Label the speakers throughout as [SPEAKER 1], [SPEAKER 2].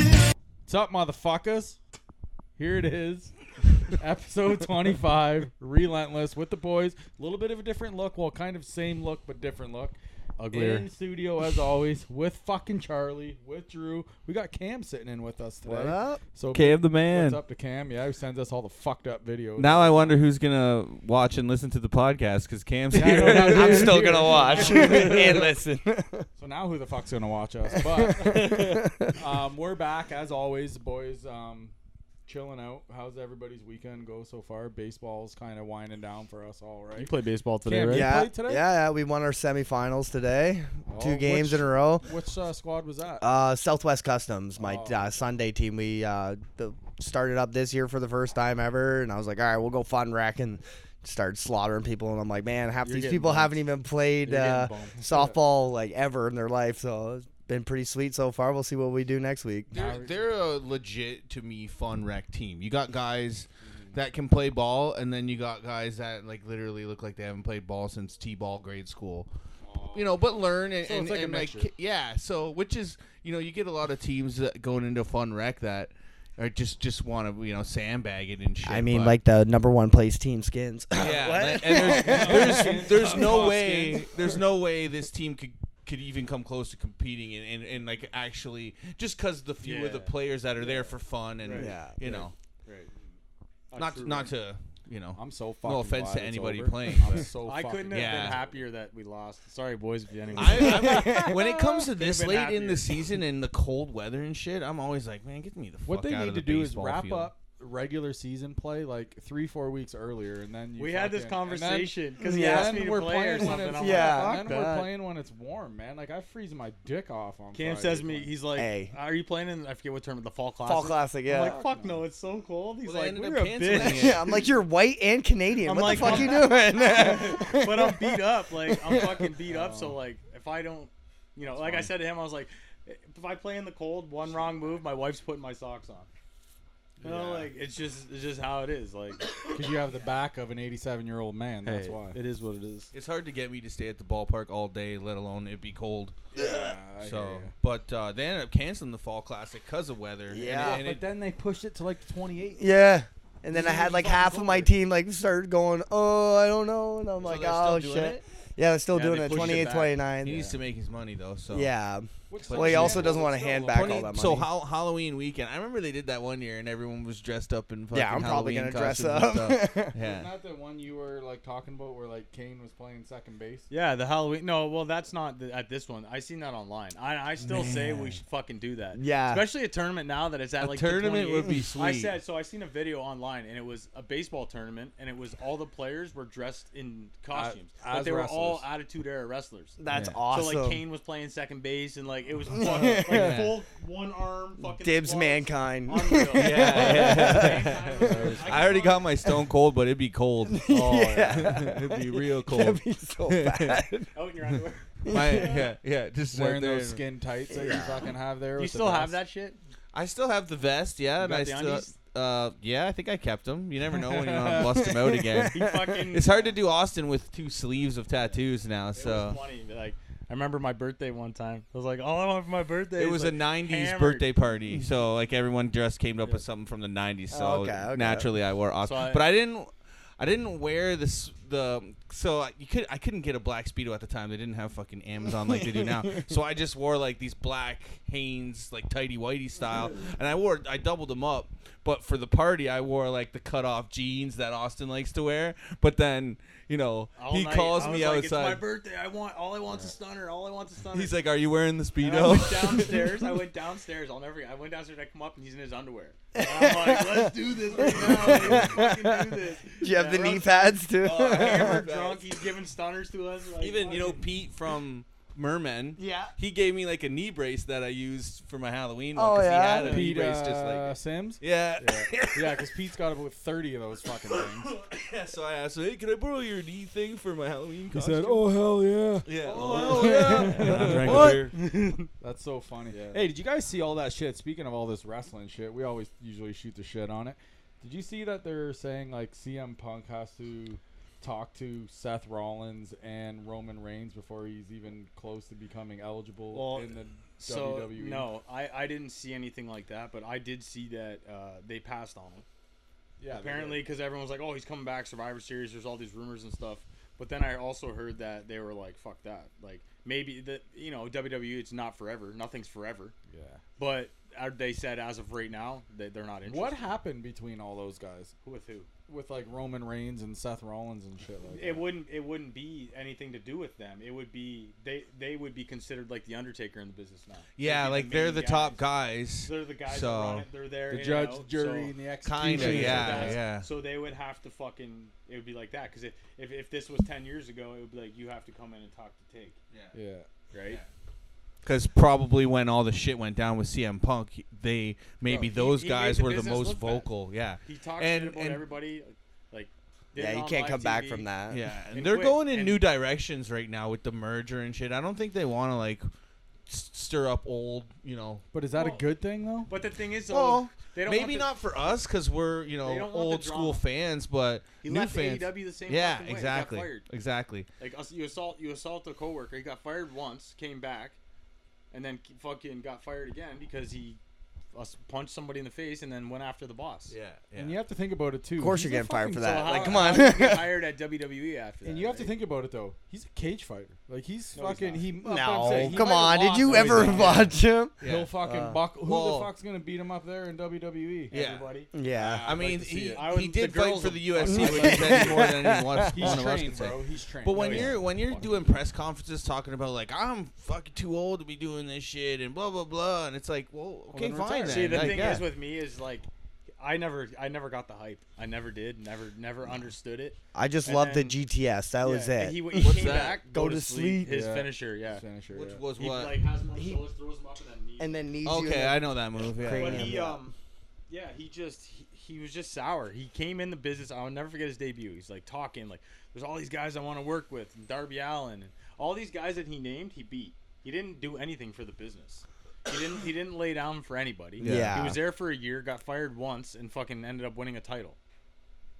[SPEAKER 1] What's up, motherfuckers? Here it is. Episode 25, Relentless with the boys. A little bit of a different look, well, kind of same look, but different look.
[SPEAKER 2] Uglier.
[SPEAKER 1] In studio, as always, with fucking Charlie, with Drew. We got Cam sitting in with us today.
[SPEAKER 3] What up?
[SPEAKER 1] So,
[SPEAKER 2] Cam the
[SPEAKER 1] what's
[SPEAKER 2] man.
[SPEAKER 1] up to Cam? Yeah, he sends us all the fucked up videos.
[SPEAKER 2] Now I wonder who's gonna watch and listen to the podcast because Cam's
[SPEAKER 1] Yeah, I
[SPEAKER 2] here.
[SPEAKER 1] know, now
[SPEAKER 4] I'm
[SPEAKER 1] dude.
[SPEAKER 4] still gonna watch and listen.
[SPEAKER 1] So now who the fuck's gonna watch us? But um, we're back as always, the boys. Um, chilling out. How's everybody's weekend go so far? Baseball's kind of winding down for us all, right?
[SPEAKER 2] You play baseball today,
[SPEAKER 1] Cam,
[SPEAKER 2] right?
[SPEAKER 1] yeah.
[SPEAKER 3] Yeah,
[SPEAKER 1] played today?
[SPEAKER 3] yeah, yeah. We won our semifinals today,
[SPEAKER 1] Oh,
[SPEAKER 3] two games
[SPEAKER 1] which-
[SPEAKER 3] in a row.
[SPEAKER 1] Which uh, squad was that?
[SPEAKER 3] Uh, Southwest Customs, my
[SPEAKER 1] Oh.
[SPEAKER 3] uh, Sunday team. We uh, the, started up this year for the first time ever, and I was like, all right, we'll go fun wreck and start slaughtering people. And I'm like, man, half
[SPEAKER 1] You're
[SPEAKER 3] these
[SPEAKER 1] getting
[SPEAKER 3] people
[SPEAKER 1] bumped.
[SPEAKER 3] haven't even played
[SPEAKER 1] You're getting
[SPEAKER 3] uh,
[SPEAKER 1] bumped.
[SPEAKER 3] softball like ever in their life, so it's been pretty sweet so far. We'll see what we do next week.
[SPEAKER 1] Now-
[SPEAKER 5] They're, they're a legit to me fun rec team. You got guys that can play ball, and then you got guys that like literally look like they haven't played ball since t-ball grade school. You know, but learn and,
[SPEAKER 1] So it's
[SPEAKER 5] and,
[SPEAKER 1] like a
[SPEAKER 5] and, like,
[SPEAKER 1] mixture.
[SPEAKER 5] ki- yeah. So which is you know you get a lot of teams that going into fun rec that are just just want to you know sandbag it and shit.
[SPEAKER 3] I mean,
[SPEAKER 5] but-
[SPEAKER 3] like the number one place team skins.
[SPEAKER 5] yeah, and there's there's, there's no
[SPEAKER 1] Softball
[SPEAKER 5] way
[SPEAKER 1] skins.
[SPEAKER 5] there's no way this team could could even come close to competing and, and, and like actually just because the few of the
[SPEAKER 1] Yeah.
[SPEAKER 5] players that are there for fun and
[SPEAKER 1] Right.
[SPEAKER 3] Yeah.
[SPEAKER 5] you know
[SPEAKER 1] Right.
[SPEAKER 5] not
[SPEAKER 1] True.
[SPEAKER 5] not to you know
[SPEAKER 1] I'm so fucking.
[SPEAKER 5] no offense
[SPEAKER 1] glad
[SPEAKER 5] to
[SPEAKER 1] it's
[SPEAKER 5] anybody
[SPEAKER 1] over.
[SPEAKER 5] playing
[SPEAKER 1] I'm
[SPEAKER 5] but-
[SPEAKER 1] so.
[SPEAKER 4] I couldn't have
[SPEAKER 1] fucking-
[SPEAKER 5] Yeah.
[SPEAKER 4] been happier that we lost. Sorry, boys. If anyone,
[SPEAKER 5] I, I'm like, when it comes to this
[SPEAKER 4] been
[SPEAKER 5] late in
[SPEAKER 4] happier.
[SPEAKER 5] the season and the cold weather and shit, I'm always like, man, get me the fuck
[SPEAKER 1] What they
[SPEAKER 5] out
[SPEAKER 1] need
[SPEAKER 5] of
[SPEAKER 1] to
[SPEAKER 5] the
[SPEAKER 1] do is
[SPEAKER 5] baseball
[SPEAKER 1] wrap
[SPEAKER 5] field."
[SPEAKER 1] up regular season play like three, four weeks earlier, and then you
[SPEAKER 4] we had this
[SPEAKER 1] fucking- and then-
[SPEAKER 4] conversation because he
[SPEAKER 3] Yeah.
[SPEAKER 4] asked me
[SPEAKER 1] And
[SPEAKER 4] to
[SPEAKER 1] we're
[SPEAKER 4] play or
[SPEAKER 1] playing when
[SPEAKER 4] something.
[SPEAKER 1] it's
[SPEAKER 4] I'm
[SPEAKER 3] Yeah.
[SPEAKER 4] like,
[SPEAKER 3] fuck
[SPEAKER 1] and then we're
[SPEAKER 3] that.
[SPEAKER 1] playing when it's warm, man. Like I freeze my dick off on.
[SPEAKER 4] Cam
[SPEAKER 1] Fridays,
[SPEAKER 4] says me,
[SPEAKER 1] like-
[SPEAKER 4] he's like,
[SPEAKER 3] Hey.
[SPEAKER 4] "Are you playing in? I forget what tournament, the fall classic."
[SPEAKER 3] Fall classic,
[SPEAKER 4] I'm
[SPEAKER 3] yeah.
[SPEAKER 4] like, "Fuck no, it's so cold." He's
[SPEAKER 5] Well, they
[SPEAKER 4] like,
[SPEAKER 5] ended
[SPEAKER 4] "We're a
[SPEAKER 5] up canceling
[SPEAKER 4] bitch."
[SPEAKER 5] it.
[SPEAKER 3] I'm like, you're white and Canadian.
[SPEAKER 4] I'm
[SPEAKER 3] what
[SPEAKER 4] like,
[SPEAKER 3] the fuck
[SPEAKER 4] I'm-
[SPEAKER 3] you doing?
[SPEAKER 4] but I'm beat up. Like I'm fucking beat up.
[SPEAKER 1] Oh.
[SPEAKER 4] So like, if I don't, you know, like I said to him, I was like, if I play in the cold, one wrong move, my wife's putting my socks on. You know, like it's just it's just how it is. Like
[SPEAKER 1] Because you have the back of an 87 year old man. That's why.
[SPEAKER 4] it is what it is.
[SPEAKER 5] It's hard to get me to stay at the ballpark all day, let alone it be cold.
[SPEAKER 1] Yeah, I
[SPEAKER 5] So,
[SPEAKER 1] hear ya.
[SPEAKER 5] but uh, they ended up canceling the fall classic because of weather. and it-
[SPEAKER 3] Yeah.
[SPEAKER 5] and
[SPEAKER 1] but
[SPEAKER 5] it-
[SPEAKER 1] then they pushed it to like 28.
[SPEAKER 3] Yeah. And then I
[SPEAKER 1] Just
[SPEAKER 3] had like
[SPEAKER 1] fucking
[SPEAKER 3] half
[SPEAKER 1] over
[SPEAKER 3] of my
[SPEAKER 1] it.
[SPEAKER 3] team like started going, oh, I don't know, and I'm
[SPEAKER 5] so
[SPEAKER 3] like,
[SPEAKER 5] they're still
[SPEAKER 3] oh
[SPEAKER 5] doing
[SPEAKER 3] shit.
[SPEAKER 5] it?
[SPEAKER 3] Yeah, they're still
[SPEAKER 5] Yeah,
[SPEAKER 3] doing
[SPEAKER 5] they
[SPEAKER 3] it.
[SPEAKER 5] pushed it
[SPEAKER 3] 28,
[SPEAKER 5] back.
[SPEAKER 3] 29.
[SPEAKER 5] He
[SPEAKER 3] Yeah.
[SPEAKER 5] needs to make his money though. So
[SPEAKER 3] yeah.
[SPEAKER 1] Which
[SPEAKER 5] Well,
[SPEAKER 1] sucks,
[SPEAKER 3] he also
[SPEAKER 1] man.
[SPEAKER 3] doesn't wanna
[SPEAKER 1] Still
[SPEAKER 3] hand
[SPEAKER 1] a
[SPEAKER 3] back
[SPEAKER 1] lot.
[SPEAKER 3] all that
[SPEAKER 5] So
[SPEAKER 3] money.
[SPEAKER 5] how, Halloween weekend, I remember they did that one year and everyone was dressed up in fucking
[SPEAKER 3] Yeah, I'm probably
[SPEAKER 5] Halloween
[SPEAKER 3] gonna dress
[SPEAKER 5] costumes and
[SPEAKER 3] up.
[SPEAKER 5] stuff.
[SPEAKER 1] Isn't
[SPEAKER 5] yeah,
[SPEAKER 1] that the one you were like talking about where like Kane was playing second base?
[SPEAKER 4] Yeah, the Halloween. No, well, that's not the, at this one. I seen that online. I, I still say we should fucking do that.
[SPEAKER 3] Yeah.
[SPEAKER 4] Especially a tournament now that it's at
[SPEAKER 5] A
[SPEAKER 4] like
[SPEAKER 5] tournament
[SPEAKER 4] the
[SPEAKER 5] would be
[SPEAKER 4] 28. I
[SPEAKER 5] sweet.
[SPEAKER 4] said so. I seen a video online and it was a baseball tournament and it was all the players were dressed in costumes, but
[SPEAKER 1] as
[SPEAKER 4] they were all
[SPEAKER 1] wrestlers.
[SPEAKER 4] Attitude Era wrestlers.
[SPEAKER 3] That's
[SPEAKER 5] Yeah. So,
[SPEAKER 3] awesome.
[SPEAKER 4] So like Kane was playing second base and like it was fucking, like
[SPEAKER 5] Yeah.
[SPEAKER 4] full one arm fucking
[SPEAKER 3] Dibs
[SPEAKER 4] gloves.
[SPEAKER 3] mankind.
[SPEAKER 4] Unreal.
[SPEAKER 5] Yeah.
[SPEAKER 4] Mankind.
[SPEAKER 5] I already got my Stone Cold, but it'd be cold. Oh,
[SPEAKER 3] Yeah.
[SPEAKER 5] it'd be real cold.
[SPEAKER 3] That'd be so bad.
[SPEAKER 4] out Oh, in your underwear.
[SPEAKER 5] My, yeah, yeah, just
[SPEAKER 1] Wearing
[SPEAKER 5] right there.
[SPEAKER 1] those skin tights that you fucking have there.
[SPEAKER 4] You
[SPEAKER 1] with the
[SPEAKER 4] still have
[SPEAKER 1] vest.
[SPEAKER 4] that shit?
[SPEAKER 5] I still have the vest, yeah, and
[SPEAKER 4] got
[SPEAKER 5] I
[SPEAKER 4] the
[SPEAKER 5] still,
[SPEAKER 4] undies?
[SPEAKER 5] uh, yeah, I think I kept them. You never know when you're gonna bust them out again.
[SPEAKER 4] He fucking.
[SPEAKER 5] It's hard to do Austin with two sleeves of tattoos now,
[SPEAKER 4] It
[SPEAKER 5] so.
[SPEAKER 4] was funny. Like I remember my birthday one time. I was like, all I want for my birthday.
[SPEAKER 5] It
[SPEAKER 4] is,
[SPEAKER 5] was
[SPEAKER 4] like,
[SPEAKER 5] a '90s
[SPEAKER 4] hammered.
[SPEAKER 5] birthday party, so like everyone dressed came up
[SPEAKER 4] Yeah.
[SPEAKER 5] with something from the '90s. So
[SPEAKER 3] Oh, okay, okay.
[SPEAKER 5] naturally, I wore Austin,
[SPEAKER 4] So I-
[SPEAKER 5] but I didn't. I didn't wear this the so I, you could I couldn't get a black speedo at the time. They didn't have fucking Amazon like they do now. So I just wore like these black Hanes like tidy whitey style, and I wore I doubled them up. But for the party, I wore like the cut off jeans that Austin likes to wear. But then you know
[SPEAKER 4] All
[SPEAKER 5] he
[SPEAKER 4] night,
[SPEAKER 5] calls
[SPEAKER 4] I
[SPEAKER 5] me
[SPEAKER 4] was like, It's my
[SPEAKER 5] outside.
[SPEAKER 4] birthday. I want. All I want's a stunner. All I want's a stunner.
[SPEAKER 5] He's like, "Are you wearing the
[SPEAKER 4] And I went
[SPEAKER 5] speedo?"
[SPEAKER 4] downstairs. I went downstairs. I'll never. forget. I went downstairs. and I come up and he's in his underwear. And I'm like, let's do this right now. Let's fucking do this.
[SPEAKER 3] Do you have
[SPEAKER 4] Yeah,
[SPEAKER 3] the
[SPEAKER 4] we're
[SPEAKER 3] knee
[SPEAKER 4] outside.
[SPEAKER 3] pads too?
[SPEAKER 4] Uh, hammered drunk. He's giving stunners to us. Like,
[SPEAKER 5] Even you know
[SPEAKER 4] fucking-
[SPEAKER 5] Pete from Merman.
[SPEAKER 4] Yeah.
[SPEAKER 5] He gave me like a knee brace that I used for my Halloween.
[SPEAKER 3] Oh,
[SPEAKER 5] one 'cause
[SPEAKER 3] yeah?
[SPEAKER 5] He had a knee
[SPEAKER 1] Pete
[SPEAKER 5] brace
[SPEAKER 1] uh,
[SPEAKER 5] just like
[SPEAKER 1] Sims.
[SPEAKER 5] yeah.
[SPEAKER 1] Yeah, because Pete's got about 30 of those fucking things.
[SPEAKER 5] so I asked him, "Hey, can I borrow your knee thing for my Halloween
[SPEAKER 1] He
[SPEAKER 5] costume?"
[SPEAKER 1] said, "Oh hell yeah."
[SPEAKER 5] yeah.
[SPEAKER 1] oh,
[SPEAKER 5] Oh, yeah.
[SPEAKER 1] And I drank a
[SPEAKER 5] What?
[SPEAKER 1] That's so funny. Hey, did you guys see all that shit? Speaking of all this wrestling shit, we always usually shoot the shit on it. Did you see that they're saying like CM Punk has to talk to Seth Rollins and Roman Reigns before he's even close to becoming eligible
[SPEAKER 4] Well,
[SPEAKER 1] in the E?
[SPEAKER 4] So
[SPEAKER 1] WWE.
[SPEAKER 4] no, I, I didn't see anything like that, but I did see that uh, they passed on him.
[SPEAKER 1] Yeah, they
[SPEAKER 4] Apparently,
[SPEAKER 1] did.
[SPEAKER 4] because everyone was like, "Oh, he's coming back, Survivor Series." There's all these rumors and stuff. But then I also heard that they were like, "Fuck that!" Like maybe that you know WWE, it's not forever. Nothing's forever.
[SPEAKER 1] Yeah.
[SPEAKER 4] But uh, they said as of right now that they're not interested.
[SPEAKER 1] What happened between all those guys
[SPEAKER 4] with who?
[SPEAKER 1] with like Roman Reigns and Seth Rollins and shit like
[SPEAKER 4] It
[SPEAKER 1] that?
[SPEAKER 4] wouldn't. It wouldn't be anything to do with them. It would be they. They would be considered like the Undertaker in the business now.
[SPEAKER 5] Yeah,
[SPEAKER 4] They'd be
[SPEAKER 5] like they're
[SPEAKER 4] main
[SPEAKER 5] the
[SPEAKER 4] guys.
[SPEAKER 5] top guys.
[SPEAKER 4] They're the guys. that
[SPEAKER 5] So-
[SPEAKER 4] run it. They're there. in
[SPEAKER 1] the
[SPEAKER 4] and
[SPEAKER 1] judge,
[SPEAKER 4] out,
[SPEAKER 1] jury,
[SPEAKER 4] so-
[SPEAKER 1] and the execution.
[SPEAKER 5] Kinda,
[SPEAKER 4] So
[SPEAKER 5] yeah,
[SPEAKER 4] that's-
[SPEAKER 5] yeah.
[SPEAKER 4] So they would have to fucking. It would be like that because if, if if this was ten years ago, it would be like you have to come in and talk to Take,
[SPEAKER 1] Yeah.
[SPEAKER 4] right?
[SPEAKER 5] Because probably when all the shit went down with CM Punk, they maybe
[SPEAKER 4] he-
[SPEAKER 5] those
[SPEAKER 4] he made
[SPEAKER 5] guys
[SPEAKER 4] the
[SPEAKER 5] were the
[SPEAKER 4] business
[SPEAKER 5] most
[SPEAKER 4] look bad.
[SPEAKER 5] vocal. Yeah,
[SPEAKER 4] He talks
[SPEAKER 5] And-
[SPEAKER 4] shit about
[SPEAKER 5] and-
[SPEAKER 4] everybody. Like, did
[SPEAKER 3] Yeah,
[SPEAKER 4] it
[SPEAKER 3] you
[SPEAKER 4] on
[SPEAKER 3] can't
[SPEAKER 4] live
[SPEAKER 3] come back
[SPEAKER 4] TV.
[SPEAKER 3] from that.
[SPEAKER 5] yeah, and,
[SPEAKER 4] And
[SPEAKER 5] they're
[SPEAKER 4] quick,
[SPEAKER 5] going in
[SPEAKER 4] and-
[SPEAKER 5] new directions right now with the merger and shit. I don't think they want to like s- stir up old, you know.
[SPEAKER 1] But is that
[SPEAKER 4] Well,
[SPEAKER 1] a good thing though?
[SPEAKER 4] But the thing is, though,
[SPEAKER 5] Well,
[SPEAKER 4] they don't want
[SPEAKER 5] maybe
[SPEAKER 4] the-
[SPEAKER 5] not for us because we're you
[SPEAKER 4] They
[SPEAKER 5] know
[SPEAKER 4] don't want the
[SPEAKER 5] old school
[SPEAKER 4] drama.
[SPEAKER 5] fans, but
[SPEAKER 4] He
[SPEAKER 5] new
[SPEAKER 4] left
[SPEAKER 5] fans.
[SPEAKER 4] AEW the same.
[SPEAKER 5] yeah,
[SPEAKER 4] fucking way. He got
[SPEAKER 5] exactly,
[SPEAKER 4] fired.
[SPEAKER 5] exactly.
[SPEAKER 4] Like us- you assault you assault a coworker. He got fired once, came back, and then k- fucking got fired again because he us punched somebody in the face and then went after the boss.
[SPEAKER 5] Yeah, yeah.
[SPEAKER 1] And you have to think about it too.
[SPEAKER 3] Of course,
[SPEAKER 1] He's
[SPEAKER 3] you're
[SPEAKER 1] a
[SPEAKER 3] getting fired
[SPEAKER 1] fucking
[SPEAKER 3] for
[SPEAKER 4] So
[SPEAKER 3] that.
[SPEAKER 4] how-
[SPEAKER 3] like, come
[SPEAKER 4] how did he get
[SPEAKER 3] on.
[SPEAKER 4] hired at WWE after that.
[SPEAKER 1] And you have to
[SPEAKER 4] right?
[SPEAKER 1] think about it though. He's a cage fighter. Like he's
[SPEAKER 4] No, he's
[SPEAKER 1] fucking.
[SPEAKER 4] not.
[SPEAKER 1] he that's what I'm
[SPEAKER 3] no,
[SPEAKER 1] saying. He
[SPEAKER 3] come
[SPEAKER 1] might have
[SPEAKER 3] on. Did
[SPEAKER 1] lost.
[SPEAKER 3] you
[SPEAKER 1] No, he's
[SPEAKER 3] ever
[SPEAKER 1] not.
[SPEAKER 3] watch him?
[SPEAKER 5] Yeah.
[SPEAKER 1] He'll fucking
[SPEAKER 3] Uh,
[SPEAKER 1] buck. Who
[SPEAKER 5] well-
[SPEAKER 1] the fuck's gonna beat him up there in WWE?
[SPEAKER 5] Yeah.
[SPEAKER 4] Everybody.
[SPEAKER 3] Yeah.
[SPEAKER 5] I
[SPEAKER 1] I'd like
[SPEAKER 5] mean,
[SPEAKER 1] to see
[SPEAKER 5] he,
[SPEAKER 1] it.
[SPEAKER 4] I
[SPEAKER 5] he
[SPEAKER 4] would- the
[SPEAKER 5] did fight
[SPEAKER 4] girls
[SPEAKER 5] for
[SPEAKER 4] will-
[SPEAKER 5] the UFC, which
[SPEAKER 3] I'd like
[SPEAKER 5] he
[SPEAKER 3] to
[SPEAKER 5] said
[SPEAKER 3] see
[SPEAKER 5] more than anyone one of
[SPEAKER 1] He's
[SPEAKER 5] us could
[SPEAKER 1] trained,
[SPEAKER 5] say.
[SPEAKER 1] bro. He's trained.
[SPEAKER 4] Oh,
[SPEAKER 5] But when
[SPEAKER 1] No, he's
[SPEAKER 5] you're
[SPEAKER 1] not.
[SPEAKER 5] when you're
[SPEAKER 1] Fuck.
[SPEAKER 5] doing press conferences talking about like I'm fucking too old to be doing this shit and blah blah blah, and it's like, well, okay,
[SPEAKER 1] then
[SPEAKER 5] fine.
[SPEAKER 1] retire.
[SPEAKER 5] Then.
[SPEAKER 4] See, the
[SPEAKER 5] Like,
[SPEAKER 4] thing
[SPEAKER 5] yeah.
[SPEAKER 4] is with me is like, I never, I never got the hype. I never did. Never, never understood it.
[SPEAKER 3] I just
[SPEAKER 4] And
[SPEAKER 3] loved the
[SPEAKER 4] then-
[SPEAKER 3] GTS. That was
[SPEAKER 4] Yeah,
[SPEAKER 3] it.
[SPEAKER 4] He, he
[SPEAKER 5] What's
[SPEAKER 4] came
[SPEAKER 5] that?
[SPEAKER 4] back,
[SPEAKER 3] Go to sleep.
[SPEAKER 4] His
[SPEAKER 1] Yeah.
[SPEAKER 4] finisher, yeah.
[SPEAKER 1] Finisher,
[SPEAKER 5] which
[SPEAKER 1] yeah.
[SPEAKER 5] was
[SPEAKER 4] He
[SPEAKER 5] what?
[SPEAKER 4] like has him on his
[SPEAKER 3] He-
[SPEAKER 4] shoulders, throws him up, and then knees.
[SPEAKER 3] and then knees you. in
[SPEAKER 5] okay,
[SPEAKER 3] the-
[SPEAKER 5] I know that move. Yeah.
[SPEAKER 4] But
[SPEAKER 3] Bam,
[SPEAKER 4] he,
[SPEAKER 3] yeah.
[SPEAKER 4] um, yeah, he just he, he was just sour. He came in the business. I'll never forget his debut. He's like talking like, "There's all these guys I want to work with, and Darby Allen, and all these guys that he named. He beat. He didn't do anything for the business. He didn't. He didn't lay down for anybody.
[SPEAKER 3] Yeah.
[SPEAKER 4] He was there for a year, got fired once, and fucking ended up winning a title.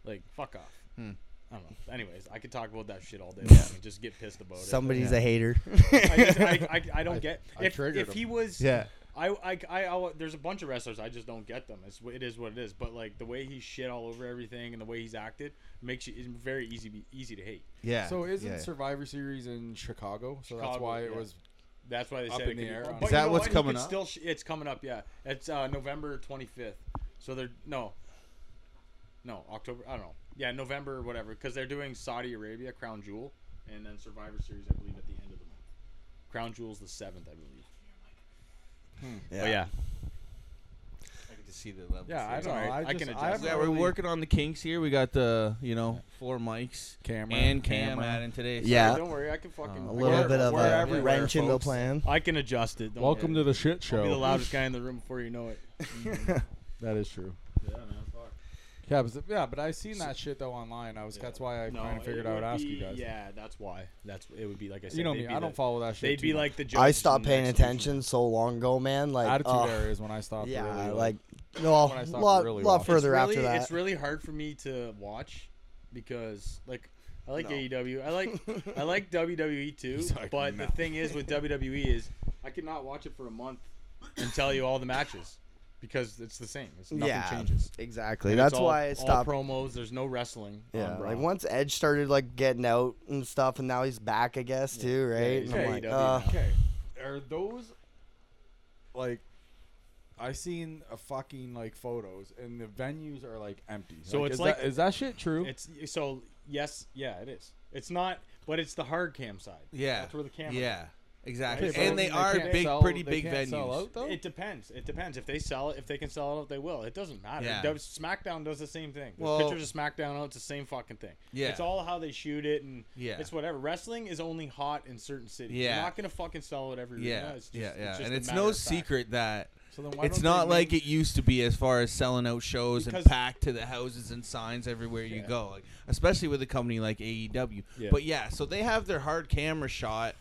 [SPEAKER 4] Like, fuck off. I don't know. Anyways, I could talk about that shit all day long and just get pissed about it.
[SPEAKER 3] Somebody's a hater.
[SPEAKER 4] I, just, I, I, I don't get.
[SPEAKER 1] I
[SPEAKER 4] if
[SPEAKER 1] triggered
[SPEAKER 4] if he
[SPEAKER 1] him.
[SPEAKER 4] was,
[SPEAKER 5] Yeah.
[SPEAKER 4] I, I, I, I- there's a bunch of wrestlers I just don't get them. It's it is what it is. But like the way he shit all over everything and the way he's acted makes you it's very easy be easy to hate.
[SPEAKER 5] yeah.
[SPEAKER 1] So isn't
[SPEAKER 5] yeah.
[SPEAKER 1] Survivor Series in Chicago? So that's
[SPEAKER 4] Chicago,
[SPEAKER 1] why it
[SPEAKER 4] yeah.
[SPEAKER 1] was.
[SPEAKER 4] That's why they
[SPEAKER 1] Up
[SPEAKER 4] said it
[SPEAKER 1] in
[SPEAKER 4] could
[SPEAKER 1] the
[SPEAKER 4] be-
[SPEAKER 1] air on-
[SPEAKER 4] but
[SPEAKER 1] Is
[SPEAKER 5] that
[SPEAKER 4] you know
[SPEAKER 5] what's
[SPEAKER 4] what? You
[SPEAKER 5] coming
[SPEAKER 4] could
[SPEAKER 5] up?
[SPEAKER 4] Still, sh- it's coming up. Yeah, it's uh, November 25th. So they're no, no October. I don't know. Yeah, November or whatever because they're doing Saudi Arabia Crown Jewel and then Survivor Series I believe at the end of the month. Crown Jewel's the seventh, I believe.
[SPEAKER 3] Hmm.
[SPEAKER 4] But yeah,
[SPEAKER 5] I can just see the level.
[SPEAKER 1] Yeah, I
[SPEAKER 4] It's
[SPEAKER 1] don't know.
[SPEAKER 4] alright.
[SPEAKER 1] I,
[SPEAKER 4] I
[SPEAKER 1] just,
[SPEAKER 4] can
[SPEAKER 1] I
[SPEAKER 4] adjust.
[SPEAKER 1] haven't
[SPEAKER 5] Yeah, we're
[SPEAKER 1] really-
[SPEAKER 5] working on the kinks here. We got the you know four mics,
[SPEAKER 1] Camera,
[SPEAKER 5] and Cam
[SPEAKER 1] camera.
[SPEAKER 5] adding today. so-
[SPEAKER 3] Yeah. Uh,
[SPEAKER 4] don't worry, I can fucking
[SPEAKER 3] A
[SPEAKER 4] I
[SPEAKER 3] little
[SPEAKER 4] can-
[SPEAKER 1] We're-
[SPEAKER 3] bit of
[SPEAKER 1] we're
[SPEAKER 3] a
[SPEAKER 1] everywhere,
[SPEAKER 3] wrench in the
[SPEAKER 1] folks.
[SPEAKER 3] plan.
[SPEAKER 4] I can adjust it. Don't
[SPEAKER 1] Welcome
[SPEAKER 4] worry.
[SPEAKER 1] to the shit
[SPEAKER 4] I'll be the
[SPEAKER 1] show.
[SPEAKER 4] loudest guy in the room before you know it.
[SPEAKER 1] That is true.
[SPEAKER 4] Yeah, man. Fuck.
[SPEAKER 1] Yeah, but, yeah, but I seen that shit though online. I was that's why I kind of figured I would ask you guys.
[SPEAKER 4] Yeah, that's why. That's it would be like I said.
[SPEAKER 1] you know
[SPEAKER 4] they'd
[SPEAKER 1] me.
[SPEAKER 4] be
[SPEAKER 1] I
[SPEAKER 4] the-
[SPEAKER 1] don't follow that shit.
[SPEAKER 4] They'd be
[SPEAKER 1] too much.
[SPEAKER 4] like the. judges
[SPEAKER 3] I
[SPEAKER 4] in
[SPEAKER 3] stopped
[SPEAKER 4] the
[SPEAKER 3] paying
[SPEAKER 4] next season.
[SPEAKER 3] attention so long ago, man. Like,
[SPEAKER 1] attitude
[SPEAKER 3] ugh,
[SPEAKER 1] error is when I stopped.
[SPEAKER 3] yeah,
[SPEAKER 1] really,
[SPEAKER 3] like no,
[SPEAKER 1] when I stopped
[SPEAKER 3] lot,
[SPEAKER 1] really
[SPEAKER 3] lot
[SPEAKER 1] watching.
[SPEAKER 3] further
[SPEAKER 4] it's
[SPEAKER 3] after
[SPEAKER 4] really,
[SPEAKER 3] that.
[SPEAKER 4] It's really hard for me to watch because like I like AEW. I like I like WWE too.
[SPEAKER 1] He's like,
[SPEAKER 4] but
[SPEAKER 1] "No."
[SPEAKER 4] the thing is with WWE is I could not watch it for a month and tell you all the matches because it's the same. It's nothing
[SPEAKER 3] yeah,
[SPEAKER 4] changes.
[SPEAKER 3] exactly.
[SPEAKER 4] And it's
[SPEAKER 3] That's
[SPEAKER 4] all-
[SPEAKER 3] why I
[SPEAKER 4] All
[SPEAKER 3] stopped.
[SPEAKER 4] promos. There's no wrestling.
[SPEAKER 3] yeah,
[SPEAKER 4] on Raw.
[SPEAKER 3] like once Edge started like getting out and stuff, and now he's back, I guess, too, right?
[SPEAKER 4] he's
[SPEAKER 3] and I'm
[SPEAKER 4] at
[SPEAKER 3] like,
[SPEAKER 4] AEW
[SPEAKER 3] uh,
[SPEAKER 4] now.
[SPEAKER 1] okay, are those like? I seen a fucking like photos, and the venues are like empty.
[SPEAKER 4] So it's
[SPEAKER 1] is
[SPEAKER 4] like-
[SPEAKER 1] that, is that shit true?
[SPEAKER 4] It's so yes, yeah, it is. It's not, but it's the hard cam side.
[SPEAKER 5] yeah,
[SPEAKER 4] that's where the camera.
[SPEAKER 5] Yeah, exactly.
[SPEAKER 1] Okay, but
[SPEAKER 5] and they,
[SPEAKER 1] can't
[SPEAKER 5] are big,
[SPEAKER 1] sell-
[SPEAKER 5] pretty
[SPEAKER 1] they
[SPEAKER 5] big
[SPEAKER 1] can't
[SPEAKER 5] venues.
[SPEAKER 1] sell out, though?
[SPEAKER 4] It depends. It depends. If they sell it, if they can sell it out, they will. It doesn't matter.
[SPEAKER 5] Yeah.
[SPEAKER 4] Does- SmackDown does the same thing. There's
[SPEAKER 5] Well-
[SPEAKER 4] pictures of SmackDown out. It's the same fucking thing.
[SPEAKER 5] Yeah.
[SPEAKER 4] It's all how they shoot it and
[SPEAKER 5] Yeah.
[SPEAKER 4] it's whatever. Wrestling is only hot in certain cities.
[SPEAKER 5] Yeah.
[SPEAKER 4] You're not gonna fucking sell it every
[SPEAKER 5] Yeah,
[SPEAKER 4] arena. It's just,
[SPEAKER 5] yeah, yeah.
[SPEAKER 4] It's just
[SPEAKER 5] and
[SPEAKER 4] a
[SPEAKER 5] it's
[SPEAKER 4] matter
[SPEAKER 5] no
[SPEAKER 4] of fact.
[SPEAKER 5] secret that
[SPEAKER 1] so then
[SPEAKER 5] it's
[SPEAKER 1] don't they
[SPEAKER 5] not like
[SPEAKER 1] make-
[SPEAKER 5] it used to be as far as selling out shows and
[SPEAKER 4] Because-
[SPEAKER 5] packed to the houses and signs everywhere you
[SPEAKER 4] Yeah.
[SPEAKER 5] go, like, especially with a E company like AEW.
[SPEAKER 4] Yeah.
[SPEAKER 5] But yeah, so they have their hard camera shot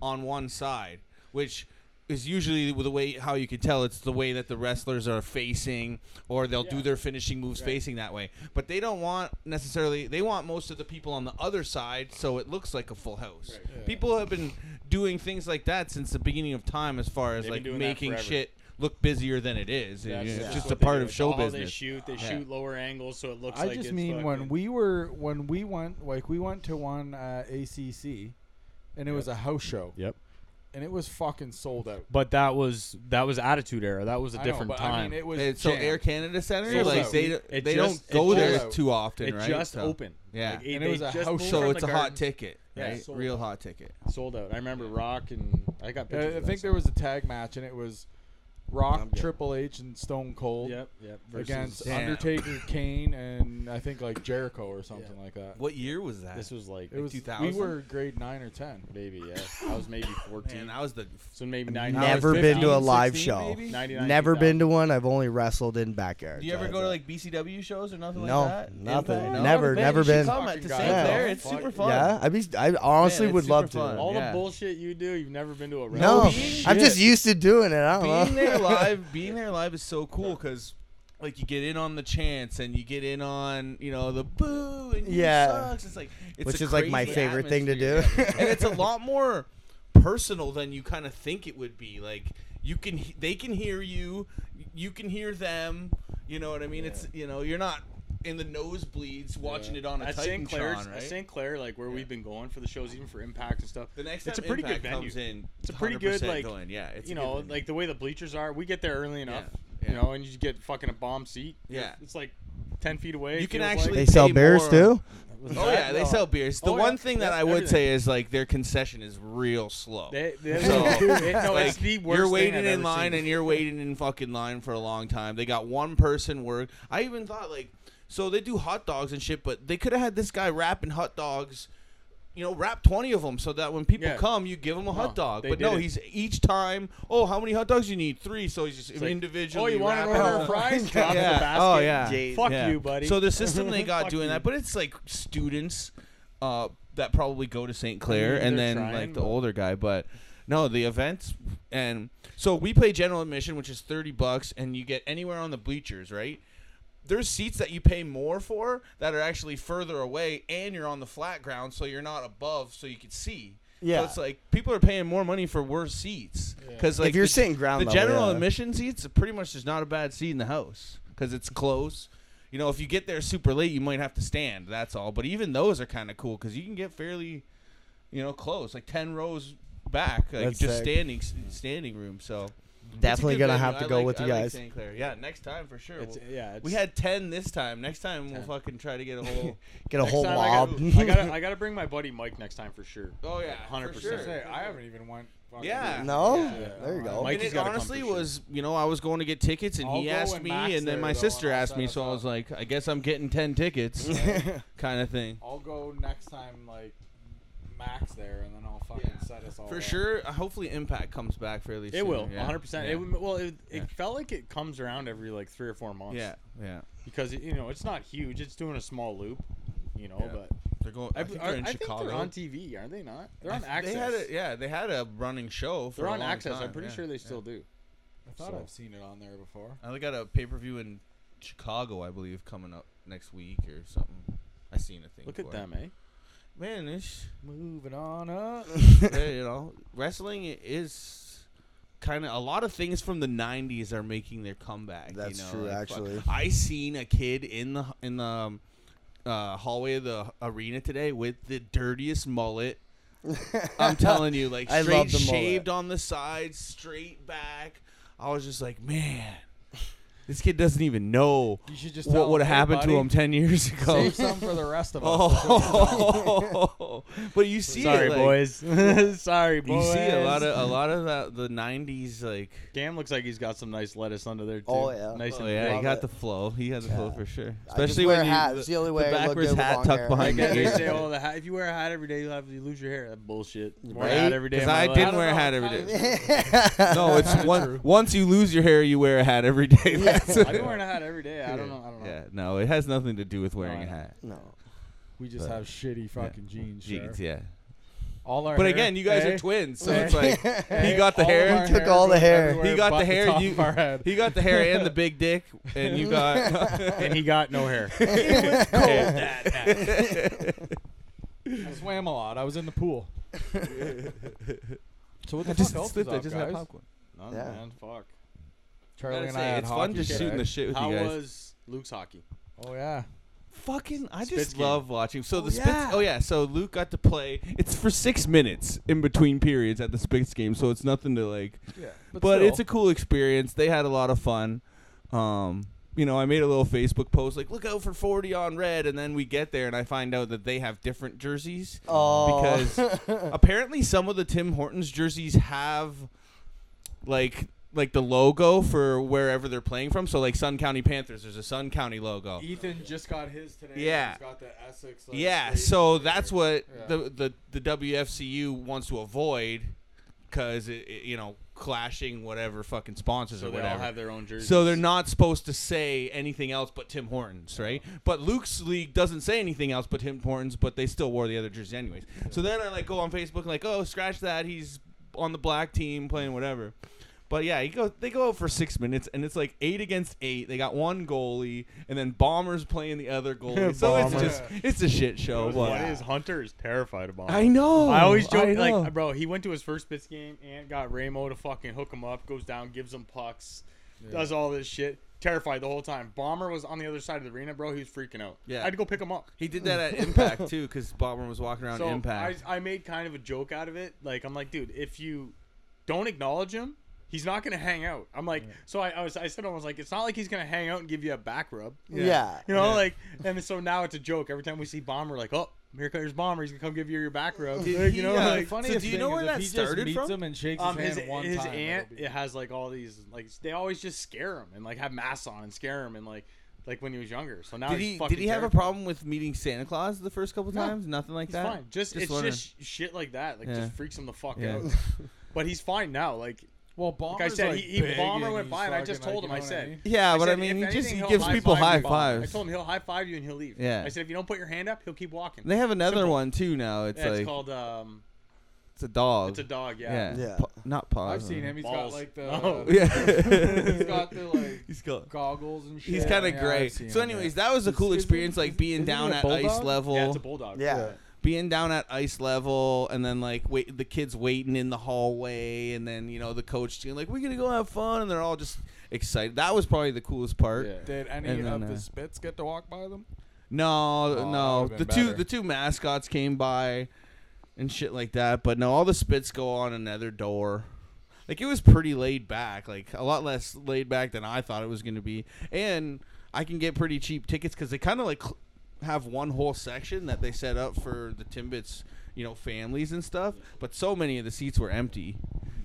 [SPEAKER 5] on one side, which is usually with the way how you can tell it's the way that the wrestlers are facing or they'll do
[SPEAKER 1] Yeah.
[SPEAKER 5] their finishing moves facing that way but they don't want necessarily they want most of the people on the other side so it looks like a full house
[SPEAKER 1] Right. Yeah.
[SPEAKER 5] people have been doing things like that since the beginning of time as far as
[SPEAKER 4] They've been
[SPEAKER 5] like
[SPEAKER 4] doing that
[SPEAKER 5] making
[SPEAKER 4] forever.
[SPEAKER 5] shit look busier than it is
[SPEAKER 4] That's
[SPEAKER 5] it's
[SPEAKER 4] just
[SPEAKER 5] just
[SPEAKER 4] what
[SPEAKER 5] a
[SPEAKER 4] they
[SPEAKER 5] part
[SPEAKER 4] do.
[SPEAKER 5] of
[SPEAKER 4] It's
[SPEAKER 5] show
[SPEAKER 4] all They
[SPEAKER 5] business
[SPEAKER 4] shoot. They
[SPEAKER 5] Yeah.
[SPEAKER 4] shoot lower angles, so it looks
[SPEAKER 1] I
[SPEAKER 4] like
[SPEAKER 1] just
[SPEAKER 4] it's
[SPEAKER 1] mean when
[SPEAKER 4] fucking-
[SPEAKER 1] we were when we went like we went to one uh, ACC, and it was a house show.
[SPEAKER 4] Yep.
[SPEAKER 1] And it was fucking sold out.
[SPEAKER 4] But that was that was Attitude Era. That was
[SPEAKER 1] I
[SPEAKER 4] a
[SPEAKER 1] know,
[SPEAKER 4] different
[SPEAKER 1] but
[SPEAKER 4] time.
[SPEAKER 1] I mean, it was
[SPEAKER 5] And so
[SPEAKER 1] jammed.
[SPEAKER 5] air canada center
[SPEAKER 1] Sold
[SPEAKER 5] like
[SPEAKER 1] out.
[SPEAKER 5] they,
[SPEAKER 4] It
[SPEAKER 5] they
[SPEAKER 4] just-
[SPEAKER 5] don't go
[SPEAKER 4] it
[SPEAKER 5] there
[SPEAKER 1] just-
[SPEAKER 5] too often
[SPEAKER 4] it
[SPEAKER 5] right
[SPEAKER 4] just
[SPEAKER 5] So-
[SPEAKER 4] opened.
[SPEAKER 5] yeah.
[SPEAKER 4] Like, it,
[SPEAKER 1] And it
[SPEAKER 4] they
[SPEAKER 1] was a
[SPEAKER 4] just
[SPEAKER 1] house
[SPEAKER 4] moved
[SPEAKER 1] show,
[SPEAKER 5] so
[SPEAKER 4] from
[SPEAKER 5] it's a
[SPEAKER 4] the
[SPEAKER 5] hot
[SPEAKER 4] garden.
[SPEAKER 5] ticket
[SPEAKER 4] Yeah,
[SPEAKER 5] right
[SPEAKER 1] sold
[SPEAKER 5] real
[SPEAKER 1] out.
[SPEAKER 5] hot ticket
[SPEAKER 4] Sold out. I remember Rock and I
[SPEAKER 1] Uh,
[SPEAKER 4] got pictures.
[SPEAKER 1] I
[SPEAKER 4] of that
[SPEAKER 1] think there
[SPEAKER 4] somewhere.
[SPEAKER 1] was a tag match, and it was Rock,
[SPEAKER 3] I'm good.
[SPEAKER 1] Triple H, and Stone Cold
[SPEAKER 4] Yep. Yep. Versus,
[SPEAKER 1] against
[SPEAKER 5] Damn.
[SPEAKER 1] Undertaker, Kane, and I think like Jericho or something like that.
[SPEAKER 5] what year was that
[SPEAKER 4] This was like
[SPEAKER 1] It was. We
[SPEAKER 5] 2000?
[SPEAKER 1] were grade nine or ten.
[SPEAKER 4] maybe yeah. I was maybe fourteen.
[SPEAKER 5] Man, that was the
[SPEAKER 4] so maybe nine.
[SPEAKER 3] Never
[SPEAKER 1] I was
[SPEAKER 3] been to a
[SPEAKER 1] 15,
[SPEAKER 3] live
[SPEAKER 1] 16
[SPEAKER 3] show.
[SPEAKER 1] maybe?
[SPEAKER 4] 99,
[SPEAKER 3] Never
[SPEAKER 4] 2000.
[SPEAKER 3] been to one. I've only wrestled in backyards.
[SPEAKER 5] Do you ever
[SPEAKER 3] That's
[SPEAKER 5] go to
[SPEAKER 3] it.
[SPEAKER 5] like BCW shows or nothing
[SPEAKER 3] No,
[SPEAKER 5] like that?
[SPEAKER 3] nothing.
[SPEAKER 5] Impact?
[SPEAKER 3] Never,
[SPEAKER 5] Man,
[SPEAKER 3] never
[SPEAKER 5] you should
[SPEAKER 3] been.
[SPEAKER 5] Come at the
[SPEAKER 1] Fucking
[SPEAKER 5] same
[SPEAKER 3] guy.
[SPEAKER 5] there. It's
[SPEAKER 1] Yeah.
[SPEAKER 5] super fun.
[SPEAKER 3] Yeah, I'd be. I honestly
[SPEAKER 5] Man, it's
[SPEAKER 3] would love to.
[SPEAKER 5] super fun.
[SPEAKER 4] All
[SPEAKER 5] Yeah.
[SPEAKER 4] the bullshit you do, you've never been to a
[SPEAKER 3] No,
[SPEAKER 4] wrestling
[SPEAKER 5] being-
[SPEAKER 4] show.
[SPEAKER 3] I'm just used to doing it. I
[SPEAKER 5] Being
[SPEAKER 3] don't
[SPEAKER 5] there
[SPEAKER 3] know.
[SPEAKER 5] live, being there live is so cool because. Like you get in on the chance, and you get in on you know the boo, and you
[SPEAKER 3] Yeah.
[SPEAKER 5] sucks. It's like it's
[SPEAKER 3] Which
[SPEAKER 5] a
[SPEAKER 3] is like my
[SPEAKER 5] crazy
[SPEAKER 3] favorite thing to do.
[SPEAKER 5] atmosphere. Yeah. and it's a lot more personal than you kind of think it would be. Like you can, he- they can hear you, you can hear them. You know what I mean? It's you know you're not in the nosebleeds watching it on a
[SPEAKER 4] At St. Clair's,
[SPEAKER 5] Titantron,
[SPEAKER 4] at
[SPEAKER 5] right?
[SPEAKER 4] St. Clair, like where we've been going for the shows, even for Impact and stuff.
[SPEAKER 5] The next
[SPEAKER 4] it's a
[SPEAKER 5] time
[SPEAKER 4] pretty good
[SPEAKER 5] Impact
[SPEAKER 4] venue.
[SPEAKER 5] comes in,
[SPEAKER 4] It's a pretty good,
[SPEAKER 5] 100%
[SPEAKER 4] like,
[SPEAKER 5] going. yeah, it's
[SPEAKER 4] you
[SPEAKER 5] a good
[SPEAKER 4] know,
[SPEAKER 5] venue.
[SPEAKER 4] like the way the bleachers are, we get there early enough,
[SPEAKER 5] Yeah,
[SPEAKER 4] you
[SPEAKER 5] yeah.
[SPEAKER 4] know, and you get fucking a bomb seat.
[SPEAKER 5] Yeah.
[SPEAKER 4] it's like ten feet away.
[SPEAKER 5] You
[SPEAKER 4] it
[SPEAKER 5] can
[SPEAKER 4] feels
[SPEAKER 5] actually-
[SPEAKER 3] They
[SPEAKER 5] They
[SPEAKER 3] sell
[SPEAKER 5] pay
[SPEAKER 3] beers
[SPEAKER 5] more-
[SPEAKER 3] too.
[SPEAKER 4] like.
[SPEAKER 5] oh yeah, they sell beers. The
[SPEAKER 4] Oh,
[SPEAKER 5] one
[SPEAKER 4] yeah.
[SPEAKER 5] thing that
[SPEAKER 4] Yeah,
[SPEAKER 5] I would
[SPEAKER 4] everything.
[SPEAKER 5] say is like their concession is real slow.
[SPEAKER 4] They, they,
[SPEAKER 5] So,
[SPEAKER 4] it- no,
[SPEAKER 5] like,
[SPEAKER 4] it's the worst.
[SPEAKER 5] you're
[SPEAKER 4] thing
[SPEAKER 5] waiting
[SPEAKER 4] I've
[SPEAKER 5] in
[SPEAKER 4] ever
[SPEAKER 5] line
[SPEAKER 4] seen.
[SPEAKER 5] and you're waiting in fucking line for a long time. They got one person work. I even thought like, so they do hot dogs and shit, but they could have had this guy wrapping hot dogs. You know, wrap twenty of them so that when people
[SPEAKER 4] Yeah.
[SPEAKER 5] come, you give them a hot dog.
[SPEAKER 4] they
[SPEAKER 5] But no,
[SPEAKER 4] did it.
[SPEAKER 5] he's each time. Oh, how many hot dogs you need? Three. So he's just
[SPEAKER 4] like,
[SPEAKER 5] individually.
[SPEAKER 4] Oh, you want an
[SPEAKER 5] wrapping
[SPEAKER 4] order
[SPEAKER 5] them.
[SPEAKER 4] of fries? Drop in the
[SPEAKER 5] Yeah.
[SPEAKER 4] basket.
[SPEAKER 2] Oh, yeah.
[SPEAKER 4] Fuck
[SPEAKER 2] Yeah.
[SPEAKER 4] you, buddy.
[SPEAKER 5] So the system they got
[SPEAKER 4] Fuck
[SPEAKER 5] doing
[SPEAKER 4] you.
[SPEAKER 5] that, but it's like students uh, that probably go to St. Clair
[SPEAKER 4] mean,
[SPEAKER 5] and
[SPEAKER 4] they're
[SPEAKER 5] then
[SPEAKER 4] trying,
[SPEAKER 5] like the
[SPEAKER 4] but-
[SPEAKER 5] older guy. But no, the events and so we play general admission, which is thirty bucks, and you get anywhere on the bleachers, right? There's seats that you pay more for that are actually further away, and you're on the flat ground, so you're not above, so you can see.
[SPEAKER 3] Yeah.
[SPEAKER 5] so it's like people are paying more money for worse seats because like
[SPEAKER 3] if you're
[SPEAKER 5] the-
[SPEAKER 3] sitting ground
[SPEAKER 5] the
[SPEAKER 3] level,
[SPEAKER 5] general
[SPEAKER 3] yeah.
[SPEAKER 5] admission seats are pretty much there's not a bad seat in the house because it's close. You know, if you get there super late, you might have to stand. That's all. But even those are kind of cool because you can get fairly, you know, close, like ten rows back, like
[SPEAKER 3] That's
[SPEAKER 5] just
[SPEAKER 3] sick.
[SPEAKER 5] standing standing room. So it's a
[SPEAKER 3] Definitely
[SPEAKER 5] good
[SPEAKER 3] gonna
[SPEAKER 5] venue.
[SPEAKER 3] have to
[SPEAKER 5] I
[SPEAKER 3] go
[SPEAKER 5] like-
[SPEAKER 3] with you
[SPEAKER 5] I like
[SPEAKER 3] guys.
[SPEAKER 5] St. Clair. Yeah, next time for sure.
[SPEAKER 4] It's,
[SPEAKER 5] We'll-
[SPEAKER 4] yeah,
[SPEAKER 5] we
[SPEAKER 4] it's-
[SPEAKER 5] had ten this time. Next time we'll fucking try to get a whole.
[SPEAKER 3] Get a
[SPEAKER 4] next
[SPEAKER 3] whole
[SPEAKER 4] time I gotta-
[SPEAKER 3] mob.
[SPEAKER 4] I gotta, I gotta bring my buddy Mike next time for sure.
[SPEAKER 5] oh yeah, hundred
[SPEAKER 1] I was gonna
[SPEAKER 4] Sure.
[SPEAKER 1] say, I haven't even went. fucking-
[SPEAKER 5] Yeah.
[SPEAKER 3] no,
[SPEAKER 5] Yeah.
[SPEAKER 3] there you go.
[SPEAKER 4] Mike-
[SPEAKER 5] and
[SPEAKER 4] Mikey's
[SPEAKER 5] it
[SPEAKER 4] gotta come
[SPEAKER 5] honestly
[SPEAKER 4] for sure.
[SPEAKER 5] was, you know, I was going to get tickets, and
[SPEAKER 1] I'll
[SPEAKER 5] he
[SPEAKER 1] go
[SPEAKER 5] asked
[SPEAKER 1] when
[SPEAKER 5] me,
[SPEAKER 1] Mac's
[SPEAKER 5] and then
[SPEAKER 1] there,
[SPEAKER 5] my
[SPEAKER 1] though,
[SPEAKER 5] sister
[SPEAKER 1] and I'll
[SPEAKER 5] asked me,
[SPEAKER 1] set
[SPEAKER 5] so
[SPEAKER 1] us
[SPEAKER 5] I
[SPEAKER 1] up.
[SPEAKER 5] was like, I guess I'm getting ten tickets, kind of thing.
[SPEAKER 1] I'll go next time, like Max there, and then I'll fucking
[SPEAKER 5] Yeah.
[SPEAKER 1] set us all
[SPEAKER 4] Oh.
[SPEAKER 5] For
[SPEAKER 1] up.
[SPEAKER 5] sure, uh, hopefully Impact comes back fairly soon.
[SPEAKER 4] It will,
[SPEAKER 5] yeah.
[SPEAKER 4] 100. percent
[SPEAKER 5] Yeah.
[SPEAKER 4] It would- well, it, it
[SPEAKER 5] Yeah.
[SPEAKER 4] felt like it comes around every like three or four months.
[SPEAKER 5] yeah, yeah.
[SPEAKER 4] because you know it's not huge. It's doing a small loop, you know.
[SPEAKER 5] Yeah.
[SPEAKER 4] But
[SPEAKER 5] They're going. I, think they're in
[SPEAKER 4] I think
[SPEAKER 5] Chicago.
[SPEAKER 4] they're on TV, aren't they not? They're on
[SPEAKER 5] I-
[SPEAKER 4] Access.
[SPEAKER 5] They had a, yeah, they had a running show. For
[SPEAKER 4] They're
[SPEAKER 5] a
[SPEAKER 4] on
[SPEAKER 5] long
[SPEAKER 4] Access. I'm
[SPEAKER 5] time,
[SPEAKER 4] pretty
[SPEAKER 5] yeah,
[SPEAKER 4] sure they
[SPEAKER 5] yeah.
[SPEAKER 4] still do.
[SPEAKER 1] I thought
[SPEAKER 4] So-
[SPEAKER 1] I've seen it on there before.
[SPEAKER 5] I think I got a pay per view in Chicago, I believe, coming up next week or something. I seen a thing.
[SPEAKER 4] Look
[SPEAKER 5] for
[SPEAKER 4] at
[SPEAKER 5] it.
[SPEAKER 4] them, eh?
[SPEAKER 5] man. It's
[SPEAKER 1] Moving on up.
[SPEAKER 5] Yeah, you know, wrestling i- is kind of a lot of things from the '90s are making their comeback. you
[SPEAKER 3] That's
[SPEAKER 5] know,
[SPEAKER 3] true,
[SPEAKER 5] like,
[SPEAKER 3] actually.
[SPEAKER 5] fuck- I seen a kid in the in the um, uh, hallway of the arena today with the dirtiest mullet. I'm telling you, like
[SPEAKER 3] I
[SPEAKER 5] straight
[SPEAKER 3] love the mullet.
[SPEAKER 5] shaved on the sides, straight back. I was just like, man, this kid doesn't even know
[SPEAKER 1] You should just
[SPEAKER 5] what
[SPEAKER 1] tell
[SPEAKER 5] would have
[SPEAKER 1] "Hey,
[SPEAKER 5] happened to
[SPEAKER 1] buddy,
[SPEAKER 5] him ten years ago.
[SPEAKER 1] Save some for the rest of us.
[SPEAKER 5] Oh, but you see,
[SPEAKER 4] Sorry,
[SPEAKER 5] it, like,
[SPEAKER 4] boys. Sorry,
[SPEAKER 5] you
[SPEAKER 4] boys.
[SPEAKER 5] see a lot of a lot of that the '90s like.
[SPEAKER 4] Cam looks like he's got some nice lettuce under there too.
[SPEAKER 3] Oh, yeah.
[SPEAKER 4] nice
[SPEAKER 5] Oh
[SPEAKER 4] and
[SPEAKER 5] yeah,
[SPEAKER 3] love
[SPEAKER 5] he got
[SPEAKER 3] it.
[SPEAKER 5] the flow. He had the flow
[SPEAKER 3] Yeah.
[SPEAKER 5] for sure.
[SPEAKER 3] I just
[SPEAKER 5] Especially
[SPEAKER 3] wear
[SPEAKER 5] when
[SPEAKER 3] a
[SPEAKER 5] you
[SPEAKER 3] hat.
[SPEAKER 5] the,
[SPEAKER 3] It's the only way I look
[SPEAKER 5] backwards
[SPEAKER 3] good with
[SPEAKER 5] hat
[SPEAKER 3] long
[SPEAKER 5] tucked
[SPEAKER 3] hair.
[SPEAKER 5] behind
[SPEAKER 4] Yeah,
[SPEAKER 5] your
[SPEAKER 4] they
[SPEAKER 5] ears.
[SPEAKER 4] say, "Oh, the hat. If you wear a hat every day, you have you lose your hair." That bullshit. Wear a
[SPEAKER 3] Right?
[SPEAKER 4] hat every day. of
[SPEAKER 5] 'Cause
[SPEAKER 4] my
[SPEAKER 5] I
[SPEAKER 4] life.
[SPEAKER 5] didn't
[SPEAKER 1] don't
[SPEAKER 5] wear a
[SPEAKER 1] know,
[SPEAKER 5] hat every
[SPEAKER 1] kinda
[SPEAKER 5] day.
[SPEAKER 3] no,
[SPEAKER 5] No, it's one, once you lose your hair, you wear a hat every day. That's
[SPEAKER 4] I've been wearing a hat every day. I don't know. I don't know.
[SPEAKER 5] yeah, no, it has nothing to do with wearing
[SPEAKER 4] I
[SPEAKER 5] a
[SPEAKER 4] know.
[SPEAKER 5] hat.
[SPEAKER 3] no.
[SPEAKER 1] We just
[SPEAKER 5] But-
[SPEAKER 1] have shitty fucking jeans.
[SPEAKER 5] Jeans,
[SPEAKER 1] Sure.
[SPEAKER 5] yeah.
[SPEAKER 1] All our
[SPEAKER 5] But
[SPEAKER 1] hair-
[SPEAKER 5] again, you guys
[SPEAKER 1] eh?
[SPEAKER 5] are twins, so it's like he
[SPEAKER 1] Eh?
[SPEAKER 5] got the
[SPEAKER 1] All of our
[SPEAKER 5] hair.
[SPEAKER 3] took all the
[SPEAKER 1] goes
[SPEAKER 3] hair.
[SPEAKER 1] everywhere
[SPEAKER 5] He got
[SPEAKER 1] but
[SPEAKER 5] the hair.
[SPEAKER 1] top
[SPEAKER 5] you,
[SPEAKER 1] of our head.
[SPEAKER 5] He got the hair and the big dick, and you got.
[SPEAKER 4] and he got no hair.
[SPEAKER 1] I swam a lot. I was in the pool. so what the
[SPEAKER 5] I just
[SPEAKER 1] fuck else
[SPEAKER 5] slipped.
[SPEAKER 1] is
[SPEAKER 5] I
[SPEAKER 1] up,
[SPEAKER 5] just
[SPEAKER 1] guys?
[SPEAKER 5] had popcorn.
[SPEAKER 4] None,
[SPEAKER 3] Yeah.
[SPEAKER 4] man. Fuck.
[SPEAKER 1] Charlie
[SPEAKER 5] Gotta
[SPEAKER 1] and I
[SPEAKER 5] say,
[SPEAKER 1] had
[SPEAKER 5] it's
[SPEAKER 1] hockey
[SPEAKER 5] fun just
[SPEAKER 1] shit,
[SPEAKER 5] shooting
[SPEAKER 1] right?
[SPEAKER 5] the shit with
[SPEAKER 4] How
[SPEAKER 5] you guys.
[SPEAKER 4] was Luke's hockey?
[SPEAKER 1] Oh yeah.
[SPEAKER 5] Fucking, I
[SPEAKER 4] Spitz
[SPEAKER 5] just
[SPEAKER 4] game.
[SPEAKER 5] love watching. So the
[SPEAKER 3] Oh,
[SPEAKER 5] Spitz,
[SPEAKER 3] yeah.
[SPEAKER 5] oh yeah, so Luke got to play. It's for six minutes in between periods at the Spitz game, so it's nothing to like.
[SPEAKER 1] Yeah.
[SPEAKER 5] But, it's a cool experience. They had a lot of fun. Um, you know, I made a little Facebook post like, "Look out for forty on red," and then we get there and I find out that they have different jerseys
[SPEAKER 3] Oh.
[SPEAKER 5] because apparently some of the Tim Hortons jerseys have like like the logo for wherever they're playing from. So like Sun County Panthers, there's a Sun County logo.
[SPEAKER 1] Ethan just got his today.
[SPEAKER 5] Oh. Yeah.
[SPEAKER 1] He's got the Essex. like,
[SPEAKER 5] Yeah,
[SPEAKER 1] straight-
[SPEAKER 5] so that's what
[SPEAKER 1] Yeah.
[SPEAKER 5] the, the the WFCU wants to avoid because it, it- you know clashing whatever fucking sponsors
[SPEAKER 4] So
[SPEAKER 5] or
[SPEAKER 4] they
[SPEAKER 5] whatever.
[SPEAKER 4] all have their own jerseys.
[SPEAKER 5] so they're not supposed to say anything else but Tim Hortons, right? But Luke's league doesn't say anything else but Tim Hortons, but they still wore the other jerseys anyways. So then I like go on Facebook and like, oh, scratch that, he's on the black team playing whatever. But yeah, he go they go out for six minutes and it's like eight against eight. They got one goalie and then bombers playing the other goalie. so it's
[SPEAKER 3] Bombers.
[SPEAKER 5] just it's a shit show.
[SPEAKER 4] What
[SPEAKER 5] but-
[SPEAKER 4] is Hunter is terrified about.
[SPEAKER 5] I know.
[SPEAKER 4] I always joke
[SPEAKER 5] know.
[SPEAKER 4] like, bro, he went to his first Spitz game and got Ramo to fucking hook him up, goes down, gives him pucks, does all this shit. Terrified the whole time. Bomber was on the other side of the arena, bro. He was freaking out.
[SPEAKER 5] Yeah.
[SPEAKER 4] I had to go pick him up.
[SPEAKER 5] he did that at Impact too, because Bomber was walking around
[SPEAKER 4] So
[SPEAKER 5] Impact.
[SPEAKER 4] I, I made kind of a joke out of it. Like I'm like, dude, if you don't acknowledge him, he's not gonna hang out. I'm like, so I, I was I said I was like, it's not like he's gonna hang out and give you a back rub.
[SPEAKER 3] yeah.
[SPEAKER 4] You know, like, and so now it's a joke. Every time we see Bomber, like, oh, here comes Bomber. He's gonna come give you your back rub.
[SPEAKER 5] Did
[SPEAKER 4] Like,
[SPEAKER 5] he,
[SPEAKER 4] you know,
[SPEAKER 5] uh,
[SPEAKER 4] like,
[SPEAKER 5] funny-
[SPEAKER 1] Funniest
[SPEAKER 5] do you
[SPEAKER 1] thing
[SPEAKER 5] know where
[SPEAKER 1] is
[SPEAKER 5] that
[SPEAKER 1] if he
[SPEAKER 5] started
[SPEAKER 1] just meets
[SPEAKER 5] from?
[SPEAKER 1] him and shakes
[SPEAKER 4] um,
[SPEAKER 1] his
[SPEAKER 4] his
[SPEAKER 1] hand one
[SPEAKER 4] his
[SPEAKER 1] time, it'll
[SPEAKER 4] aunt
[SPEAKER 1] be-
[SPEAKER 4] it has like all these like they always just scare him and like have masks on and scare him and like like when he was younger. So now
[SPEAKER 5] did
[SPEAKER 4] he's
[SPEAKER 5] he
[SPEAKER 4] fucking
[SPEAKER 5] did he have a
[SPEAKER 4] terrified.
[SPEAKER 5] problem with meeting Santa Claus the first couple times? Nothing like
[SPEAKER 4] He's
[SPEAKER 5] that.
[SPEAKER 4] fine. Just, it's
[SPEAKER 5] wondering.
[SPEAKER 4] just shit like that. Like
[SPEAKER 5] Yeah.
[SPEAKER 4] just freaks him the fuck
[SPEAKER 5] Yeah.
[SPEAKER 4] out. But he's fine now. Like
[SPEAKER 1] Well, bomber.
[SPEAKER 4] like I said, he, he bomber went by and I just told him. I said,
[SPEAKER 5] yeah, but I
[SPEAKER 4] said,
[SPEAKER 5] mean,
[SPEAKER 4] if
[SPEAKER 5] he just
[SPEAKER 4] anything,
[SPEAKER 5] he
[SPEAKER 4] he'll
[SPEAKER 5] gives people high
[SPEAKER 4] high-five you. I
[SPEAKER 5] fives.
[SPEAKER 4] told him he'll high five you and he'll leave.
[SPEAKER 5] Yeah.
[SPEAKER 4] I said if you don't put your hand up, he'll keep walking.
[SPEAKER 5] They have another
[SPEAKER 4] Simple.
[SPEAKER 5] one too now. It's
[SPEAKER 4] Yeah, it's
[SPEAKER 5] like
[SPEAKER 4] called um,
[SPEAKER 5] it's a dog.
[SPEAKER 4] it's a dog.
[SPEAKER 5] Yeah,
[SPEAKER 4] Yeah.
[SPEAKER 3] Yeah.
[SPEAKER 5] Pa- not pause.
[SPEAKER 1] I've seen him. He's
[SPEAKER 4] Balls.
[SPEAKER 1] got like the.
[SPEAKER 4] No.
[SPEAKER 5] Yeah,
[SPEAKER 1] he's got the like
[SPEAKER 5] He's got.
[SPEAKER 1] goggles and shit.
[SPEAKER 5] He's kind of
[SPEAKER 1] Yeah, I've
[SPEAKER 5] gray.
[SPEAKER 1] seen
[SPEAKER 5] So,
[SPEAKER 1] him, yeah.
[SPEAKER 5] anyways, that was a cool
[SPEAKER 1] Is- is he-
[SPEAKER 5] experience, like
[SPEAKER 1] is-
[SPEAKER 5] being
[SPEAKER 1] isn't he
[SPEAKER 5] down
[SPEAKER 1] a
[SPEAKER 5] at ice
[SPEAKER 1] bulldog?
[SPEAKER 5] level.
[SPEAKER 4] Yeah, it's a bulldog.
[SPEAKER 3] Yeah.
[SPEAKER 5] being down at ice level and then like wait the kids waiting in the hallway and then you know the coach team like we're gonna go have fun and they're all just excited that was probably the coolest part
[SPEAKER 4] Yeah.
[SPEAKER 1] Did any
[SPEAKER 5] And then,
[SPEAKER 1] of
[SPEAKER 5] uh,
[SPEAKER 1] the spits get to walk by them?
[SPEAKER 5] no
[SPEAKER 1] Oh,
[SPEAKER 5] no
[SPEAKER 1] that
[SPEAKER 5] the
[SPEAKER 1] would've been
[SPEAKER 5] two
[SPEAKER 1] better.
[SPEAKER 5] the two mascots came by and shit like that but no all the spits go on another door like it was pretty laid back like a lot less laid back than i thought it was gonna be and i can get pretty cheap tickets because they kind of like cl- have one whole section that they set up for the timbits you know families and stuff but so many of the seats were empty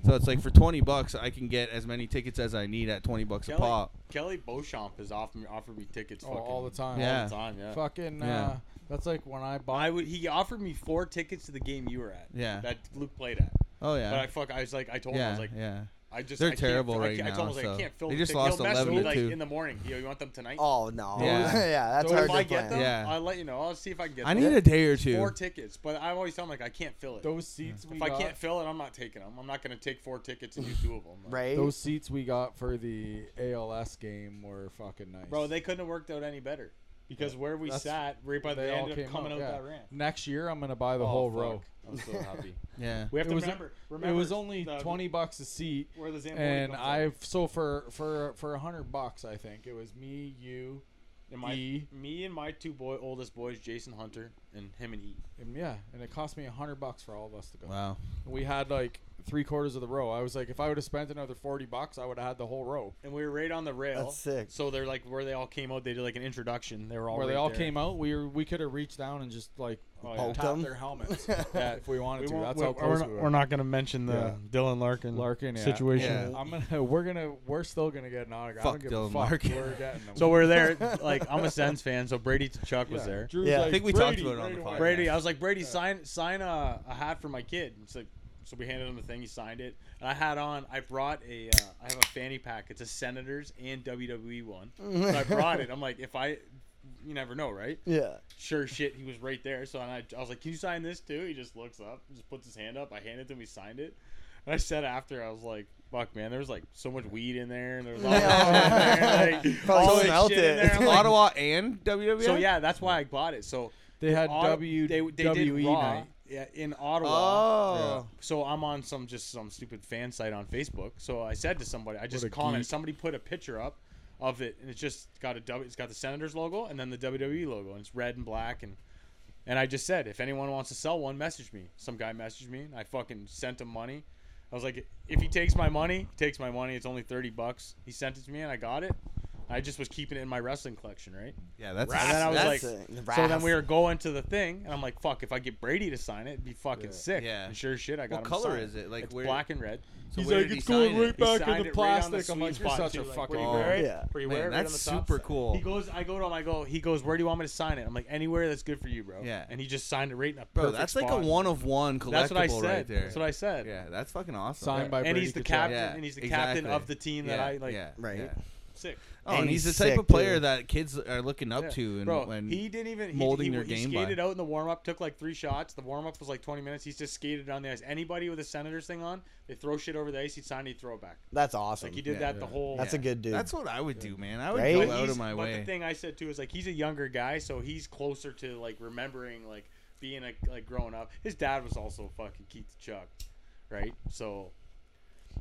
[SPEAKER 5] so it's like for 20 bucks i can get as many tickets as i need at 20 bucks a
[SPEAKER 4] Kelly,
[SPEAKER 5] pop
[SPEAKER 4] Kelly Beauchamp has offered me, offered me tickets
[SPEAKER 1] Oh,
[SPEAKER 4] fucking
[SPEAKER 1] all the time.
[SPEAKER 5] Yeah.
[SPEAKER 4] all the time. Yeah.
[SPEAKER 1] Fucking.
[SPEAKER 5] Yeah.
[SPEAKER 1] Uh, that's like when I bought.
[SPEAKER 4] I would. He offered me four tickets to the game you were at.
[SPEAKER 5] Yeah.
[SPEAKER 4] That Luke played at.
[SPEAKER 5] oh
[SPEAKER 4] But
[SPEAKER 5] yeah
[SPEAKER 4] I fuck. I was like, I told him I
[SPEAKER 5] yeah
[SPEAKER 4] was like,
[SPEAKER 5] yeah
[SPEAKER 4] I just
[SPEAKER 5] They're
[SPEAKER 4] I can't-
[SPEAKER 5] terrible
[SPEAKER 4] I
[SPEAKER 5] right
[SPEAKER 4] can't- I
[SPEAKER 5] now,
[SPEAKER 4] told him, I was like, I
[SPEAKER 5] so
[SPEAKER 4] can't film
[SPEAKER 5] they
[SPEAKER 4] the
[SPEAKER 5] just
[SPEAKER 4] ticket.
[SPEAKER 5] lost
[SPEAKER 4] He'll mess with
[SPEAKER 5] 11
[SPEAKER 4] me
[SPEAKER 5] to
[SPEAKER 4] like
[SPEAKER 5] two.
[SPEAKER 4] in the morning. You, know, you want them tonight?
[SPEAKER 3] Oh no.
[SPEAKER 5] Yeah.
[SPEAKER 3] Yeah, that's
[SPEAKER 1] So
[SPEAKER 3] hard
[SPEAKER 4] if
[SPEAKER 3] to
[SPEAKER 4] I get
[SPEAKER 3] plan.
[SPEAKER 4] them,
[SPEAKER 5] Yeah.
[SPEAKER 4] I'll let you know. I'll see if I can get
[SPEAKER 5] i
[SPEAKER 4] them.
[SPEAKER 5] need a day or two
[SPEAKER 4] four tickets, but I always tell them like I can't fill it.
[SPEAKER 1] those seats we
[SPEAKER 4] if I
[SPEAKER 1] got-
[SPEAKER 4] can't fill it, I'm not taking them. I'm not gonna take four tickets and do two of them. Like,
[SPEAKER 3] Right.
[SPEAKER 1] Those seats we got for the ALS game were fucking nice.
[SPEAKER 4] Bro, they couldn't have worked out any better because where we
[SPEAKER 1] That's-
[SPEAKER 4] sat, right by the
[SPEAKER 1] They all
[SPEAKER 4] end, ended
[SPEAKER 1] came
[SPEAKER 4] up coming
[SPEAKER 1] out,
[SPEAKER 4] out,
[SPEAKER 1] yeah.
[SPEAKER 4] that ramp.
[SPEAKER 1] Next year, I'm gonna buy the
[SPEAKER 4] Oh,
[SPEAKER 1] whole
[SPEAKER 4] fuck.
[SPEAKER 1] row.
[SPEAKER 4] I'm so happy.
[SPEAKER 5] yeah
[SPEAKER 4] We have
[SPEAKER 1] It
[SPEAKER 4] to
[SPEAKER 1] was-
[SPEAKER 4] remember. remember.
[SPEAKER 1] it was only
[SPEAKER 4] the-
[SPEAKER 1] twenty bucks a seat,
[SPEAKER 4] Where the Zamboni
[SPEAKER 1] and
[SPEAKER 4] comes out.
[SPEAKER 1] I've so for for for a hundred bucks, I think it was me, you,
[SPEAKER 4] And my,
[SPEAKER 1] E.
[SPEAKER 4] me and my two boy oldest boys, Jason Hunter and him and E.
[SPEAKER 1] and yeah, and it cost me a hundred bucks for all of us to go.
[SPEAKER 5] wow
[SPEAKER 1] We had like three quarters of the row. I was like, if I would have spent another forty bucks, I would have had the whole row.
[SPEAKER 4] And we were right on the rail.
[SPEAKER 3] That's sick.
[SPEAKER 4] So they're like where they all came out. They did like an introduction. They were all
[SPEAKER 1] Where they
[SPEAKER 4] right
[SPEAKER 1] all
[SPEAKER 4] there.
[SPEAKER 1] came out, we were, we could have reached down and just like
[SPEAKER 4] Oh, yeah.
[SPEAKER 1] tapped
[SPEAKER 3] Poked 'em.
[SPEAKER 1] their helmets
[SPEAKER 4] Yeah.
[SPEAKER 1] if we wanted
[SPEAKER 4] We
[SPEAKER 1] to.
[SPEAKER 4] won't-
[SPEAKER 1] That's
[SPEAKER 4] we-
[SPEAKER 1] how close
[SPEAKER 4] we're,
[SPEAKER 1] we
[SPEAKER 4] not,
[SPEAKER 1] were.
[SPEAKER 4] we're not gonna mention the
[SPEAKER 1] Yeah.
[SPEAKER 4] Dylan Larkin,
[SPEAKER 1] Larkin yeah.
[SPEAKER 4] situation.
[SPEAKER 5] Yeah.
[SPEAKER 1] I'm gonna. We're gonna. We're still gonna get an autograph. I
[SPEAKER 5] Fuck
[SPEAKER 1] don't give a
[SPEAKER 5] Dylan
[SPEAKER 1] fuck.
[SPEAKER 5] Larkin.
[SPEAKER 1] We're getting them.
[SPEAKER 4] So we're there. Like I'm a Sens fan, so Brady Chuck was
[SPEAKER 1] Yeah.
[SPEAKER 4] there.
[SPEAKER 1] Drew's
[SPEAKER 3] Yeah. I
[SPEAKER 1] like,
[SPEAKER 5] think we
[SPEAKER 1] "Brady,
[SPEAKER 5] talked about it on the
[SPEAKER 1] Brady,
[SPEAKER 5] podcast.
[SPEAKER 1] Brady."
[SPEAKER 4] Brady, I was like Brady, sign sign a, a hat for my kid. It's like so we handed him the thing. He signed it, and I had on. I brought a. Uh, I E have a fanny pack. It's a Senators and WWE one. So I brought it. I'm like, if I you never know, right?
[SPEAKER 3] Yeah.
[SPEAKER 4] Sure, shit, he was right there. So and I, I was like, "Can you sign this too?" He just looks up, just puts his hand up. I handed him, he signed it. And I said after, I was like, "Fuck, man, there was like so much weed in there, and there was all, that shit in there, like,
[SPEAKER 3] Probably
[SPEAKER 4] all this
[SPEAKER 3] smelt
[SPEAKER 4] shit in
[SPEAKER 3] it.
[SPEAKER 4] there." I'm like,
[SPEAKER 5] Ottawa and WWF.
[SPEAKER 4] so yeah, that's why I bought it. So
[SPEAKER 1] They had
[SPEAKER 4] Otta-
[SPEAKER 1] W
[SPEAKER 4] they, they did
[SPEAKER 1] WWE
[SPEAKER 4] Raw,
[SPEAKER 1] night.
[SPEAKER 4] Yeah, in Ottawa.
[SPEAKER 5] Oh.
[SPEAKER 4] So I'm on some just some stupid fan site on Facebook. So I said to somebody, I
[SPEAKER 1] a
[SPEAKER 4] just commented.
[SPEAKER 1] geek.
[SPEAKER 4] Somebody put a picture up of it, and it's just got a W. It's got the Senators logo and then the WWE logo, and it's red and black. And and I just said, if anyone wants to sell one, message me. Some guy messaged me, and I fucking sent him money. I was like, if he takes my money, he takes my money. It's only thirty bucks. He sent it to me, and I got it. I just was keeping it in my wrestling collection, right?
[SPEAKER 5] Yeah, that's
[SPEAKER 4] And then I was
[SPEAKER 3] That's
[SPEAKER 4] like,
[SPEAKER 3] it.
[SPEAKER 4] so then we were going to the thing, and I'm like, fuck, if I get Brady to sign it, it'd be fucking sick.
[SPEAKER 5] Yeah.
[SPEAKER 4] And sure as shit, I
[SPEAKER 5] What
[SPEAKER 4] got him to
[SPEAKER 5] color
[SPEAKER 4] sign
[SPEAKER 5] is it? Like,
[SPEAKER 4] it's
[SPEAKER 5] where-
[SPEAKER 4] black and red.
[SPEAKER 5] So
[SPEAKER 1] He's
[SPEAKER 5] where
[SPEAKER 1] like,
[SPEAKER 5] did he
[SPEAKER 1] it's going
[SPEAKER 5] sign it?
[SPEAKER 1] right
[SPEAKER 4] He
[SPEAKER 1] back in the
[SPEAKER 4] signed it right on the
[SPEAKER 1] plastic. I'm
[SPEAKER 4] sweet
[SPEAKER 1] like, you're
[SPEAKER 4] spot,
[SPEAKER 1] such
[SPEAKER 4] too,
[SPEAKER 1] a
[SPEAKER 4] like,
[SPEAKER 1] fucking
[SPEAKER 4] where
[SPEAKER 5] you
[SPEAKER 1] nerd.
[SPEAKER 5] wear it.
[SPEAKER 3] Yeah.
[SPEAKER 4] Pretty
[SPEAKER 5] Man, that's super cool.
[SPEAKER 4] He goes, I go to him, I go, he goes, where do you want me to sign it? I'm like, anywhere that's good for you, bro.
[SPEAKER 5] Yeah.
[SPEAKER 4] And he just signed it right in a
[SPEAKER 5] Bro,
[SPEAKER 4] perfect
[SPEAKER 5] that's like a
[SPEAKER 4] spot.
[SPEAKER 5] one of one collectible
[SPEAKER 4] That's what I said.
[SPEAKER 5] right there.
[SPEAKER 4] That's what I said.
[SPEAKER 5] yeah, that's fucking awesome.
[SPEAKER 1] Signed by
[SPEAKER 4] And
[SPEAKER 1] Brady
[SPEAKER 4] he's the
[SPEAKER 1] Kachuk.
[SPEAKER 4] captain,
[SPEAKER 5] Yeah,
[SPEAKER 4] and he's the captain
[SPEAKER 5] exactly.
[SPEAKER 4] of the team that
[SPEAKER 5] Yeah,
[SPEAKER 4] I like.
[SPEAKER 5] yeah,
[SPEAKER 3] Right.
[SPEAKER 5] yeah.
[SPEAKER 4] Sick.
[SPEAKER 5] Oh,
[SPEAKER 3] And
[SPEAKER 5] and he's the
[SPEAKER 3] he's
[SPEAKER 5] type
[SPEAKER 3] sick,
[SPEAKER 5] of player
[SPEAKER 3] too.
[SPEAKER 5] that kids are looking up
[SPEAKER 4] Yeah.
[SPEAKER 5] to, and
[SPEAKER 4] Bro,
[SPEAKER 5] when
[SPEAKER 4] he didn't even he,
[SPEAKER 5] molding
[SPEAKER 4] he,
[SPEAKER 5] their
[SPEAKER 4] he
[SPEAKER 5] game by.
[SPEAKER 4] skated out in the warm up, took like three shots. The warm up was like 20 minutes. He's just skated on the ice. Anybody with a Senators thing on, they throw shit over the ice. He'd sign, he'd throw it back.
[SPEAKER 3] That's awesome.
[SPEAKER 4] Like he did
[SPEAKER 5] Yeah.
[SPEAKER 4] that the whole.
[SPEAKER 3] That's a good dude.
[SPEAKER 5] that's what I would do, man. I would
[SPEAKER 3] Right?
[SPEAKER 5] go
[SPEAKER 4] But
[SPEAKER 5] out
[SPEAKER 4] he's-
[SPEAKER 5] of my
[SPEAKER 4] but
[SPEAKER 5] way.
[SPEAKER 4] the thing I said too is like he's a younger guy, so he's closer to like remembering like being a like growing up. His dad was also fucking Keith Chuck, right? So,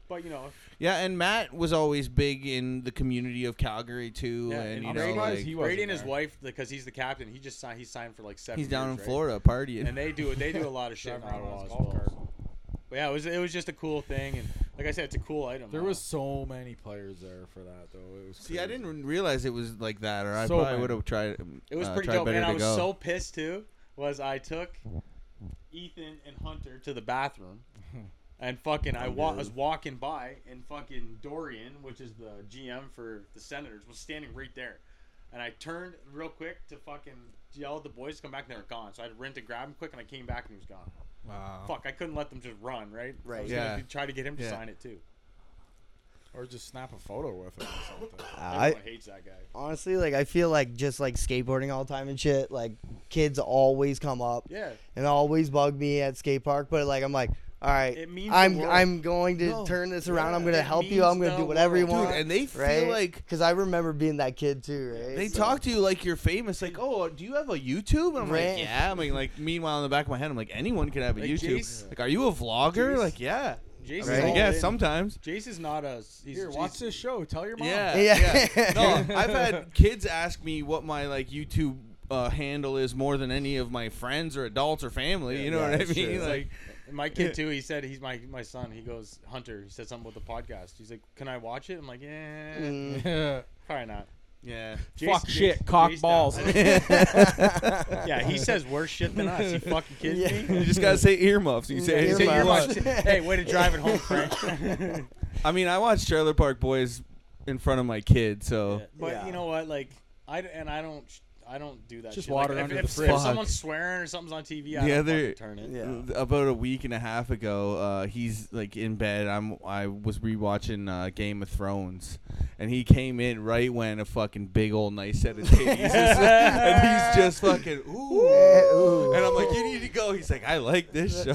[SPEAKER 4] but you know,
[SPEAKER 5] yeah, and Matt was always big in the community of Calgary too,
[SPEAKER 4] yeah,
[SPEAKER 5] and
[SPEAKER 4] and
[SPEAKER 5] you
[SPEAKER 1] I'm
[SPEAKER 5] know,
[SPEAKER 4] Brady,
[SPEAKER 1] surprised
[SPEAKER 5] like,
[SPEAKER 1] he wasn't
[SPEAKER 4] Brady and his
[SPEAKER 1] there.
[SPEAKER 4] wife because he's the captain. He just signed. He signed for like seven.
[SPEAKER 5] he's down
[SPEAKER 4] years,
[SPEAKER 5] in
[SPEAKER 4] right?
[SPEAKER 5] Florida partying.
[SPEAKER 4] and they do they do a lot of shit in
[SPEAKER 1] Driving around on
[SPEAKER 4] Ottawa as
[SPEAKER 1] his golf
[SPEAKER 4] well.
[SPEAKER 1] cart.
[SPEAKER 4] But yeah, it was it was just a cool thing, and like I said, it's a cool item.
[SPEAKER 1] There
[SPEAKER 4] though.
[SPEAKER 1] was so many players there for that though. It was
[SPEAKER 5] See, I
[SPEAKER 1] crazy.
[SPEAKER 5] didn't realize it was like that, or I
[SPEAKER 1] So
[SPEAKER 5] probably
[SPEAKER 1] bad.
[SPEAKER 5] would have tried.
[SPEAKER 4] It was
[SPEAKER 5] uh,
[SPEAKER 4] pretty
[SPEAKER 5] tried
[SPEAKER 4] dope,
[SPEAKER 5] better
[SPEAKER 4] and I
[SPEAKER 5] to
[SPEAKER 4] was
[SPEAKER 5] go.
[SPEAKER 4] so pissed too. Was I took Ethan and Hunter to the bathroom, and fucking I wa- was walking by, and fucking Dorian, which is the GM for the Senators, was standing right there, and I turned real quick to fucking yell at the boys to come back, and they were gone. So I had to run to grab him quick, and I came back and he was gone.
[SPEAKER 5] Wow.
[SPEAKER 4] Fuck, I couldn't let them just run, right? I
[SPEAKER 3] Right.
[SPEAKER 4] was
[SPEAKER 5] Yeah.
[SPEAKER 4] Gonna be- try to get him to
[SPEAKER 5] Yeah.
[SPEAKER 4] sign it too.
[SPEAKER 1] or just snap a photo with it or something.
[SPEAKER 3] I
[SPEAKER 4] Everyone hates that guy.
[SPEAKER 3] honestly like I feel like just like skateboarding all the time and shit. Like kids always come up
[SPEAKER 4] Yeah.
[SPEAKER 3] and always bug me at skate park, but like I'm like, all right,
[SPEAKER 4] It means the
[SPEAKER 3] I'm
[SPEAKER 4] world.
[SPEAKER 3] I'm going to
[SPEAKER 5] No.
[SPEAKER 3] turn this around.
[SPEAKER 4] Yeah.
[SPEAKER 3] I'm going to
[SPEAKER 4] It
[SPEAKER 3] help
[SPEAKER 4] means
[SPEAKER 3] you. I'm going to
[SPEAKER 4] the
[SPEAKER 3] do whatever you
[SPEAKER 4] world.
[SPEAKER 5] Dude,
[SPEAKER 3] want.
[SPEAKER 5] and they feel
[SPEAKER 3] right?
[SPEAKER 5] like
[SPEAKER 3] because I remember being that kid too, right?
[SPEAKER 5] They
[SPEAKER 3] So-
[SPEAKER 5] talk to you like you're famous, like, oh, do you have a YouTube? And I'm like,
[SPEAKER 3] Right.
[SPEAKER 5] yeah. I mean, like, meanwhile, in the back of my head, I'm like, anyone could have a
[SPEAKER 4] Like,
[SPEAKER 5] YouTube.
[SPEAKER 4] Jace-
[SPEAKER 5] Like, are you a vlogger?
[SPEAKER 4] Jace-
[SPEAKER 5] Like, yeah. I,
[SPEAKER 4] Jace
[SPEAKER 5] mean,
[SPEAKER 4] is
[SPEAKER 3] Right.
[SPEAKER 5] I
[SPEAKER 4] all
[SPEAKER 5] guess
[SPEAKER 4] in.
[SPEAKER 5] sometimes.
[SPEAKER 4] Jace is not a. He's,
[SPEAKER 1] Here,
[SPEAKER 4] he's-
[SPEAKER 1] watch this show. Tell your mom.
[SPEAKER 5] Yeah.
[SPEAKER 3] Yeah.
[SPEAKER 5] yeah. no, I've had kids ask me what my, like, YouTube uh, handle is more than any of my friends or adults or family.
[SPEAKER 4] Yeah,
[SPEAKER 5] you know
[SPEAKER 3] yeah,
[SPEAKER 5] what I
[SPEAKER 3] sure.
[SPEAKER 5] mean?
[SPEAKER 3] It's
[SPEAKER 5] Like,
[SPEAKER 4] And my kid too. He said he's my my son. He goes Hunter. He said something about the podcast. He's like, "Can I watch it?" I'm like, "Yeah,
[SPEAKER 3] Mm.
[SPEAKER 1] Yeah.
[SPEAKER 4] probably not."
[SPEAKER 5] yeah.
[SPEAKER 1] Fuck
[SPEAKER 4] Jason-
[SPEAKER 1] shit,
[SPEAKER 4] Jason-
[SPEAKER 1] cock
[SPEAKER 4] Jason-
[SPEAKER 1] balls.
[SPEAKER 4] yeah, he says worse shit than us. You fucking kidding
[SPEAKER 3] Yeah.
[SPEAKER 4] me?
[SPEAKER 5] You just gotta say earmuffs. You say,
[SPEAKER 3] Yeah,
[SPEAKER 5] say
[SPEAKER 4] You're
[SPEAKER 5] earmuffs.
[SPEAKER 3] earmuffs.
[SPEAKER 4] watching- hey, way to drive it home, Frank.
[SPEAKER 5] I mean, I watch Trailer Park Boys in front of my kid, so
[SPEAKER 4] But
[SPEAKER 3] Yeah.
[SPEAKER 4] you know what? Like, I d- and I don't. I don't do that.
[SPEAKER 1] Just
[SPEAKER 4] shit.
[SPEAKER 1] water
[SPEAKER 4] like,
[SPEAKER 1] under
[SPEAKER 4] if,
[SPEAKER 1] the
[SPEAKER 4] if,
[SPEAKER 1] fridge.
[SPEAKER 4] if someone's swearing or something's on TV, I
[SPEAKER 5] The
[SPEAKER 4] don't
[SPEAKER 5] other-
[SPEAKER 4] fucking turn it.
[SPEAKER 3] Yeah.
[SPEAKER 5] about a week and a half ago, uh, he's like in bed. I'm I was rewatching uh, Game of Thrones, and he came in right when a fucking big old nice set of titties, is- and he's just fucking ooh.
[SPEAKER 3] Ooh.
[SPEAKER 5] And I'm like, you need to go. He's like, I like this show.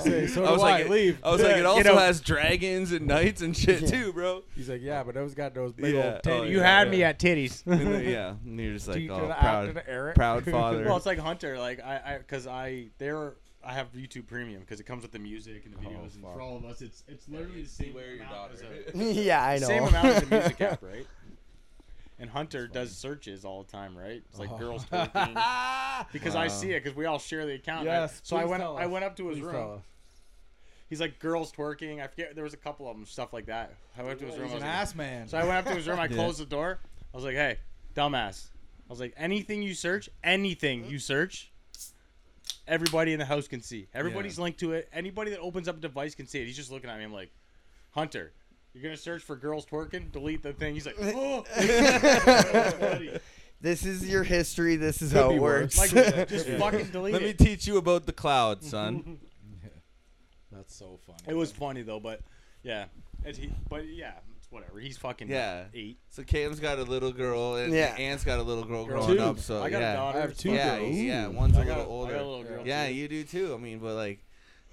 [SPEAKER 1] Say, so
[SPEAKER 5] I was
[SPEAKER 1] do
[SPEAKER 5] like,
[SPEAKER 1] I. Leave.
[SPEAKER 5] I was like, it
[SPEAKER 4] You
[SPEAKER 5] also
[SPEAKER 4] know-
[SPEAKER 5] has dragons and knights and shit too, bro.
[SPEAKER 1] He's like, yeah, but those got those big
[SPEAKER 5] Yeah.
[SPEAKER 1] old
[SPEAKER 5] Oh,
[SPEAKER 1] titties.
[SPEAKER 5] You had me
[SPEAKER 4] at titties.
[SPEAKER 5] And then, yeah, and you're just like,
[SPEAKER 1] Teeth
[SPEAKER 5] oh,
[SPEAKER 1] and
[SPEAKER 5] proud,
[SPEAKER 1] acted Eric.
[SPEAKER 5] proud father.
[SPEAKER 4] Well, it's like Hunter. Like I, I, because I there, I have YouTube Premium because it comes with the music and the videos. and
[SPEAKER 1] Oh, fuck.
[SPEAKER 4] for all of us, it's it's literally the same where your daughter.
[SPEAKER 3] yeah, I know.
[SPEAKER 4] Same amount as a music app, right? And Hunter does searches all the time, right? It's like
[SPEAKER 1] Oh.
[SPEAKER 4] girls twerking. Because I see it, because we all share the account. right?
[SPEAKER 1] Yes.
[SPEAKER 4] So I
[SPEAKER 1] please
[SPEAKER 4] went,
[SPEAKER 1] tell
[SPEAKER 4] I
[SPEAKER 1] us.
[SPEAKER 4] went up to his
[SPEAKER 1] Please
[SPEAKER 4] room.
[SPEAKER 1] tell us.
[SPEAKER 4] He's like girls twerking. I forget there was a couple of them, stuff like that. I went up to his room.
[SPEAKER 1] He's
[SPEAKER 4] I
[SPEAKER 1] an
[SPEAKER 4] was like,
[SPEAKER 1] ass man.
[SPEAKER 4] so I went up to his room. I closed the door. I was like, "Hey, dumbass." I was like, "Anything you search, anything you search, everybody in the house can see. Everybody's linked to it. Anybody that opens up a device can see it." He's just looking at me. I'm like, "Hunter, you're gonna search for girls twerking? Delete the thing." He's like, "Oh,
[SPEAKER 3] This is your history. This is
[SPEAKER 1] Could
[SPEAKER 3] how
[SPEAKER 1] be
[SPEAKER 3] it works.
[SPEAKER 1] worse.
[SPEAKER 4] like just fucking delete
[SPEAKER 5] Let me
[SPEAKER 4] it."
[SPEAKER 5] teach you about the cloud, son.
[SPEAKER 1] That's so funny.
[SPEAKER 4] it was funny though, but yeah, it's, he- but yeah, whatever. He's fucking
[SPEAKER 2] Yeah.
[SPEAKER 4] eight.
[SPEAKER 2] So Cam's got a little girl, and
[SPEAKER 3] Yeah.
[SPEAKER 2] Ant's got a little girl
[SPEAKER 1] Girl.
[SPEAKER 2] growing
[SPEAKER 1] Two.
[SPEAKER 2] up. So
[SPEAKER 4] I got
[SPEAKER 2] yeah,
[SPEAKER 4] a daughter.
[SPEAKER 1] I have
[SPEAKER 4] it's
[SPEAKER 1] two
[SPEAKER 4] fine.
[SPEAKER 2] yeah,
[SPEAKER 1] girls.
[SPEAKER 2] yeah. One's a
[SPEAKER 4] I got,
[SPEAKER 2] little
[SPEAKER 4] I
[SPEAKER 2] older.
[SPEAKER 4] got a little girl.
[SPEAKER 2] Yeah,
[SPEAKER 4] too.
[SPEAKER 2] you do too. I mean, but like,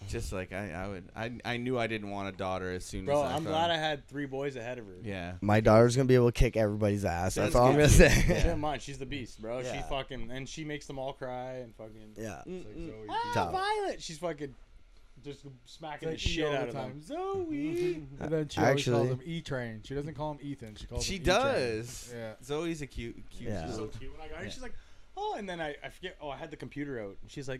[SPEAKER 2] just like I, I would, I, I knew I didn't want a daughter as soon
[SPEAKER 4] bro.
[SPEAKER 2] as I.
[SPEAKER 4] I'm
[SPEAKER 2] found-
[SPEAKER 4] glad I had three boys ahead of her.
[SPEAKER 2] Yeah.
[SPEAKER 3] My daughter's gonna be able to kick everybody's ass. That's
[SPEAKER 2] Sounds
[SPEAKER 3] all I'm
[SPEAKER 2] good to
[SPEAKER 3] gonna say.
[SPEAKER 4] She don't mind. She's the beast, bro. She
[SPEAKER 3] Yeah.
[SPEAKER 4] fucking and she makes them all cry and fucking.
[SPEAKER 3] Yeah.
[SPEAKER 1] It's like Zoe.
[SPEAKER 4] Ah,
[SPEAKER 3] Tough.
[SPEAKER 4] Violet. She's fucking just smacking the shit out of them.
[SPEAKER 1] Zoe. and then she
[SPEAKER 3] Actually-
[SPEAKER 1] always calls him E Train. She doesn't call him Ethan. She calls
[SPEAKER 2] She
[SPEAKER 1] him
[SPEAKER 2] does.
[SPEAKER 1] E-Train. Yeah.
[SPEAKER 2] Zoe's a cute, cute.
[SPEAKER 3] Yeah.
[SPEAKER 4] She's so
[SPEAKER 2] little-
[SPEAKER 4] cute when I got her. She's like, oh, and then I, I forget. Oh, I had the computer out, and she's like,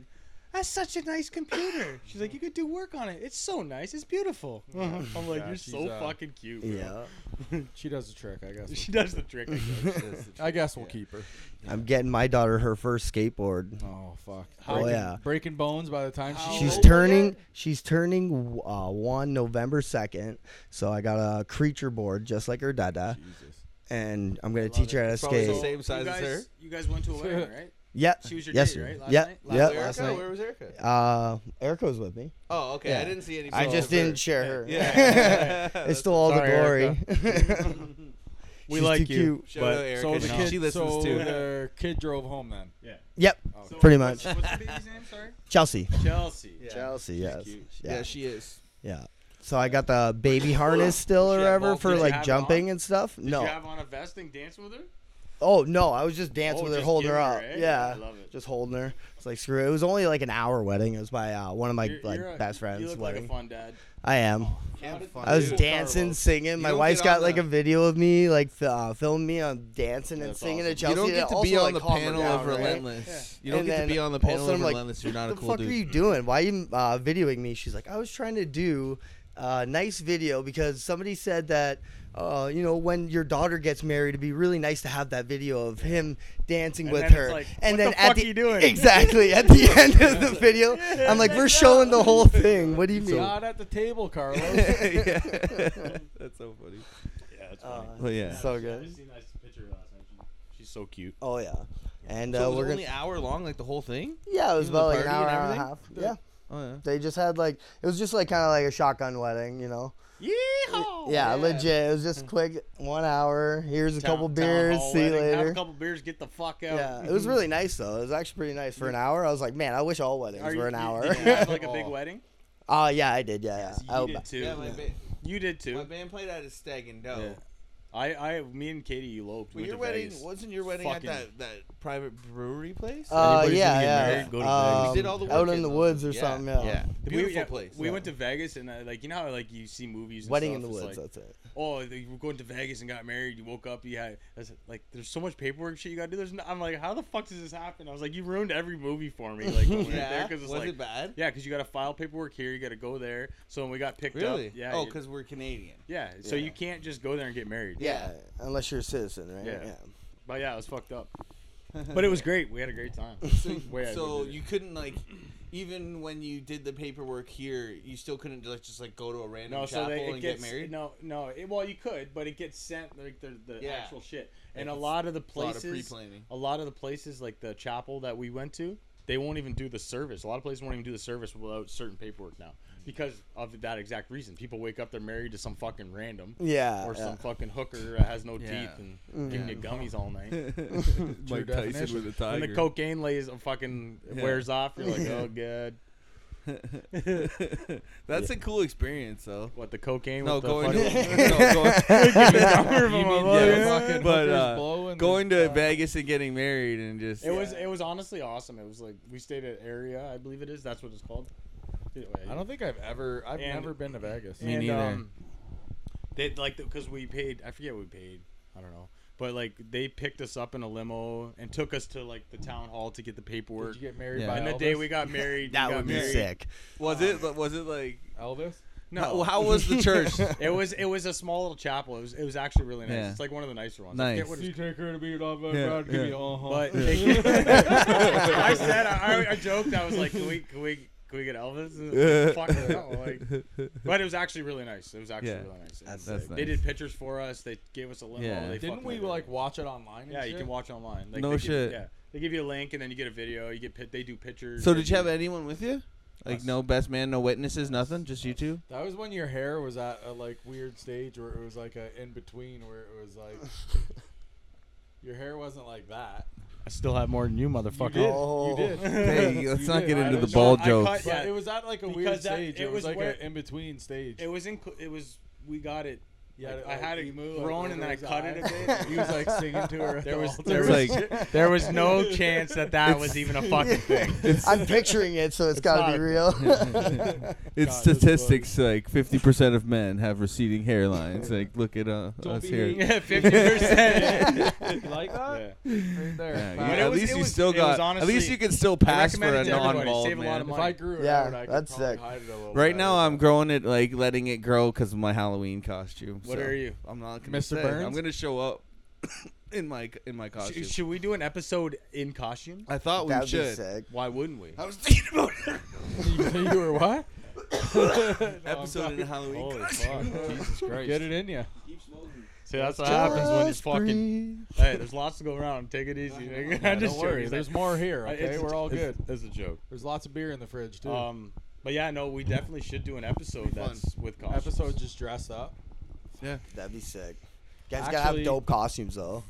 [SPEAKER 4] that's such a nice computer. She's like, you could do work on it. It's so nice. It's beautiful. I'm like,
[SPEAKER 1] Yeah,
[SPEAKER 4] you're
[SPEAKER 1] she's,
[SPEAKER 4] so
[SPEAKER 1] uh,
[SPEAKER 4] fucking cute. Bro.
[SPEAKER 3] Yeah.
[SPEAKER 1] She does the trick, I guess.
[SPEAKER 4] She does the trick. I guess.
[SPEAKER 1] I guess we'll keep her.
[SPEAKER 3] I'm getting my daughter her first skateboard.
[SPEAKER 1] Oh fuck.
[SPEAKER 4] How
[SPEAKER 3] Oh
[SPEAKER 1] breaking,
[SPEAKER 3] yeah.
[SPEAKER 1] breaking bones by the time
[SPEAKER 4] How
[SPEAKER 1] she
[SPEAKER 3] She's
[SPEAKER 4] old
[SPEAKER 3] turning. She's turning uh, one November second. So I got a creature board just like her dada,
[SPEAKER 1] Jesus.
[SPEAKER 3] and I'm gonna teach her how to
[SPEAKER 2] Probably the
[SPEAKER 3] skate.
[SPEAKER 2] same size
[SPEAKER 4] you
[SPEAKER 2] as
[SPEAKER 4] guys,
[SPEAKER 2] her.
[SPEAKER 4] You guys went to a wedding, right?
[SPEAKER 3] Yep.
[SPEAKER 4] She was your
[SPEAKER 3] yes,
[SPEAKER 4] date,
[SPEAKER 3] sir.
[SPEAKER 4] right? Last
[SPEAKER 3] yep.
[SPEAKER 4] night?
[SPEAKER 3] Yep.
[SPEAKER 4] Last
[SPEAKER 3] Last
[SPEAKER 2] Erica?
[SPEAKER 3] night.
[SPEAKER 2] Where was Erica?
[SPEAKER 3] Uh, Erica was with me.
[SPEAKER 2] Oh, okay.
[SPEAKER 3] Yeah.
[SPEAKER 2] I didn't see any.
[SPEAKER 3] I just
[SPEAKER 2] photos of her.
[SPEAKER 3] didn't share her.
[SPEAKER 2] Yeah.
[SPEAKER 3] it's still all
[SPEAKER 4] Sorry,
[SPEAKER 3] the glory.
[SPEAKER 4] We
[SPEAKER 3] She's
[SPEAKER 4] like
[SPEAKER 3] too
[SPEAKER 4] you.
[SPEAKER 3] cute.
[SPEAKER 2] Shout
[SPEAKER 4] But-
[SPEAKER 2] out Erica.
[SPEAKER 1] So the
[SPEAKER 2] she,
[SPEAKER 1] kid,
[SPEAKER 2] she listens
[SPEAKER 1] so
[SPEAKER 2] too.
[SPEAKER 1] their kid drove home then.
[SPEAKER 4] Yeah. Oh.
[SPEAKER 3] Yep.
[SPEAKER 4] So
[SPEAKER 3] Pretty
[SPEAKER 4] what's-
[SPEAKER 3] much.
[SPEAKER 4] What's the baby's name? Sorry.
[SPEAKER 3] Chelsea.
[SPEAKER 4] Chelsea.
[SPEAKER 3] Chelsea. Yes.
[SPEAKER 2] Yeah.
[SPEAKER 3] Yeah.
[SPEAKER 2] she is.
[SPEAKER 3] Yeah. So I got the baby harness still or
[SPEAKER 2] Shit,
[SPEAKER 3] whatever
[SPEAKER 2] well,
[SPEAKER 3] for
[SPEAKER 2] did you
[SPEAKER 3] like
[SPEAKER 4] have it
[SPEAKER 3] jumping
[SPEAKER 4] on?
[SPEAKER 3] and stuff.
[SPEAKER 4] Did
[SPEAKER 3] no.
[SPEAKER 4] you have on a vest and dance with her?
[SPEAKER 3] oh no, I was just dancing
[SPEAKER 4] Oh,
[SPEAKER 3] with her,
[SPEAKER 4] just
[SPEAKER 3] holding her
[SPEAKER 4] giving
[SPEAKER 3] up.
[SPEAKER 4] her, eh?
[SPEAKER 3] Yeah.
[SPEAKER 4] I love it.
[SPEAKER 3] Just holding her. It's like screw it. It was only like an hour wedding. It was my uh, one of my
[SPEAKER 4] You're-
[SPEAKER 3] like
[SPEAKER 4] you're a-
[SPEAKER 3] best
[SPEAKER 4] You
[SPEAKER 3] friends
[SPEAKER 4] look
[SPEAKER 3] wedding.
[SPEAKER 4] like a fun dad.
[SPEAKER 3] I am.
[SPEAKER 2] Have fun.
[SPEAKER 3] I was
[SPEAKER 2] Dude.
[SPEAKER 3] dancing, singing. my
[SPEAKER 2] don't
[SPEAKER 3] wife's
[SPEAKER 2] get on
[SPEAKER 3] got like
[SPEAKER 2] the-
[SPEAKER 3] a video of me, like f- uh, filming me on dancing and
[SPEAKER 4] That's
[SPEAKER 3] singing
[SPEAKER 4] awesome.
[SPEAKER 3] to Chelsea.
[SPEAKER 2] you don't
[SPEAKER 3] and
[SPEAKER 2] get
[SPEAKER 3] it
[SPEAKER 2] to be
[SPEAKER 3] also,
[SPEAKER 2] on
[SPEAKER 3] like,
[SPEAKER 2] the
[SPEAKER 3] calmed her
[SPEAKER 2] panel
[SPEAKER 3] down,
[SPEAKER 2] of
[SPEAKER 3] right?
[SPEAKER 2] Relentless. You don't
[SPEAKER 3] And
[SPEAKER 2] get to
[SPEAKER 3] then
[SPEAKER 2] be on the
[SPEAKER 3] all of a
[SPEAKER 2] panel
[SPEAKER 3] sudden
[SPEAKER 2] of
[SPEAKER 3] I'm like,
[SPEAKER 2] Relentless. You're not a
[SPEAKER 3] what the
[SPEAKER 2] cool
[SPEAKER 3] fuck
[SPEAKER 2] dude.
[SPEAKER 3] are you doing? Why are you uh, videoing me? She's like, I was trying to do a nice video because somebody said that, uh, you know, when your daughter gets married, it'd be really nice to have that video of him dancing
[SPEAKER 4] And
[SPEAKER 3] with
[SPEAKER 4] then it's
[SPEAKER 3] her.
[SPEAKER 4] like,
[SPEAKER 3] and
[SPEAKER 4] what
[SPEAKER 3] then
[SPEAKER 4] the
[SPEAKER 3] at
[SPEAKER 4] fuck
[SPEAKER 3] the
[SPEAKER 4] you doing?
[SPEAKER 3] exactly at the end of the video, I'm like, we're showing the whole thing. What do you mean?
[SPEAKER 1] Not at the table, Carlos.
[SPEAKER 2] yeah. That's so funny.
[SPEAKER 4] Yeah, that's
[SPEAKER 3] Uh,
[SPEAKER 4] funny.
[SPEAKER 2] But yeah.
[SPEAKER 3] so good.
[SPEAKER 4] seen that picture last night. She's so cute.
[SPEAKER 3] Oh yeah, and
[SPEAKER 2] So it
[SPEAKER 3] uh,
[SPEAKER 2] was
[SPEAKER 3] we're
[SPEAKER 2] only
[SPEAKER 3] gonna.
[SPEAKER 2] hour long, like the whole thing.
[SPEAKER 3] Yeah, it was
[SPEAKER 2] even the
[SPEAKER 3] about like an
[SPEAKER 2] party
[SPEAKER 3] hour
[SPEAKER 2] and
[SPEAKER 3] and a
[SPEAKER 2] everything?
[SPEAKER 3] half. Yeah,
[SPEAKER 2] Oh yeah.
[SPEAKER 3] they just had like it was just like kind of like a shotgun wedding, you know.
[SPEAKER 4] Yeehaw!
[SPEAKER 3] Yeah, legit. It was
[SPEAKER 4] Hmm.
[SPEAKER 3] just quick, one hour. Here's a
[SPEAKER 4] Town-
[SPEAKER 3] couple
[SPEAKER 4] town
[SPEAKER 3] beers.
[SPEAKER 4] hall
[SPEAKER 3] See you
[SPEAKER 4] wedding. Have a
[SPEAKER 3] later.
[SPEAKER 4] couple beers. Get the fuck out.
[SPEAKER 3] Yeah, it was really nice though. It was actually pretty nice for an hour. I was like, man, I wish all weddings
[SPEAKER 4] Are you-
[SPEAKER 3] were an
[SPEAKER 4] you-
[SPEAKER 3] hour.
[SPEAKER 4] Did you have like a big wedding?
[SPEAKER 3] Oh yeah, I did. Yeah,
[SPEAKER 4] So
[SPEAKER 3] yeah. I
[SPEAKER 4] you did
[SPEAKER 3] would-
[SPEAKER 4] too.
[SPEAKER 2] Yeah, my, ba-
[SPEAKER 4] you did
[SPEAKER 2] my
[SPEAKER 4] too.
[SPEAKER 2] band played at a stag and doe.
[SPEAKER 4] Yeah. I, I, me and Katie eloped.
[SPEAKER 2] Well,
[SPEAKER 4] we
[SPEAKER 2] your
[SPEAKER 4] went to
[SPEAKER 2] wedding
[SPEAKER 4] Vegas.
[SPEAKER 2] wasn't your wedding
[SPEAKER 4] Fucking-
[SPEAKER 2] at that, that private brewery place?
[SPEAKER 3] Uh,
[SPEAKER 4] Anybody's
[SPEAKER 3] yeah,
[SPEAKER 4] gonna get
[SPEAKER 3] yeah.
[SPEAKER 4] married, go to
[SPEAKER 3] um,
[SPEAKER 4] Vegas.
[SPEAKER 2] You did all the work
[SPEAKER 3] out in the
[SPEAKER 2] those-
[SPEAKER 3] woods or something. Yeah.
[SPEAKER 2] The
[SPEAKER 4] We-
[SPEAKER 2] beautiful
[SPEAKER 4] yeah,
[SPEAKER 2] place.
[SPEAKER 4] We
[SPEAKER 2] yeah.
[SPEAKER 4] went to Vegas and uh, like you know how like you see movies. And
[SPEAKER 3] Wedding
[SPEAKER 4] stuff,
[SPEAKER 3] in the
[SPEAKER 4] it's
[SPEAKER 3] woods.
[SPEAKER 4] like,
[SPEAKER 3] that's it.
[SPEAKER 4] oh, you were going to Vegas and got married. You woke up. You had I was like, there's so much paperwork shit you gotta do. There's, no, I'm like, how the fuck does this happen? I was like, you ruined every movie for me. Like, when we went there,
[SPEAKER 2] Yeah.
[SPEAKER 4] 'cause it's
[SPEAKER 2] was
[SPEAKER 4] like,
[SPEAKER 2] it bad?
[SPEAKER 4] yeah, because you gotta file paperwork here. You gotta go there. So when we got picked
[SPEAKER 2] Really?
[SPEAKER 4] up, yeah,
[SPEAKER 2] Oh,
[SPEAKER 4] you-
[SPEAKER 2] because we're Canadian.
[SPEAKER 4] yeah. So
[SPEAKER 3] Yeah.
[SPEAKER 4] you can't just go there and get married.
[SPEAKER 3] Yeah. uh, unless you're a citizen, right?
[SPEAKER 4] Yeah. But yeah, it was fucked up. But it was great. We had a great time. Way I
[SPEAKER 2] so
[SPEAKER 4] did it.
[SPEAKER 2] you couldn't like, even when you did the paperwork here, you still couldn't like just like go to a random
[SPEAKER 4] no, so
[SPEAKER 2] chapel
[SPEAKER 4] they, it
[SPEAKER 2] and
[SPEAKER 4] gets
[SPEAKER 2] get married.
[SPEAKER 4] no, no. It, well, you could, but it gets sent like the, the
[SPEAKER 2] Yeah.
[SPEAKER 4] actual shit. And a
[SPEAKER 2] it's
[SPEAKER 4] lot of the
[SPEAKER 2] a lot of
[SPEAKER 4] places,
[SPEAKER 2] pre-planning.
[SPEAKER 4] a lot of the places like the chapel that we went to, they won't even do the service. A lot of places won't even do the service without certain paperwork now because of that exact reason. People wake up, they're married to some fucking random.
[SPEAKER 3] Yeah.
[SPEAKER 4] Or
[SPEAKER 3] yeah. Mm.
[SPEAKER 4] some fucking hooker that has no
[SPEAKER 2] Yeah.
[SPEAKER 4] teeth and giving you gummies all night.
[SPEAKER 1] Mike Tyson definition.
[SPEAKER 2] a
[SPEAKER 4] And
[SPEAKER 2] tiger.
[SPEAKER 4] the cocaine lays uh, fucking
[SPEAKER 2] Yeah.
[SPEAKER 4] wears off. You're like, oh god,
[SPEAKER 2] That's a cool experience, though.
[SPEAKER 4] what the cocaine?
[SPEAKER 2] No,
[SPEAKER 4] with the
[SPEAKER 2] going
[SPEAKER 4] fucking-
[SPEAKER 2] to no, going,
[SPEAKER 1] You mean
[SPEAKER 2] yeah.
[SPEAKER 1] the fucking
[SPEAKER 2] But,
[SPEAKER 1] hookers
[SPEAKER 2] uh,
[SPEAKER 1] blow and
[SPEAKER 2] going
[SPEAKER 1] the-
[SPEAKER 2] to Vegas and getting married and just
[SPEAKER 4] It was it was honestly awesome. It was like we stayed at Area, I believe it is. That's what it's called.
[SPEAKER 1] I don't think I've ever. I've
[SPEAKER 4] And- um,
[SPEAKER 1] never been to Vegas. um,
[SPEAKER 2] Me neither.
[SPEAKER 4] they like because we paid. I forget what we paid. I don't know. But like they picked us up in a limo and took us to like the town hall to get the paperwork.
[SPEAKER 1] Did you get married
[SPEAKER 2] Yeah.
[SPEAKER 1] by
[SPEAKER 4] and the
[SPEAKER 1] Elvis?
[SPEAKER 4] day we got married,
[SPEAKER 3] that
[SPEAKER 4] we got
[SPEAKER 3] would be
[SPEAKER 4] married.
[SPEAKER 3] sick.
[SPEAKER 2] was it was it like
[SPEAKER 1] Elvis.
[SPEAKER 4] No,
[SPEAKER 2] how, how was the church?
[SPEAKER 4] it was it was a small little chapel. It was it was actually really nice.
[SPEAKER 2] Yeah.
[SPEAKER 4] It's like one of the nicer ones. I
[SPEAKER 2] Nice.
[SPEAKER 4] forget what it's
[SPEAKER 1] You take her to be your dog,
[SPEAKER 2] Yeah,
[SPEAKER 1] Brad, give
[SPEAKER 2] yeah.
[SPEAKER 1] me a uh-huh.
[SPEAKER 4] But I said I, I, I joked. I was like, "Can we, can we, can we get Elvis?" And Fuck no! Like, but it was actually really nice. It was actually
[SPEAKER 2] Yeah.
[SPEAKER 4] really nice.
[SPEAKER 3] That's
[SPEAKER 4] And
[SPEAKER 2] sick.
[SPEAKER 4] They did pictures for us. They gave us a limo.
[SPEAKER 2] Yeah.
[SPEAKER 4] They
[SPEAKER 1] Didn't
[SPEAKER 4] fucking
[SPEAKER 1] we
[SPEAKER 4] did it.
[SPEAKER 1] like watch it online? And
[SPEAKER 4] Yeah,
[SPEAKER 1] shit?
[SPEAKER 4] you can watch online. Like,
[SPEAKER 2] No
[SPEAKER 4] they give-
[SPEAKER 2] shit.
[SPEAKER 4] yeah, they give you a link and then you get a video. You get pi- they do pictures.
[SPEAKER 2] so
[SPEAKER 4] They
[SPEAKER 2] did you
[SPEAKER 4] do-
[SPEAKER 2] have anyone with you?
[SPEAKER 5] Like no best man, no witnesses, nothing. Just you two.
[SPEAKER 1] That was when your hair was at a like weird stage where it was like a in between where it was like your hair wasn't like that.
[SPEAKER 4] I still have more than you,
[SPEAKER 1] You
[SPEAKER 4] motherfucker.
[SPEAKER 1] did.
[SPEAKER 3] Oh.
[SPEAKER 1] You did.
[SPEAKER 5] Hey, let's
[SPEAKER 1] You
[SPEAKER 5] not
[SPEAKER 1] did.
[SPEAKER 5] get
[SPEAKER 1] I
[SPEAKER 5] into the
[SPEAKER 1] was
[SPEAKER 5] ball
[SPEAKER 1] wrong.
[SPEAKER 4] I
[SPEAKER 5] jokes.
[SPEAKER 4] cut-
[SPEAKER 1] But
[SPEAKER 4] yeah.
[SPEAKER 1] it was at like a
[SPEAKER 4] Because
[SPEAKER 1] weird
[SPEAKER 4] that-
[SPEAKER 1] stage.
[SPEAKER 4] it
[SPEAKER 1] It, was,
[SPEAKER 4] was
[SPEAKER 1] like
[SPEAKER 4] where-
[SPEAKER 1] an in between stage.
[SPEAKER 4] It was in. It was. We got it.
[SPEAKER 1] Yeah,
[SPEAKER 4] like,
[SPEAKER 1] like,
[SPEAKER 4] I had it
[SPEAKER 1] emu, like,
[SPEAKER 4] grown and then I
[SPEAKER 1] over his
[SPEAKER 4] cut it a
[SPEAKER 1] eyes.
[SPEAKER 4] bit.
[SPEAKER 1] He was like singing to her. at
[SPEAKER 4] There
[SPEAKER 1] the
[SPEAKER 4] was-
[SPEAKER 1] altar.
[SPEAKER 4] there
[SPEAKER 5] It's
[SPEAKER 4] was-
[SPEAKER 5] like
[SPEAKER 4] There was no chance that that was even a fucking thing.
[SPEAKER 3] I'm picturing it, so it's got to be real.
[SPEAKER 5] it's
[SPEAKER 1] God, this is
[SPEAKER 5] statistics like fifty percent of men have receding hairlines. Like look at uh,
[SPEAKER 1] Don't
[SPEAKER 5] us
[SPEAKER 1] be
[SPEAKER 5] here.
[SPEAKER 1] mean.
[SPEAKER 4] Yeah, fifty percent.
[SPEAKER 1] You like that? Right
[SPEAKER 5] Yeah,
[SPEAKER 1] there. Wow.
[SPEAKER 5] you-
[SPEAKER 4] But it
[SPEAKER 5] at
[SPEAKER 4] was-
[SPEAKER 5] least
[SPEAKER 4] it
[SPEAKER 5] you
[SPEAKER 4] was-
[SPEAKER 5] still
[SPEAKER 4] it was
[SPEAKER 5] got. at
[SPEAKER 4] honestly-
[SPEAKER 5] least you can still pass for
[SPEAKER 4] recommend
[SPEAKER 5] a
[SPEAKER 4] it to everybody.
[SPEAKER 5] non-bald
[SPEAKER 4] Save a lot
[SPEAKER 5] man.
[SPEAKER 4] of money.
[SPEAKER 1] If I grew it
[SPEAKER 3] Yeah,
[SPEAKER 1] out, I could
[SPEAKER 3] that's
[SPEAKER 1] probably
[SPEAKER 3] sick.
[SPEAKER 1] hide it a little
[SPEAKER 5] Right
[SPEAKER 1] better,
[SPEAKER 5] now, I'm
[SPEAKER 1] but-
[SPEAKER 5] growing it like letting it grow because of my Halloween costume.
[SPEAKER 4] What
[SPEAKER 5] so
[SPEAKER 4] are you?
[SPEAKER 5] I'm not gonna
[SPEAKER 1] Mr.
[SPEAKER 5] say. I'm
[SPEAKER 1] Burns?
[SPEAKER 5] gonna show up in my in my costume.
[SPEAKER 4] Sh- should we do an episode in costume?
[SPEAKER 5] I thought we
[SPEAKER 3] That'd be
[SPEAKER 5] should.
[SPEAKER 3] sick.
[SPEAKER 4] Why wouldn't we?
[SPEAKER 5] I was thinking about it.
[SPEAKER 1] you were what?
[SPEAKER 5] episode in Halloween.
[SPEAKER 4] Holy
[SPEAKER 5] costume.
[SPEAKER 4] fuck! Jesus Christ!
[SPEAKER 1] Get it in you.
[SPEAKER 4] See, that's what happens when it's
[SPEAKER 3] Just
[SPEAKER 4] fucking.
[SPEAKER 3] breathe.
[SPEAKER 4] Hey, there's lots to go around. Take it easy. nigga. I'm just
[SPEAKER 1] don't worry.
[SPEAKER 4] joking.
[SPEAKER 1] There's more here.
[SPEAKER 4] It's-
[SPEAKER 1] Okay, we're all good.
[SPEAKER 4] it's- It's a joke.
[SPEAKER 1] There's lots of beer in the fridge too.
[SPEAKER 4] Um, but yeah, no, we definitely should do an episode that's with costumes.
[SPEAKER 1] Episode just dressed up.
[SPEAKER 3] That'd be sick. Guys gotta
[SPEAKER 1] Actually-
[SPEAKER 3] have dope costumes though.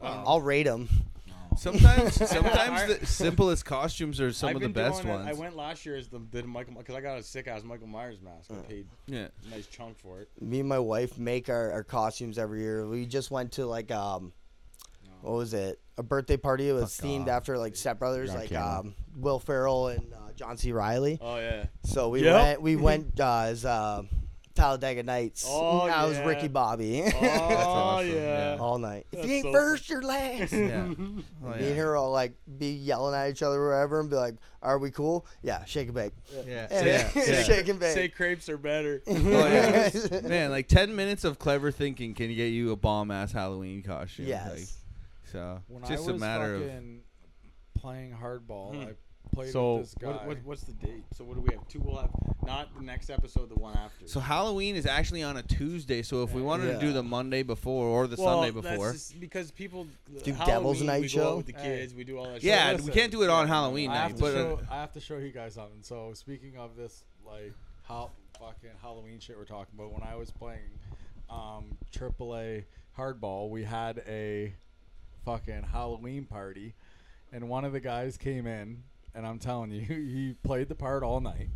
[SPEAKER 4] Um,
[SPEAKER 3] I'll rate them.
[SPEAKER 5] Sometimes, sometimes the simplest costumes are some
[SPEAKER 4] I've
[SPEAKER 5] of the
[SPEAKER 4] been
[SPEAKER 5] best
[SPEAKER 4] doing it-
[SPEAKER 5] ones.
[SPEAKER 4] I went last year as the did Michael because I got a sick ass Michael Myers mask. I paid
[SPEAKER 5] yeah.
[SPEAKER 4] a nice chunk for it.
[SPEAKER 3] Me and my wife make our, our costumes every year. We just went to like um, what was it? A birthday party. It was
[SPEAKER 5] Fuck
[SPEAKER 3] themed
[SPEAKER 5] off.
[SPEAKER 3] after like Step Brothers,
[SPEAKER 4] You're on
[SPEAKER 3] like
[SPEAKER 4] camera.
[SPEAKER 3] um, Will Ferrell and uh, John C. Riley.
[SPEAKER 4] Oh yeah.
[SPEAKER 3] So we
[SPEAKER 4] Yep.
[SPEAKER 3] went. We went uh, as uh, Talladega Nights.
[SPEAKER 4] Oh,
[SPEAKER 3] I was
[SPEAKER 4] yeah.
[SPEAKER 3] Ricky Bobby
[SPEAKER 4] Oh
[SPEAKER 5] awesome,
[SPEAKER 4] yeah.
[SPEAKER 5] yeah.
[SPEAKER 3] all night. If
[SPEAKER 4] That's
[SPEAKER 3] you ain't
[SPEAKER 4] so
[SPEAKER 3] first, you're last.
[SPEAKER 5] Yeah. Oh,
[SPEAKER 3] Me and
[SPEAKER 5] yeah.
[SPEAKER 3] her will like be yelling at each other or whatever and be like, "Are we cool? Yeah, shake and bake.
[SPEAKER 5] Yeah.
[SPEAKER 3] And
[SPEAKER 5] Yeah.
[SPEAKER 3] then
[SPEAKER 5] Yeah.
[SPEAKER 3] shake and bake."
[SPEAKER 4] Say crepes are better.
[SPEAKER 5] Oh, yeah. Man, like ten minutes of clever thinking can get you a bomb ass Halloween costume. Like,
[SPEAKER 3] Yes.
[SPEAKER 5] so
[SPEAKER 1] When
[SPEAKER 5] just
[SPEAKER 1] I
[SPEAKER 5] a
[SPEAKER 1] was
[SPEAKER 5] matter of
[SPEAKER 1] fucking playing hardball,
[SPEAKER 4] Hmm.
[SPEAKER 1] I played
[SPEAKER 4] so
[SPEAKER 1] with this guy.
[SPEAKER 4] what, what, what's the date? So what do we have? Two. We'll have not the next episode, the one after.
[SPEAKER 5] So Halloween is actually on a Tuesday. So if we wanted to
[SPEAKER 3] Yeah.
[SPEAKER 5] do the Monday before or the
[SPEAKER 4] well,
[SPEAKER 5] Sunday
[SPEAKER 4] that's
[SPEAKER 5] before,
[SPEAKER 4] just because people uh,
[SPEAKER 3] Do
[SPEAKER 4] Halloween,
[SPEAKER 3] Devil's Night
[SPEAKER 4] we Go
[SPEAKER 3] Show?
[SPEAKER 4] out with the
[SPEAKER 1] Hey.
[SPEAKER 4] kids, we do all that.
[SPEAKER 5] yeah,
[SPEAKER 4] shit.
[SPEAKER 5] we
[SPEAKER 1] listen,
[SPEAKER 5] can't do it on Halloween
[SPEAKER 1] I have
[SPEAKER 5] night.
[SPEAKER 1] to
[SPEAKER 5] But
[SPEAKER 1] show.
[SPEAKER 5] uh,
[SPEAKER 1] I have to show you guys something. So speaking of this, like how fucking Halloween shit we're talking about. When I was playing um, AAA hardball, we had a fucking Halloween party, and one of the guys came in, and I'm telling you, he played the part all night.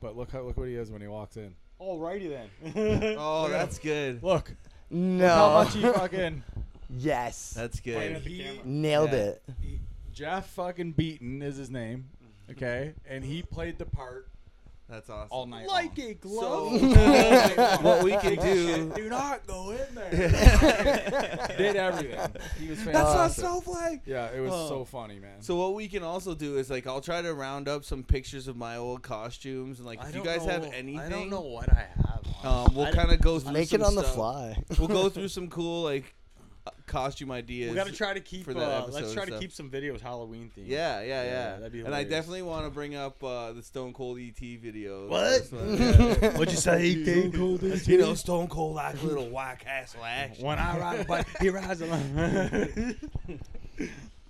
[SPEAKER 1] But look how look what he is when he walks in.
[SPEAKER 4] Alrighty then.
[SPEAKER 5] oh, that's good.
[SPEAKER 1] Look how
[SPEAKER 3] No.
[SPEAKER 1] much he fucking
[SPEAKER 3] yes.
[SPEAKER 5] That's
[SPEAKER 4] Pointing
[SPEAKER 5] good.
[SPEAKER 4] at the
[SPEAKER 1] He-
[SPEAKER 4] camera.
[SPEAKER 3] Nailed
[SPEAKER 5] Yeah.
[SPEAKER 3] it.
[SPEAKER 1] Jeff fucking Beaton is his name. Okay, and he played the part
[SPEAKER 5] That's awesome.
[SPEAKER 1] all night. long.
[SPEAKER 4] a
[SPEAKER 5] So, what we can do.
[SPEAKER 1] Do not go in there. Did everything. He was fantastic.
[SPEAKER 5] snowflake.
[SPEAKER 1] Yeah, it was
[SPEAKER 5] Oh.
[SPEAKER 1] so funny, man.
[SPEAKER 5] So what we can also do is like I'll try to round up some pictures of my old costumes and like
[SPEAKER 4] I
[SPEAKER 5] if you
[SPEAKER 4] don't
[SPEAKER 5] guys have
[SPEAKER 4] know-
[SPEAKER 5] anything,
[SPEAKER 4] I don't know what I have.
[SPEAKER 5] Um, we'll kind of go through
[SPEAKER 3] Make
[SPEAKER 5] some
[SPEAKER 3] it on the
[SPEAKER 5] stuff.
[SPEAKER 3] fly.
[SPEAKER 5] We'll go through some cool like uh, costume ideas.
[SPEAKER 4] We got to try to keep.
[SPEAKER 5] for
[SPEAKER 4] Uh,
[SPEAKER 5] that episode
[SPEAKER 4] let's try
[SPEAKER 5] and
[SPEAKER 4] to
[SPEAKER 5] stuff.
[SPEAKER 4] keep some videos Halloween themed.
[SPEAKER 5] um, Yeah, yeah, yeah.
[SPEAKER 4] Yeah, that'd be
[SPEAKER 5] and I
[SPEAKER 4] hilarious.
[SPEAKER 5] definitely want to bring up uh, the Stone Cold ET video.
[SPEAKER 4] What?
[SPEAKER 5] That's yeah, E yeah.
[SPEAKER 4] What'd you say? E
[SPEAKER 5] you
[SPEAKER 2] E
[SPEAKER 5] know, Stone Cold like little white castle action.
[SPEAKER 4] when I ride a bike, he rides alone.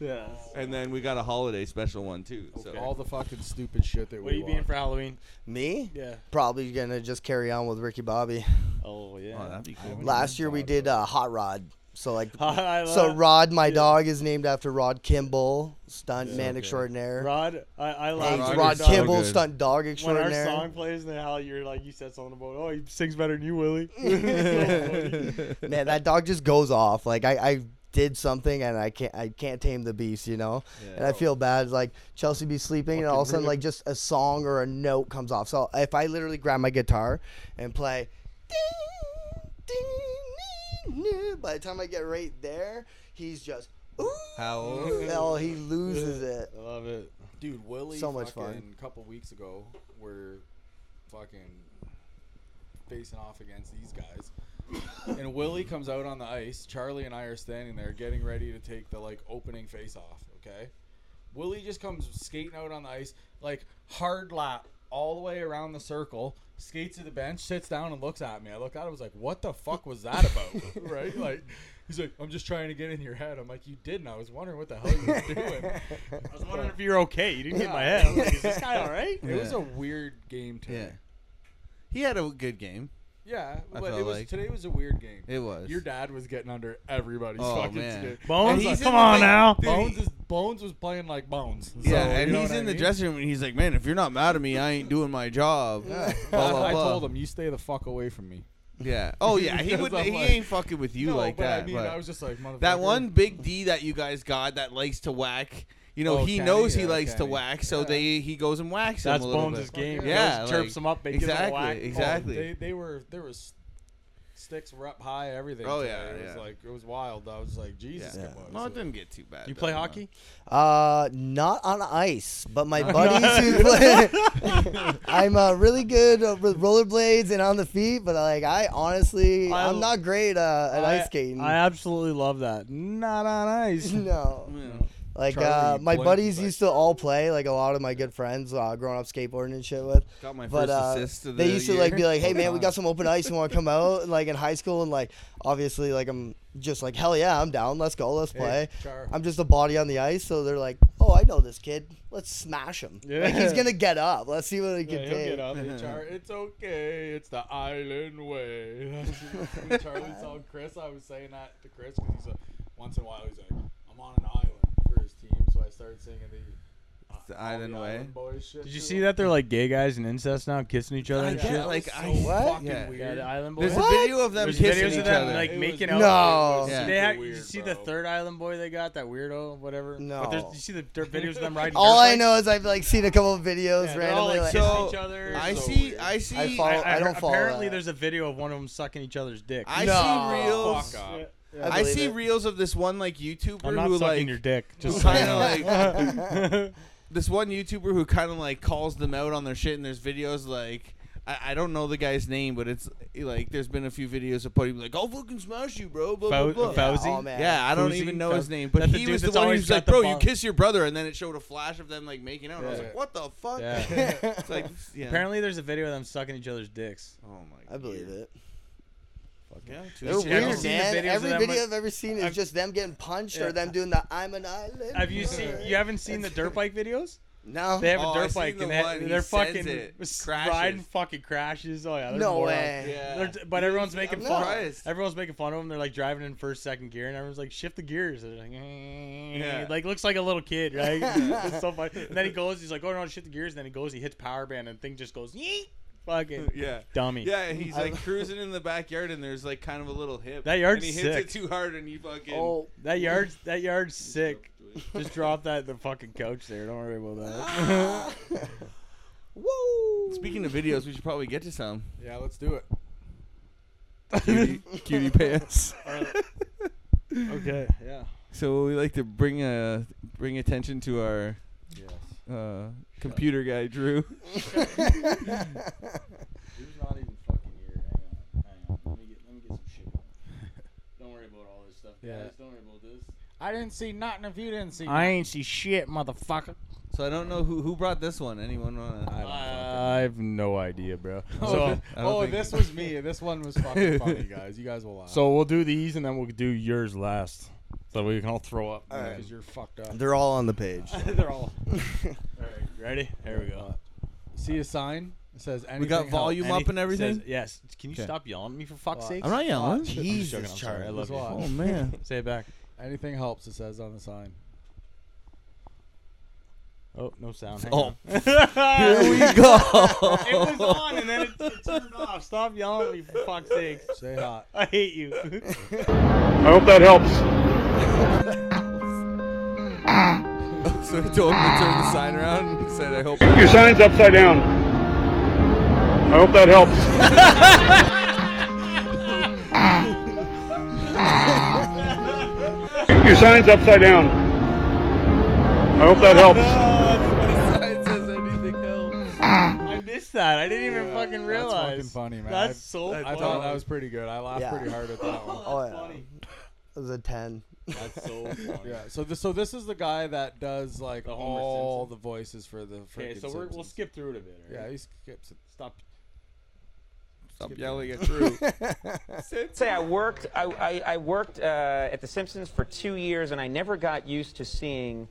[SPEAKER 4] yeah.
[SPEAKER 5] And then we got a holiday special one too. So
[SPEAKER 1] All the fucking stupid shit that
[SPEAKER 4] What are
[SPEAKER 1] we
[SPEAKER 4] you being
[SPEAKER 1] watched.
[SPEAKER 4] for Halloween?
[SPEAKER 3] Me?
[SPEAKER 4] Yeah.
[SPEAKER 3] Probably gonna just carry on with Ricky Bobby.
[SPEAKER 4] Oh yeah.
[SPEAKER 5] Oh, that'd be cool.
[SPEAKER 3] Last year we did uh, Hot Rod. So like,
[SPEAKER 4] I love-
[SPEAKER 3] so Rod, my dog, is named after Rod Kimball, stunt man extraordinaire.
[SPEAKER 4] Rod, I, I
[SPEAKER 3] Hey,
[SPEAKER 4] love
[SPEAKER 5] Rod's
[SPEAKER 3] Rod,
[SPEAKER 5] Rod so
[SPEAKER 3] Kimball,
[SPEAKER 5] good.
[SPEAKER 3] stunt
[SPEAKER 4] When
[SPEAKER 3] dog
[SPEAKER 4] our
[SPEAKER 3] extraordinaire.
[SPEAKER 4] song plays, and how you're like, you said something about, oh, he sings better than you, Willie. So funny.
[SPEAKER 3] Man, that dog just goes off. Like I, I did something and I can't I can't tame the beast, you know? And I feel bad. Like Chelsea be sleeping and all of a sudden like just a song or a note comes off. So if I literally grab my guitar and play ding, ding, nee, nee, by the time I get right there, he's just ooh
[SPEAKER 5] How old?
[SPEAKER 3] hell he loses it.
[SPEAKER 4] I love it.
[SPEAKER 1] Dude, Willie
[SPEAKER 3] So much
[SPEAKER 1] fucking
[SPEAKER 3] fun.
[SPEAKER 1] couple weeks ago we're fucking facing off against these guys. and Willie comes out on the ice. Charlie and I are standing there getting ready to take the like opening face off, okay? Willie just comes skating out on the ice, like hard lap all the way around the circle, skates to the bench, sits down, and looks at me. I look at him, was like, "What the fuck was that about?" right? Like, he's like, "I'm just trying to get in your head." I'm like, "You didn't. I was wondering what the hell you were doing."
[SPEAKER 4] I was wondering if you're okay. You didn't hit my head. I was like, is this guy all right?
[SPEAKER 1] It was
[SPEAKER 5] Yeah.
[SPEAKER 1] a weird game
[SPEAKER 5] Yeah.
[SPEAKER 1] today.
[SPEAKER 5] He had a good game.
[SPEAKER 1] Yeah,
[SPEAKER 5] I
[SPEAKER 1] but
[SPEAKER 5] felt
[SPEAKER 1] it was
[SPEAKER 5] like-
[SPEAKER 1] today was a weird game.
[SPEAKER 5] It was.
[SPEAKER 1] Your dad was getting under everybody's
[SPEAKER 5] Oh,
[SPEAKER 1] fucking
[SPEAKER 5] man.
[SPEAKER 1] skin.
[SPEAKER 5] And
[SPEAKER 4] Bones,
[SPEAKER 5] he's
[SPEAKER 4] like,
[SPEAKER 5] in
[SPEAKER 4] come
[SPEAKER 5] the
[SPEAKER 4] on
[SPEAKER 5] thing-
[SPEAKER 4] now.
[SPEAKER 5] Dude,
[SPEAKER 1] Bones is Bones was playing like Bones. So,
[SPEAKER 5] yeah,
[SPEAKER 1] you
[SPEAKER 5] and
[SPEAKER 1] know
[SPEAKER 5] he's
[SPEAKER 1] what I
[SPEAKER 5] in the
[SPEAKER 1] mean?
[SPEAKER 5] dressing room and he's like, "Man, if you're not mad at me, I ain't doing my job."
[SPEAKER 1] Yeah.
[SPEAKER 5] Blah, blah,
[SPEAKER 1] I
[SPEAKER 5] blah.
[SPEAKER 1] told him, "You stay the fuck away from me."
[SPEAKER 5] Yeah. Oh yeah, he
[SPEAKER 1] Because
[SPEAKER 5] would.
[SPEAKER 1] I'm
[SPEAKER 5] He
[SPEAKER 1] like-
[SPEAKER 5] ain't fucking with you
[SPEAKER 1] no,
[SPEAKER 5] like
[SPEAKER 1] but
[SPEAKER 5] that.
[SPEAKER 1] I mean,
[SPEAKER 5] but
[SPEAKER 1] I was just like, "Motherfucker."
[SPEAKER 5] that one big D that you guys got that likes to whack. You know,
[SPEAKER 1] Oh,
[SPEAKER 5] he
[SPEAKER 1] Kenny,
[SPEAKER 5] knows he
[SPEAKER 1] yeah,
[SPEAKER 5] likes to
[SPEAKER 1] Kenny.
[SPEAKER 5] whack, so
[SPEAKER 1] Yeah.
[SPEAKER 5] they he goes and whacks
[SPEAKER 4] That's
[SPEAKER 5] him a little
[SPEAKER 4] Bones'
[SPEAKER 5] bit.
[SPEAKER 4] game.
[SPEAKER 5] Yeah,
[SPEAKER 4] Goes,
[SPEAKER 5] like-
[SPEAKER 4] chirps him up. They give him a
[SPEAKER 5] exactly,
[SPEAKER 4] whack.
[SPEAKER 1] Oh,
[SPEAKER 5] exactly.
[SPEAKER 1] they, they were there was sticks were up high, everything.
[SPEAKER 5] Oh,
[SPEAKER 1] today.
[SPEAKER 5] yeah,
[SPEAKER 1] it was
[SPEAKER 5] yeah.
[SPEAKER 1] like it was wild. I was like, Jesus,
[SPEAKER 5] Yeah.
[SPEAKER 1] it was.
[SPEAKER 5] No, it didn't get too bad.
[SPEAKER 4] You
[SPEAKER 5] though,
[SPEAKER 4] play
[SPEAKER 5] no.
[SPEAKER 4] hockey?
[SPEAKER 3] Uh, not on ice, but my buddies who play. I'm uh, really good uh, with rollerblades and on the feet, but like I honestly,
[SPEAKER 4] I
[SPEAKER 3] I, am
[SPEAKER 4] l-
[SPEAKER 3] not great uh, at
[SPEAKER 4] I-
[SPEAKER 3] ice skating.
[SPEAKER 4] I absolutely love that. Not on ice.
[SPEAKER 3] no. Like uh,
[SPEAKER 1] Charlie
[SPEAKER 3] my
[SPEAKER 1] Blinn,
[SPEAKER 3] buddies
[SPEAKER 1] like-
[SPEAKER 3] used to all play, like a lot of my good friends uh, growing up skateboarding and shit with.
[SPEAKER 5] Got my
[SPEAKER 3] But
[SPEAKER 5] first
[SPEAKER 3] uh,
[SPEAKER 5] assist of the
[SPEAKER 3] they used to like be
[SPEAKER 5] year.
[SPEAKER 3] like, "Hey man, we got some open ice. You want to come out?" And, like in high school, and like obviously, like I'm just like, "Hell yeah, I'm down. Let's go. Let's play."
[SPEAKER 1] Char.
[SPEAKER 3] I'm just a body on the ice, so they're like, "Oh, I know this kid. Let's smash him.
[SPEAKER 4] Yeah.
[SPEAKER 3] Like he's gonna get up. Let's see what
[SPEAKER 1] Yeah,
[SPEAKER 3] he can
[SPEAKER 1] he'll
[SPEAKER 3] take."
[SPEAKER 1] get up. Hey, Char, it's okay. It's the island way. When Charlie told Chris. I was saying that to Chris because he's like, once in a while he's like, I'm on an island for his team, so I started singing the, uh,
[SPEAKER 5] the
[SPEAKER 1] all
[SPEAKER 5] Island Way.
[SPEAKER 1] boys shit
[SPEAKER 4] Did you
[SPEAKER 1] to
[SPEAKER 4] see
[SPEAKER 1] him.
[SPEAKER 4] that they're like gay guys and incest now, kissing each other
[SPEAKER 5] I
[SPEAKER 4] and
[SPEAKER 5] get
[SPEAKER 4] shit?
[SPEAKER 5] it, like I
[SPEAKER 1] What?
[SPEAKER 5] fucking
[SPEAKER 1] Yeah.
[SPEAKER 5] weird.
[SPEAKER 4] Yeah, the island boys.
[SPEAKER 5] There's
[SPEAKER 3] What?
[SPEAKER 5] a video of them
[SPEAKER 4] There's
[SPEAKER 5] kissing
[SPEAKER 4] videos
[SPEAKER 5] each
[SPEAKER 4] of them
[SPEAKER 5] other.
[SPEAKER 4] like
[SPEAKER 1] It
[SPEAKER 4] making
[SPEAKER 1] was-
[SPEAKER 4] out.
[SPEAKER 3] No.
[SPEAKER 1] it was
[SPEAKER 5] Yeah.
[SPEAKER 4] They
[SPEAKER 1] super
[SPEAKER 4] had, did
[SPEAKER 1] weird,
[SPEAKER 4] you see
[SPEAKER 1] bro.
[SPEAKER 4] the third island boy they got, that weirdo, whatever?
[SPEAKER 3] No.
[SPEAKER 4] But there's- you see the dirt videos of them riding
[SPEAKER 3] All
[SPEAKER 4] dirt
[SPEAKER 3] I
[SPEAKER 4] bikes?
[SPEAKER 3] know is I've like seen a couple of videos
[SPEAKER 4] Yeah, they're all,
[SPEAKER 3] randomly.
[SPEAKER 4] like,
[SPEAKER 3] Like,
[SPEAKER 4] kissing
[SPEAKER 5] So,
[SPEAKER 4] each other.
[SPEAKER 5] I
[SPEAKER 1] so
[SPEAKER 5] see.
[SPEAKER 1] weird.
[SPEAKER 5] I see.
[SPEAKER 3] I follow- I don't
[SPEAKER 4] heard-
[SPEAKER 3] follow
[SPEAKER 4] Apparently,
[SPEAKER 3] that.
[SPEAKER 4] there's a video of one of them sucking each other's dick.
[SPEAKER 5] I
[SPEAKER 3] No.
[SPEAKER 5] see reels.
[SPEAKER 1] Fuck off.
[SPEAKER 3] I
[SPEAKER 5] I
[SPEAKER 3] believe
[SPEAKER 5] see
[SPEAKER 3] it.
[SPEAKER 5] reels of this one like
[SPEAKER 4] I'm
[SPEAKER 5] YouTuber
[SPEAKER 4] not
[SPEAKER 5] who
[SPEAKER 4] sucking
[SPEAKER 5] like
[SPEAKER 4] your dick. Just so you
[SPEAKER 5] kind of
[SPEAKER 4] know.
[SPEAKER 5] like this one YouTuber who kind of like calls them out on their shit, and there's videos like I, I don't know the guy's name, but it's like there's been a few videos of Buddy like, "I'll fucking smash you, bro." Blah, blah,
[SPEAKER 4] Fou-
[SPEAKER 5] blah.
[SPEAKER 4] Fou-
[SPEAKER 3] Yeah,
[SPEAKER 4] Fauzi?
[SPEAKER 3] oh, man.
[SPEAKER 5] Yeah, I don't
[SPEAKER 4] Fousey?
[SPEAKER 5] even know
[SPEAKER 4] Fou-
[SPEAKER 5] his name, but
[SPEAKER 4] That's the
[SPEAKER 5] he
[SPEAKER 4] dude
[SPEAKER 5] was the
[SPEAKER 4] that's
[SPEAKER 5] one
[SPEAKER 4] always
[SPEAKER 5] who's
[SPEAKER 4] got
[SPEAKER 5] like,
[SPEAKER 4] the
[SPEAKER 5] "Bro,
[SPEAKER 4] bong."
[SPEAKER 5] you kiss your brother," and then it showed a flash of them like making out. And I was
[SPEAKER 1] Yeah.
[SPEAKER 5] like, "What the fuck?"
[SPEAKER 4] Yeah.
[SPEAKER 5] It's like, yeah.
[SPEAKER 4] Apparently, there's a video of them sucking each other's dicks.
[SPEAKER 5] oh my,
[SPEAKER 3] I believe it.
[SPEAKER 5] Yeah, too.
[SPEAKER 3] They're
[SPEAKER 4] Have you ever
[SPEAKER 3] weird,
[SPEAKER 4] seen the
[SPEAKER 3] man.
[SPEAKER 4] videos of
[SPEAKER 3] Every
[SPEAKER 4] them,
[SPEAKER 3] video
[SPEAKER 4] like-
[SPEAKER 3] I've ever seen is
[SPEAKER 4] I've-
[SPEAKER 3] just them getting punched
[SPEAKER 4] Yeah.
[SPEAKER 3] or them doing the "I'm an island."
[SPEAKER 4] Have you
[SPEAKER 3] boy."
[SPEAKER 4] seen? You haven't seen the dirt bike videos?
[SPEAKER 3] No.
[SPEAKER 4] They have a
[SPEAKER 5] Oh, I
[SPEAKER 4] dirt
[SPEAKER 5] seen
[SPEAKER 4] bike
[SPEAKER 5] the
[SPEAKER 4] and they,
[SPEAKER 5] one, he
[SPEAKER 4] they're
[SPEAKER 5] sends
[SPEAKER 4] fucking
[SPEAKER 5] it.
[SPEAKER 4] s-
[SPEAKER 5] Crashes.
[SPEAKER 4] riding fucking crashes. Oh yeah, they're
[SPEAKER 3] no
[SPEAKER 4] morons.
[SPEAKER 3] way.
[SPEAKER 5] Yeah.
[SPEAKER 4] They're t- but everyone's making
[SPEAKER 3] I'm
[SPEAKER 4] fun.
[SPEAKER 5] surprised.
[SPEAKER 4] Everyone's making fun of them. They're like driving in first, second gear, and everyone's like, "Shift the gears." They're like, "Eh."
[SPEAKER 5] Yeah.
[SPEAKER 4] like looks like a little kid, right? it's so funny. And then he goes, he's like, "Oh no, shift the gears." And then he goes, he hits power band, and thing just goes, "Yeet!" Fucking
[SPEAKER 5] yeah.
[SPEAKER 4] dummy.
[SPEAKER 5] Yeah, and he's
[SPEAKER 3] I
[SPEAKER 5] like
[SPEAKER 3] love-
[SPEAKER 5] cruising in the backyard, and there's like kind of a little hip.
[SPEAKER 4] That yard's
[SPEAKER 5] and he
[SPEAKER 4] sick.
[SPEAKER 5] hits it too hard, and he fucking.
[SPEAKER 3] Oh,
[SPEAKER 4] That yard's that yard's sick. Just drop that in the fucking couch there. Don't worry about that.
[SPEAKER 3] woo!
[SPEAKER 5] Speaking of videos, we should probably get to some
[SPEAKER 1] Yeah, let's do it.
[SPEAKER 5] cutie, cutie pants.
[SPEAKER 4] okay. Yeah.
[SPEAKER 5] So we like to bring a bring attention to our
[SPEAKER 1] Yes.
[SPEAKER 5] uh, computer guy, Drew.
[SPEAKER 4] Who's not even fucking here? Hang on. Hang on. Let me get let me get some shit. Don't worry about all this stuff, guys.
[SPEAKER 1] Yeah.
[SPEAKER 4] Don't worry about this.
[SPEAKER 1] I didn't see nothing if you didn't see.
[SPEAKER 4] I ain't see shit, motherfucker.
[SPEAKER 5] So I don't know who who brought this one. Anyone wanna?
[SPEAKER 4] I have no idea, bro.
[SPEAKER 1] Oh,
[SPEAKER 4] So,
[SPEAKER 1] thi-
[SPEAKER 5] I don't
[SPEAKER 1] oh,
[SPEAKER 5] think-
[SPEAKER 1] this was me. This one was fucking funny, guys. You guys will laugh.
[SPEAKER 4] so we'll do these and then we'll do yours last. So we can all throw up.
[SPEAKER 3] All right.
[SPEAKER 1] because you're fucked up.
[SPEAKER 3] They're all on the page.
[SPEAKER 1] They're all.
[SPEAKER 4] Alright, ready? Here we go.
[SPEAKER 1] See a sign that says anything.
[SPEAKER 5] we got volume
[SPEAKER 4] Any-
[SPEAKER 5] up and everything.
[SPEAKER 4] says- yes. Can you
[SPEAKER 5] Okay.
[SPEAKER 4] stop yelling at me for fuck's
[SPEAKER 1] Well,
[SPEAKER 4] sake?
[SPEAKER 5] I'm not yelling.
[SPEAKER 4] joking,
[SPEAKER 3] Jesus,
[SPEAKER 4] I'm sorry.
[SPEAKER 3] Charlie.
[SPEAKER 4] I
[SPEAKER 1] helps.
[SPEAKER 4] love
[SPEAKER 1] Just
[SPEAKER 4] you.
[SPEAKER 1] watch.
[SPEAKER 5] Oh man.
[SPEAKER 4] Say it back.
[SPEAKER 1] Anything helps. It says on the sign.
[SPEAKER 4] Oh, no sound.
[SPEAKER 5] Oh.
[SPEAKER 4] oh. Here
[SPEAKER 5] Here we go.
[SPEAKER 4] It was on and then it, it turned off. Stop yelling at me for fuck's sake.
[SPEAKER 1] Stay hot.
[SPEAKER 4] I hate you.
[SPEAKER 6] I hope that helps.
[SPEAKER 5] so I told him to turn the sign around and said, "I hope."
[SPEAKER 6] Your sign's upside down. I hope that helps. Your sign's upside down. I hope that helps.
[SPEAKER 5] the sign says anything else.
[SPEAKER 4] I missed that. I didn't even fucking realize.
[SPEAKER 1] That's fucking funny, man.
[SPEAKER 4] That's
[SPEAKER 1] I-
[SPEAKER 4] so
[SPEAKER 1] I
[SPEAKER 4] funny.
[SPEAKER 1] thought that was pretty good. I laughed
[SPEAKER 3] Yeah.
[SPEAKER 1] pretty hard at that one.
[SPEAKER 3] Oh, yeah. It was a ten.
[SPEAKER 4] That's so funny.
[SPEAKER 1] Yeah. So this so this is the guy that does like
[SPEAKER 4] The Homer
[SPEAKER 1] all
[SPEAKER 4] Simpson.
[SPEAKER 1] the voices for the.
[SPEAKER 4] Okay,
[SPEAKER 1] frickin'
[SPEAKER 4] so we're, we'll
[SPEAKER 1] Simpsons.
[SPEAKER 4] skip through it a bit. all
[SPEAKER 1] Yeah,
[SPEAKER 4] right?
[SPEAKER 1] he skips it.
[SPEAKER 4] Stop.
[SPEAKER 5] Stop yelling at Drew.
[SPEAKER 7] say I worked. I, I, I worked uh, at The Simpsons for two years, and I never got used to seeing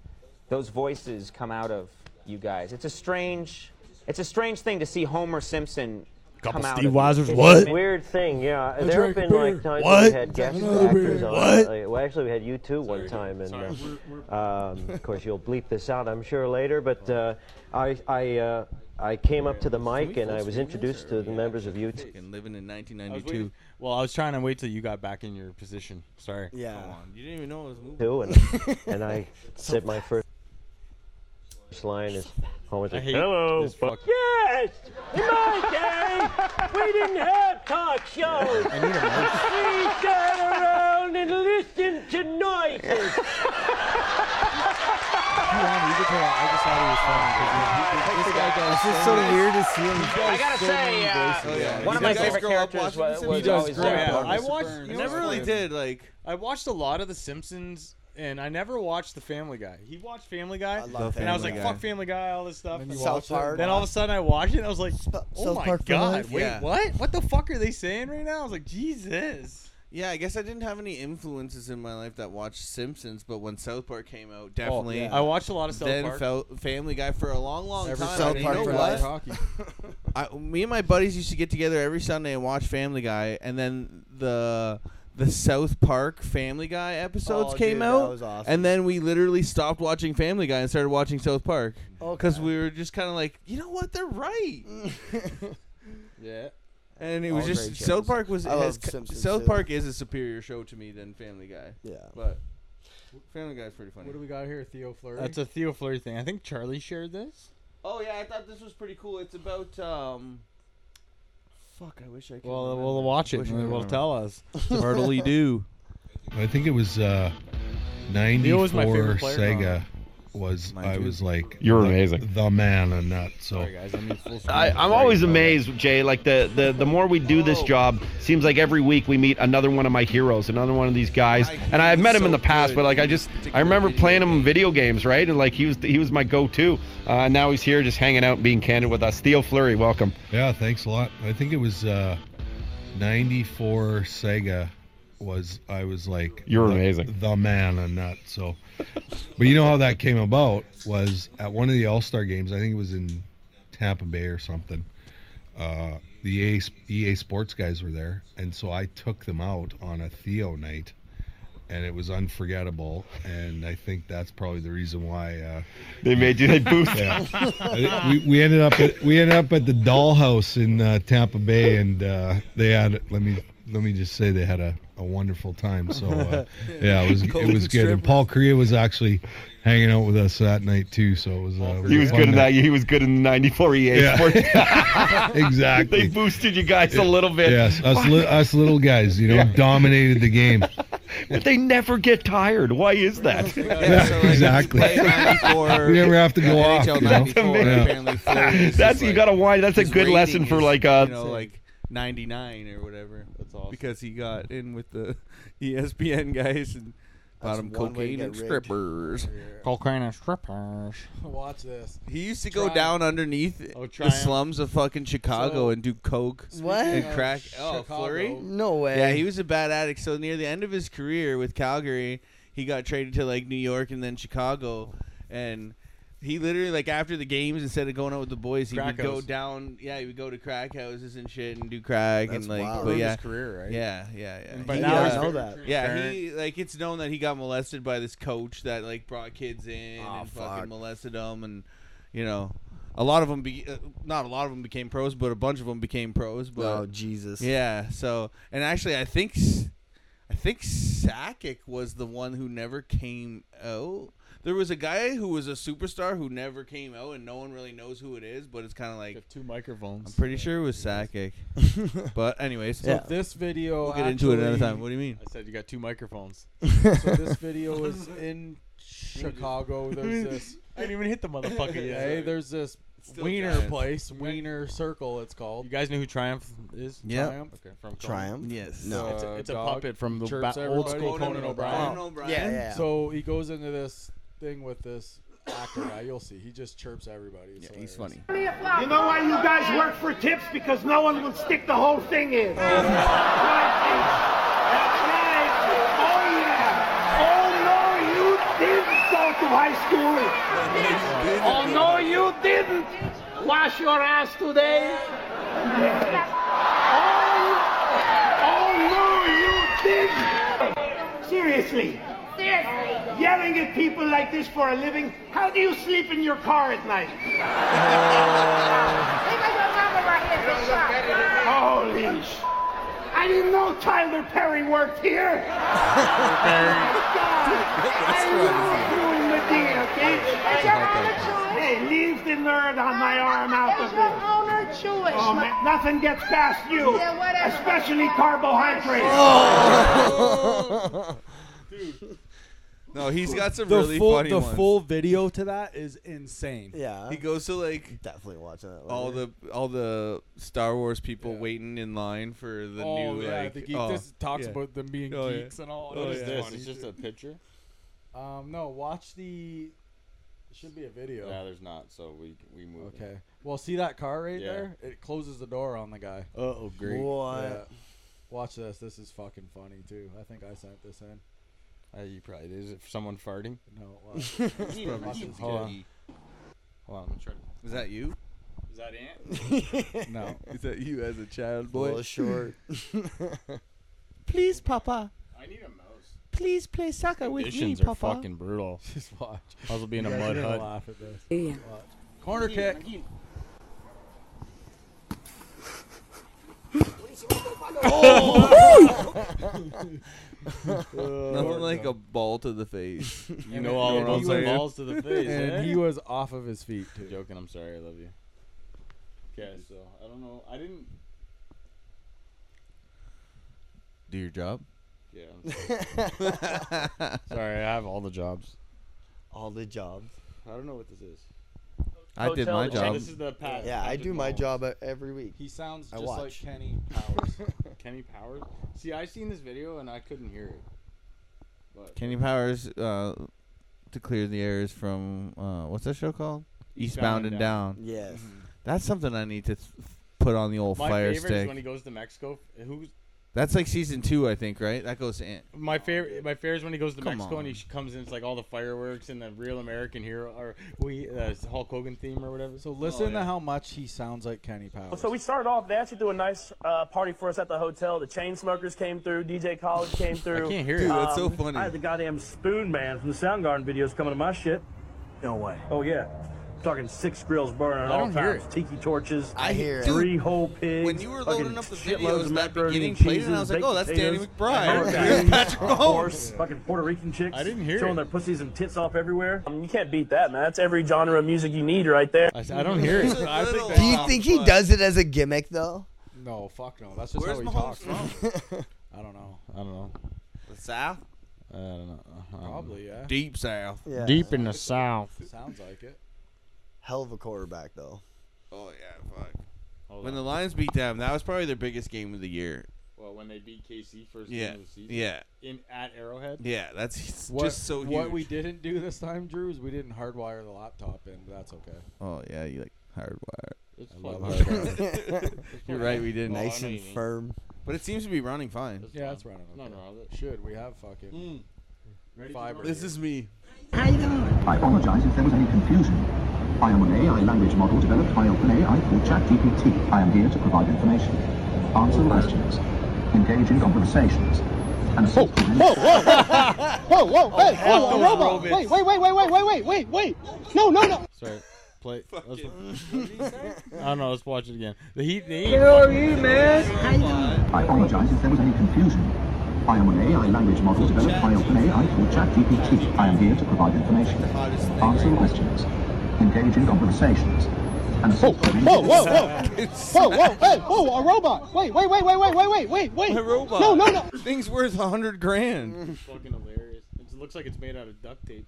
[SPEAKER 7] those voices come out of you guys. It's a strange. It's a strange thing to see Homer Simpson come out. of you.
[SPEAKER 8] Weiser's
[SPEAKER 7] It's
[SPEAKER 8] what?
[SPEAKER 9] Weird thing, yeah. Uh, there have
[SPEAKER 1] drank
[SPEAKER 9] been
[SPEAKER 1] a beer.
[SPEAKER 9] like times
[SPEAKER 8] What?
[SPEAKER 9] when we had guest
[SPEAKER 1] Another
[SPEAKER 9] actors
[SPEAKER 1] beer.
[SPEAKER 9] on.
[SPEAKER 8] What?
[SPEAKER 9] Like, well, actually, we had you two one time, and
[SPEAKER 4] Sorry,
[SPEAKER 9] uh,
[SPEAKER 4] we're, we're,
[SPEAKER 9] um, of course you'll bleep this out, I'm sure later. But uh, I, I, uh, I came up to the mic and I was introduced to the members of you two.
[SPEAKER 5] Fucking living in
[SPEAKER 4] I was
[SPEAKER 5] 1992.
[SPEAKER 4] waiting, well, I was trying to wait till you got back in your position. Sorry.
[SPEAKER 3] Yeah.
[SPEAKER 5] Come on, you didn't even know it was moving.
[SPEAKER 9] too, and and I said my first first line is Homer's like,
[SPEAKER 4] hate
[SPEAKER 9] "Hello,
[SPEAKER 4] this fuck-
[SPEAKER 9] yes, in my day we didn't have talk shows. we sat around and listened to noises."
[SPEAKER 3] It's just so weird to see him.
[SPEAKER 7] I gotta say, uh,
[SPEAKER 5] yeah.
[SPEAKER 7] one of
[SPEAKER 5] You
[SPEAKER 7] my
[SPEAKER 5] guys
[SPEAKER 7] favorite
[SPEAKER 5] grow up
[SPEAKER 7] characters
[SPEAKER 5] watching
[SPEAKER 7] was,
[SPEAKER 5] The
[SPEAKER 7] was
[SPEAKER 5] Simpsons? You guys
[SPEAKER 7] always Homer.
[SPEAKER 4] yeah,
[SPEAKER 5] up.
[SPEAKER 4] I
[SPEAKER 5] Mr.
[SPEAKER 4] watched.
[SPEAKER 1] Burns.
[SPEAKER 4] You
[SPEAKER 5] I
[SPEAKER 4] know,
[SPEAKER 5] never really did. Like
[SPEAKER 4] I watched a lot of The Simpsons, and I never watched The Family Guy. He watched Family Guy,
[SPEAKER 3] I love
[SPEAKER 4] and I was
[SPEAKER 5] Family
[SPEAKER 4] like,
[SPEAKER 5] Guy.
[SPEAKER 4] "Fuck Family Guy," all this stuff.
[SPEAKER 1] Then you
[SPEAKER 4] And
[SPEAKER 1] watch
[SPEAKER 3] South
[SPEAKER 1] it.
[SPEAKER 3] Park.
[SPEAKER 4] then all of a sudden, I watched it. and I was like, "Oh
[SPEAKER 3] South
[SPEAKER 4] my
[SPEAKER 3] Park for
[SPEAKER 4] god!
[SPEAKER 3] Life?
[SPEAKER 4] Wait,
[SPEAKER 5] Yeah.
[SPEAKER 4] what? What the fuck are they saying right now?" I was like, "Jesus."
[SPEAKER 5] Yeah, I guess I didn't have any influences in my life that watched Simpsons, but when South Park came
[SPEAKER 3] Oh,
[SPEAKER 5] out, definitely.
[SPEAKER 4] I watched a lot of South
[SPEAKER 5] then
[SPEAKER 4] Park.
[SPEAKER 5] fell, Family Guy for a long, long
[SPEAKER 1] Every
[SPEAKER 5] time.
[SPEAKER 3] South
[SPEAKER 5] and
[SPEAKER 3] Park
[SPEAKER 5] you
[SPEAKER 3] for
[SPEAKER 5] know
[SPEAKER 3] life.
[SPEAKER 5] what? I, me and my buddies used to get together every Sunday and watch Family Guy, and then the the South Park Family Guy episodes
[SPEAKER 3] Oh,
[SPEAKER 5] came
[SPEAKER 3] dude, that
[SPEAKER 5] out,
[SPEAKER 3] was awesome.
[SPEAKER 5] and then we literally stopped watching Family Guy and started watching South Park because
[SPEAKER 3] Okay.
[SPEAKER 5] we were just kind of like, you know what, they're right.
[SPEAKER 1] Yeah.
[SPEAKER 5] And it was
[SPEAKER 3] All
[SPEAKER 5] just
[SPEAKER 3] great
[SPEAKER 5] South
[SPEAKER 3] shows.
[SPEAKER 5] Park was
[SPEAKER 3] I
[SPEAKER 5] has,
[SPEAKER 3] love
[SPEAKER 5] co-
[SPEAKER 3] Simpsons,
[SPEAKER 5] South
[SPEAKER 3] too.
[SPEAKER 5] Park is a superior show to me than Family Guy,
[SPEAKER 3] Yeah.
[SPEAKER 5] but Family Guy's pretty funny.
[SPEAKER 1] What do we got here? Theo Fleury.
[SPEAKER 4] That's a Theo Fleury thing. I think Charlie shared this.
[SPEAKER 5] Oh yeah, I thought this was pretty cool. It's about um. Fuck, I wish I could.
[SPEAKER 4] Well, we'll watch it.
[SPEAKER 5] Wish I
[SPEAKER 4] and
[SPEAKER 5] could
[SPEAKER 4] It'll
[SPEAKER 5] remember.
[SPEAKER 4] tell us.
[SPEAKER 5] Hurtley do.
[SPEAKER 10] I think it was uh,
[SPEAKER 4] Leo
[SPEAKER 10] 94
[SPEAKER 4] was my favorite player,
[SPEAKER 10] Sega. Was
[SPEAKER 5] Mine
[SPEAKER 10] I
[SPEAKER 5] too.
[SPEAKER 10] was like
[SPEAKER 8] You're
[SPEAKER 10] the-
[SPEAKER 8] amazing.
[SPEAKER 10] the man on that. So
[SPEAKER 4] Sorry, guys. I need full
[SPEAKER 8] I,
[SPEAKER 4] screen.
[SPEAKER 8] I'm always amazed, Jay. Like the, the the more we do this job, seems like every week we meet another one of my heroes, another one of these guys. And I've met him in the past, but like I just I remember playing him in video games, right? And like he was he was my go-to. Uh, now he's here, just hanging out, and being candid with us. Theo Fleury, welcome.
[SPEAKER 10] yeah, thanks a lot. I think it was uh, 94 Sega. Was I was like
[SPEAKER 8] You're
[SPEAKER 10] the-
[SPEAKER 8] amazing.
[SPEAKER 10] the man on that. So, but you know how that came about was at one of the All Star games. I think it was in Tampa Bay or something. Uh, the EA, EA Sports guys were there, and so I took them out on a Theo night, and it was unforgettable. And I think that's probably the reason why. Uh,
[SPEAKER 8] They made you. They boost.
[SPEAKER 10] yeah. I- we, we ended up at, we ended up at the dollhouse in uh, Tampa Bay, and uh, they had let me let me just say they had a, a wonderful time. So uh, yeah, it was it was good. And Paul Korea was actually hanging out with us that night too. So it was uh,
[SPEAKER 8] He was good in that. He was good in the '94 EA.
[SPEAKER 10] Yeah.
[SPEAKER 8] Sports. they
[SPEAKER 10] exactly.
[SPEAKER 8] boosted you guys a little bit.
[SPEAKER 10] Yes, us li- us little guys, you know, dominated the game.
[SPEAKER 8] But they never get tired. Why is that?
[SPEAKER 5] Yeah, so, like,
[SPEAKER 10] exactly.
[SPEAKER 5] play 94,
[SPEAKER 10] We never have to go off.
[SPEAKER 5] NHL
[SPEAKER 10] you know?
[SPEAKER 5] 94,
[SPEAKER 10] Yeah.
[SPEAKER 5] apparently Fleury is just
[SPEAKER 8] That's you
[SPEAKER 5] like-
[SPEAKER 8] gotta wind. That's a
[SPEAKER 5] his
[SPEAKER 8] good
[SPEAKER 5] rating
[SPEAKER 8] lesson for
[SPEAKER 5] is,
[SPEAKER 8] like uh.
[SPEAKER 5] you know like 99 or whatever
[SPEAKER 4] That's awesome.
[SPEAKER 5] because he got in with the E ESPN guys and bought
[SPEAKER 3] That's
[SPEAKER 5] him
[SPEAKER 3] one way
[SPEAKER 5] cocaine
[SPEAKER 3] to get
[SPEAKER 5] and
[SPEAKER 3] rigged.
[SPEAKER 5] strippers.
[SPEAKER 4] Call crying a strippers.
[SPEAKER 1] Watch this.
[SPEAKER 5] He used to go
[SPEAKER 1] Try-
[SPEAKER 5] down underneath
[SPEAKER 4] Oh, try
[SPEAKER 5] the
[SPEAKER 4] 'em.
[SPEAKER 5] slums of fucking Chicago
[SPEAKER 1] So-
[SPEAKER 5] and do coke
[SPEAKER 3] What?
[SPEAKER 5] and
[SPEAKER 1] Speaking of
[SPEAKER 5] crack. Oh,
[SPEAKER 1] Chicago,
[SPEAKER 5] Flurry.
[SPEAKER 3] No way.
[SPEAKER 5] Yeah, he was a bad addict. So near the end of his career with Calgary, he got traded to like New York and then Chicago, and he literally like after the games instead of going out with the boys, he
[SPEAKER 4] Crack
[SPEAKER 5] would go
[SPEAKER 4] house.
[SPEAKER 5] down. Yeah, he would go to crack houses and shit and do crack
[SPEAKER 3] That's
[SPEAKER 5] and like.
[SPEAKER 3] wild.
[SPEAKER 5] But
[SPEAKER 3] Ruined
[SPEAKER 5] yeah,
[SPEAKER 4] career, right?
[SPEAKER 5] yeah, yeah, yeah.
[SPEAKER 4] But
[SPEAKER 5] He,
[SPEAKER 3] Yeah,
[SPEAKER 4] now
[SPEAKER 5] uh,
[SPEAKER 4] he's
[SPEAKER 3] I know
[SPEAKER 4] very
[SPEAKER 3] that.
[SPEAKER 5] yeah, he like it's known that he got molested by this coach that like brought kids in
[SPEAKER 3] Oh,
[SPEAKER 5] and
[SPEAKER 3] fuck.
[SPEAKER 5] fucking molested them, and you know, a lot of them be uh, not a lot of them became pros, but a bunch of them became pros. But
[SPEAKER 3] Oh Jesus.
[SPEAKER 5] yeah. So, and actually, I think, s- I think Sakic was the one who never came out. There was a guy who was a superstar who never came out, and no one really knows who it is. But it's kind of
[SPEAKER 4] You
[SPEAKER 5] like
[SPEAKER 4] have two microphones.
[SPEAKER 5] I'm pretty sure it was Sakic. but anyways, so
[SPEAKER 3] Yeah.
[SPEAKER 1] This video.
[SPEAKER 5] we'll get into it another
[SPEAKER 1] actually-
[SPEAKER 5] time. What do you mean?
[SPEAKER 4] I said you got two microphones.
[SPEAKER 1] So this video is in Chicago. There's this.
[SPEAKER 4] I didn't even hit the motherfucker yet.
[SPEAKER 1] Hey, there's this Wiener
[SPEAKER 5] Giants.
[SPEAKER 1] place, Wiener Circle. It's called.
[SPEAKER 4] You guys know who Triumph is?
[SPEAKER 3] Yeah.
[SPEAKER 1] Triumph. Uh,
[SPEAKER 4] Okay, from
[SPEAKER 3] Triumph.
[SPEAKER 5] Yes.
[SPEAKER 3] No.
[SPEAKER 1] It's a, it's a puppet from the
[SPEAKER 4] chirps
[SPEAKER 1] ba- old
[SPEAKER 4] everybody.
[SPEAKER 1] school
[SPEAKER 4] Conan
[SPEAKER 1] Conan
[SPEAKER 4] O'Brien.
[SPEAKER 1] O'Brien.
[SPEAKER 5] Conan O'Brien.
[SPEAKER 3] Yeah, yeah, yeah.
[SPEAKER 1] So he goes into this thing with this actor guy. You'll see. He just chirps everybody. It's
[SPEAKER 5] Yeah, he's
[SPEAKER 1] hilarious.
[SPEAKER 5] funny.
[SPEAKER 6] You know why you guys work for tips? Because no one will stick the whole thing in. That's Oh, right. Oh yeah. Oh no, you didn't go to high school. Oh no, you didn't. Wash your ass today. Oh, oh no, you oh, didn't. Seriously. Seriously. Yelling at people like this for a living. How do you sleep in your car at night? Holy sh! I didn't know Tyler Perry worked here. I love you, Medea, bitch. Hey, leave the nerd on my arm out of it. Oh man, nothing gets past you,
[SPEAKER 11] Yeah, whatever. Oh.
[SPEAKER 6] especially carbohydrates.
[SPEAKER 5] No, he's got some
[SPEAKER 1] The
[SPEAKER 5] really
[SPEAKER 1] full
[SPEAKER 5] funny
[SPEAKER 1] the
[SPEAKER 5] ones.
[SPEAKER 1] full video to that is insane.
[SPEAKER 3] Yeah.
[SPEAKER 5] He goes to like
[SPEAKER 3] Definitely watching that.
[SPEAKER 5] all
[SPEAKER 3] later.
[SPEAKER 5] the all the Star Wars people waiting in line for the
[SPEAKER 1] Oh
[SPEAKER 5] new
[SPEAKER 1] yeah,
[SPEAKER 5] like.
[SPEAKER 1] the geek.
[SPEAKER 5] oh.
[SPEAKER 1] this talks
[SPEAKER 5] yeah.
[SPEAKER 1] about them being
[SPEAKER 5] Oh, yeah.
[SPEAKER 1] geeks and all.
[SPEAKER 5] Oh,
[SPEAKER 1] It is
[SPEAKER 5] yeah.
[SPEAKER 1] funny.
[SPEAKER 4] This is just a picture.
[SPEAKER 1] Um, no, watch the. It should be a video.
[SPEAKER 4] Yeah, there's not. So we we move.
[SPEAKER 1] Okay. Well, see that car right
[SPEAKER 4] Yeah.
[SPEAKER 1] there? It closes the door on the guy.
[SPEAKER 4] Uh oh,
[SPEAKER 1] Yeah.
[SPEAKER 3] What?
[SPEAKER 1] Watch this. This is fucking funny too. I think I sent this in.
[SPEAKER 4] Uh, you probably did. Is it someone farting?
[SPEAKER 1] No. Watch this. Watch this. Hold on.
[SPEAKER 4] Hold on, I'm trying.
[SPEAKER 5] Is that you?
[SPEAKER 4] Is that Ant?
[SPEAKER 1] No.
[SPEAKER 5] Is that you as a child
[SPEAKER 3] A
[SPEAKER 5] boy?
[SPEAKER 3] little short.
[SPEAKER 5] Please, Papa.
[SPEAKER 4] I need a mouse.
[SPEAKER 5] Please play soccer
[SPEAKER 4] Conditions are fucking brutal.
[SPEAKER 1] Just watch.
[SPEAKER 4] Puzzle being a
[SPEAKER 1] You guys are
[SPEAKER 4] mud
[SPEAKER 1] gonna
[SPEAKER 4] hut.
[SPEAKER 1] laugh at this. Watch. Corner kick.
[SPEAKER 5] Nothing like a ball to the face.
[SPEAKER 4] You know all
[SPEAKER 1] And
[SPEAKER 4] of
[SPEAKER 1] he
[SPEAKER 4] those
[SPEAKER 1] was-
[SPEAKER 4] balls to the face. eh?
[SPEAKER 1] And he was off of his feet too.
[SPEAKER 4] joking. I'm sorry. I love you. Okay, so I don't know. I didn't.
[SPEAKER 5] Do your job.
[SPEAKER 4] Yeah. I'm sorry. sorry, I have all the jobs.
[SPEAKER 3] all the jobs.
[SPEAKER 4] I don't know what this is.
[SPEAKER 5] I did my job.
[SPEAKER 4] this is the Pat.
[SPEAKER 3] Yeah, I
[SPEAKER 4] Patrick
[SPEAKER 3] do my
[SPEAKER 4] Mahomes.
[SPEAKER 3] job uh, every week.
[SPEAKER 1] He sounds
[SPEAKER 3] I
[SPEAKER 1] just like
[SPEAKER 3] watch.
[SPEAKER 1] Kenny Powers.
[SPEAKER 4] Kenny Powers. See, I seen this video and I couldn't hear it. But
[SPEAKER 5] Kenny Powers, uh, to clear the air, is from uh, what's that show called? Eastbound, and down.
[SPEAKER 3] Yes.
[SPEAKER 5] That's something I need to th- put on the old
[SPEAKER 4] my
[SPEAKER 5] fire
[SPEAKER 4] favorite is
[SPEAKER 5] stick.
[SPEAKER 4] when he goes to Mexico. Who's
[SPEAKER 5] That's like season two, I think, right? That goes to Ant.
[SPEAKER 4] my favorite? My favorite is when he goes to
[SPEAKER 5] Come
[SPEAKER 4] Mexico
[SPEAKER 5] on.
[SPEAKER 4] and he sh- comes in. It's like all the fireworks and the real American hero or we uh, Hulk Hogan theme or whatever. Oh,
[SPEAKER 1] So
[SPEAKER 11] Oh,
[SPEAKER 1] listen
[SPEAKER 4] yeah.
[SPEAKER 1] to how much he sounds like Kenny Powers.
[SPEAKER 11] So we started off. They actually threw a nice uh, party for us at the hotel. The chain smokers came through. DJ College came through.
[SPEAKER 4] can't hear
[SPEAKER 5] Dude,
[SPEAKER 4] it.
[SPEAKER 5] that's so
[SPEAKER 11] Um, I had
[SPEAKER 5] funny.
[SPEAKER 11] the goddamn Spoon Man from the Soundgarden videos coming to my shit. No way. Oh yeah, talking six grills burning at
[SPEAKER 4] I
[SPEAKER 11] all
[SPEAKER 4] don't hear
[SPEAKER 11] times, tiki torches,
[SPEAKER 3] I hear it.
[SPEAKER 11] three whole pigs.
[SPEAKER 5] when you were
[SPEAKER 11] fucking
[SPEAKER 5] loading up the
[SPEAKER 11] shitloads
[SPEAKER 5] videos,
[SPEAKER 11] of
[SPEAKER 5] that
[SPEAKER 11] macaroni
[SPEAKER 5] beginning
[SPEAKER 11] and
[SPEAKER 5] played,
[SPEAKER 11] cheeses,
[SPEAKER 5] and I was like,
[SPEAKER 11] baked
[SPEAKER 5] "Oh, that's Danny
[SPEAKER 11] potatoes,
[SPEAKER 5] McBride.
[SPEAKER 11] hamburger
[SPEAKER 5] Here's
[SPEAKER 11] patties,
[SPEAKER 5] Patrick
[SPEAKER 11] of
[SPEAKER 5] Mahomes."
[SPEAKER 11] course, Fucking Puerto Rican chicks.
[SPEAKER 4] I didn't hear
[SPEAKER 11] showing
[SPEAKER 4] it.
[SPEAKER 11] their pussies and tits off everywhere. Um, you can't beat that, man. That's every genre of music you need right there.
[SPEAKER 4] I, s- I don't hear it.
[SPEAKER 5] Just a
[SPEAKER 4] I think
[SPEAKER 5] little-
[SPEAKER 4] that
[SPEAKER 3] Do you
[SPEAKER 5] Oh,
[SPEAKER 3] think he
[SPEAKER 5] fuck.
[SPEAKER 3] does it as a gimmick though?
[SPEAKER 1] no, fuck no. That's just
[SPEAKER 5] Where's
[SPEAKER 1] how he
[SPEAKER 5] Mahomes
[SPEAKER 1] talks.
[SPEAKER 5] from?
[SPEAKER 1] I don't know.
[SPEAKER 4] I don't know.
[SPEAKER 5] The South,
[SPEAKER 4] I don't know. I don't know.
[SPEAKER 1] Probably yeah.
[SPEAKER 5] deep South.
[SPEAKER 3] Yeah.
[SPEAKER 4] Deep in the south.
[SPEAKER 1] Sounds like it.
[SPEAKER 3] Hell of a quarterback though.
[SPEAKER 5] Oh yeah, fuck. When the Lions beat them, that was probably their biggest game of the year.
[SPEAKER 4] Well, when they beat KC first
[SPEAKER 5] Yeah,
[SPEAKER 4] game of the season.
[SPEAKER 5] yeah,
[SPEAKER 4] In at Arrowhead.
[SPEAKER 5] yeah. That's
[SPEAKER 1] What,
[SPEAKER 5] just so huge.
[SPEAKER 1] what we didn't do this time, Drew, is we didn't hardwire the laptop in. But that's okay.
[SPEAKER 5] oh yeah, you like hardwired.
[SPEAKER 4] It's
[SPEAKER 1] love
[SPEAKER 4] fucking-
[SPEAKER 5] You're right, we didn't.
[SPEAKER 3] Nice and
[SPEAKER 4] mean.
[SPEAKER 3] firm.
[SPEAKER 5] But it seems to be running fine.
[SPEAKER 1] Yeah, that's running okay.
[SPEAKER 4] Nothing wrong with it.
[SPEAKER 1] Should we have fucking
[SPEAKER 3] Mm.
[SPEAKER 1] fiber?
[SPEAKER 5] This
[SPEAKER 1] here.
[SPEAKER 5] is me.
[SPEAKER 12] I apologize if there was any confusion. I am an AI language model developed by OpenAI called ChatGPT. I am here to provide information, answer questions, engage in conversations, and assist with any-
[SPEAKER 13] Whoa, whoa, hey,
[SPEAKER 4] hell
[SPEAKER 13] whoa,
[SPEAKER 4] no,
[SPEAKER 13] whoa, whoa,
[SPEAKER 4] Robin.
[SPEAKER 13] wait, wait, wait, wait, wait, wait, wait, wait, wait. No, no, no.
[SPEAKER 4] Sorry. Play. let's- I don't know. Let's watch it again. The Heat. The Heat.
[SPEAKER 12] I apologize if there was any confusion. I am an AI language model developed by OpenAI called ChatGPT. I am here to provide information, answer questions, engage in conversations, and assist with any-
[SPEAKER 13] Whoa, whoa, whoa. Whoa, whoa, hey, whoa, a robot. Wait, wait, wait, wait, wait, wait, wait, wait, wait.
[SPEAKER 5] A robot.
[SPEAKER 13] No, no, no.
[SPEAKER 5] Thing's worth a hundred grand.
[SPEAKER 4] Fucking hilarious. It looks like it's made out of duct tape.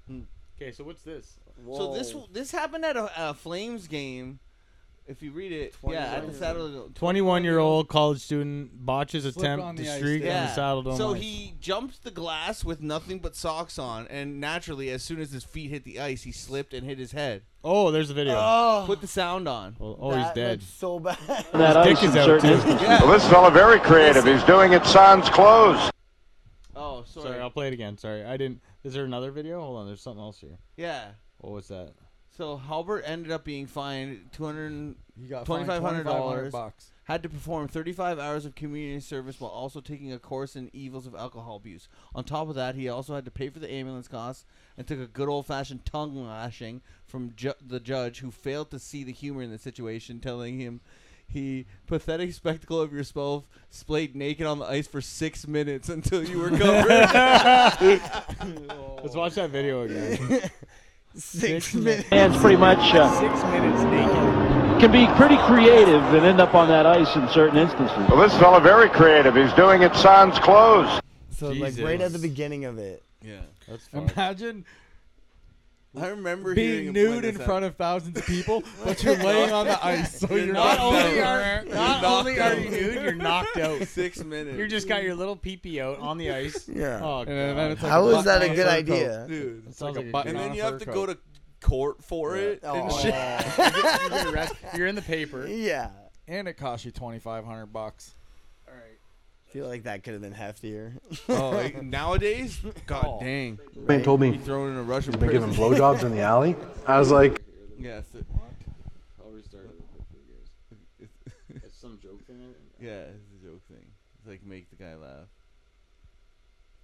[SPEAKER 4] Okay, so what's this?
[SPEAKER 5] Hmm. So this
[SPEAKER 14] Whoa.
[SPEAKER 5] this happened at a, a Flames game. If you read it, yeah, at the Saddle.
[SPEAKER 4] 21 year old college student botches
[SPEAKER 5] Slipped on
[SPEAKER 4] attempt
[SPEAKER 5] the
[SPEAKER 4] to
[SPEAKER 5] ice,
[SPEAKER 4] streak
[SPEAKER 5] didn't
[SPEAKER 4] on
[SPEAKER 5] he?
[SPEAKER 4] the saddle dome.
[SPEAKER 5] So
[SPEAKER 4] ice.
[SPEAKER 5] he jumped the glass with nothing but socks on, and naturally, as soon as his feet hit the ice, he slipped and hit his head.
[SPEAKER 4] Oh, there's the video.
[SPEAKER 5] Put the sound on.
[SPEAKER 4] Oh, he's dead.
[SPEAKER 15] so bad.
[SPEAKER 4] His dick is out too.
[SPEAKER 16] Well, this fella very creative. He's doing it sans clothes.
[SPEAKER 5] Oh,
[SPEAKER 4] sorry. I'll play it again. Sorry, I didn't. Is there another video? Hold on. There's something else here.
[SPEAKER 5] Yeah.
[SPEAKER 4] What was that?
[SPEAKER 5] So Halbert ended up being fined two hundred
[SPEAKER 2] got
[SPEAKER 5] twenty
[SPEAKER 2] fined
[SPEAKER 5] five hundred
[SPEAKER 2] $2,500
[SPEAKER 5] dollars.
[SPEAKER 2] bucks.
[SPEAKER 5] Had to perform thirty five hours of community service while also taking a course in evils of alcohol abuse. On top of that, he also had to pay for the ambulance costs and took a good old fashioned tongue lashing from ju- the judge, who failed to see the humor in the situation, telling him. He pathetic spectacle of yourself splayed naked on the ice for six minutes until you were covered.
[SPEAKER 4] Let's watch that video again.
[SPEAKER 15] Six,
[SPEAKER 4] minutes.
[SPEAKER 17] And pretty much, uh,
[SPEAKER 4] Six minutes naked.
[SPEAKER 17] Can be pretty creative and end up on that ice in certain instances.
[SPEAKER 16] Well, this fella very creative. He's doing it sans clothes.
[SPEAKER 15] So like right at the beginning of it.
[SPEAKER 5] Yeah,
[SPEAKER 15] that's
[SPEAKER 2] Imagine
[SPEAKER 5] I remember hearing
[SPEAKER 2] being
[SPEAKER 5] him
[SPEAKER 2] nude
[SPEAKER 5] when
[SPEAKER 2] in
[SPEAKER 5] this
[SPEAKER 2] front of thousands of people, but you're laying on the ice, so
[SPEAKER 5] You're
[SPEAKER 2] you're
[SPEAKER 5] not
[SPEAKER 2] not,
[SPEAKER 5] only
[SPEAKER 2] out.
[SPEAKER 5] are- not
[SPEAKER 2] You're
[SPEAKER 5] only
[SPEAKER 2] knocked
[SPEAKER 5] are you
[SPEAKER 2] out.
[SPEAKER 5] nude,
[SPEAKER 4] Dude, you're knocked out.
[SPEAKER 5] Six minutes.
[SPEAKER 4] You just got your little pee pee out on the ice.
[SPEAKER 15] Yeah.
[SPEAKER 4] Oh,
[SPEAKER 2] And then-
[SPEAKER 4] God.
[SPEAKER 2] then it's like How a is button that a on a good fur idea? coat.
[SPEAKER 5] Dude,
[SPEAKER 2] It's like a button
[SPEAKER 5] and
[SPEAKER 2] on
[SPEAKER 5] then
[SPEAKER 2] a
[SPEAKER 5] you have
[SPEAKER 2] fur
[SPEAKER 5] to
[SPEAKER 2] coat.
[SPEAKER 5] go to court for it and
[SPEAKER 2] Oh.
[SPEAKER 5] shit.
[SPEAKER 2] You get arrested.
[SPEAKER 4] You're in the paper.
[SPEAKER 15] Oh. Yeah.
[SPEAKER 2] And it cost you twenty five hundred bucks. All right.
[SPEAKER 15] I feel like that could have been heftier.
[SPEAKER 5] Oh, like, nowadays, god dang.
[SPEAKER 1] Man told me
[SPEAKER 5] Be thrown in a Russian
[SPEAKER 1] You've been
[SPEAKER 5] prison.
[SPEAKER 1] giving blowjobs in the alley. I was like,
[SPEAKER 5] Yeah, it's the-
[SPEAKER 4] I'll restart it real quick. It's some joke thing.
[SPEAKER 5] yeah, it's a joke thing. It's like make the guy laugh.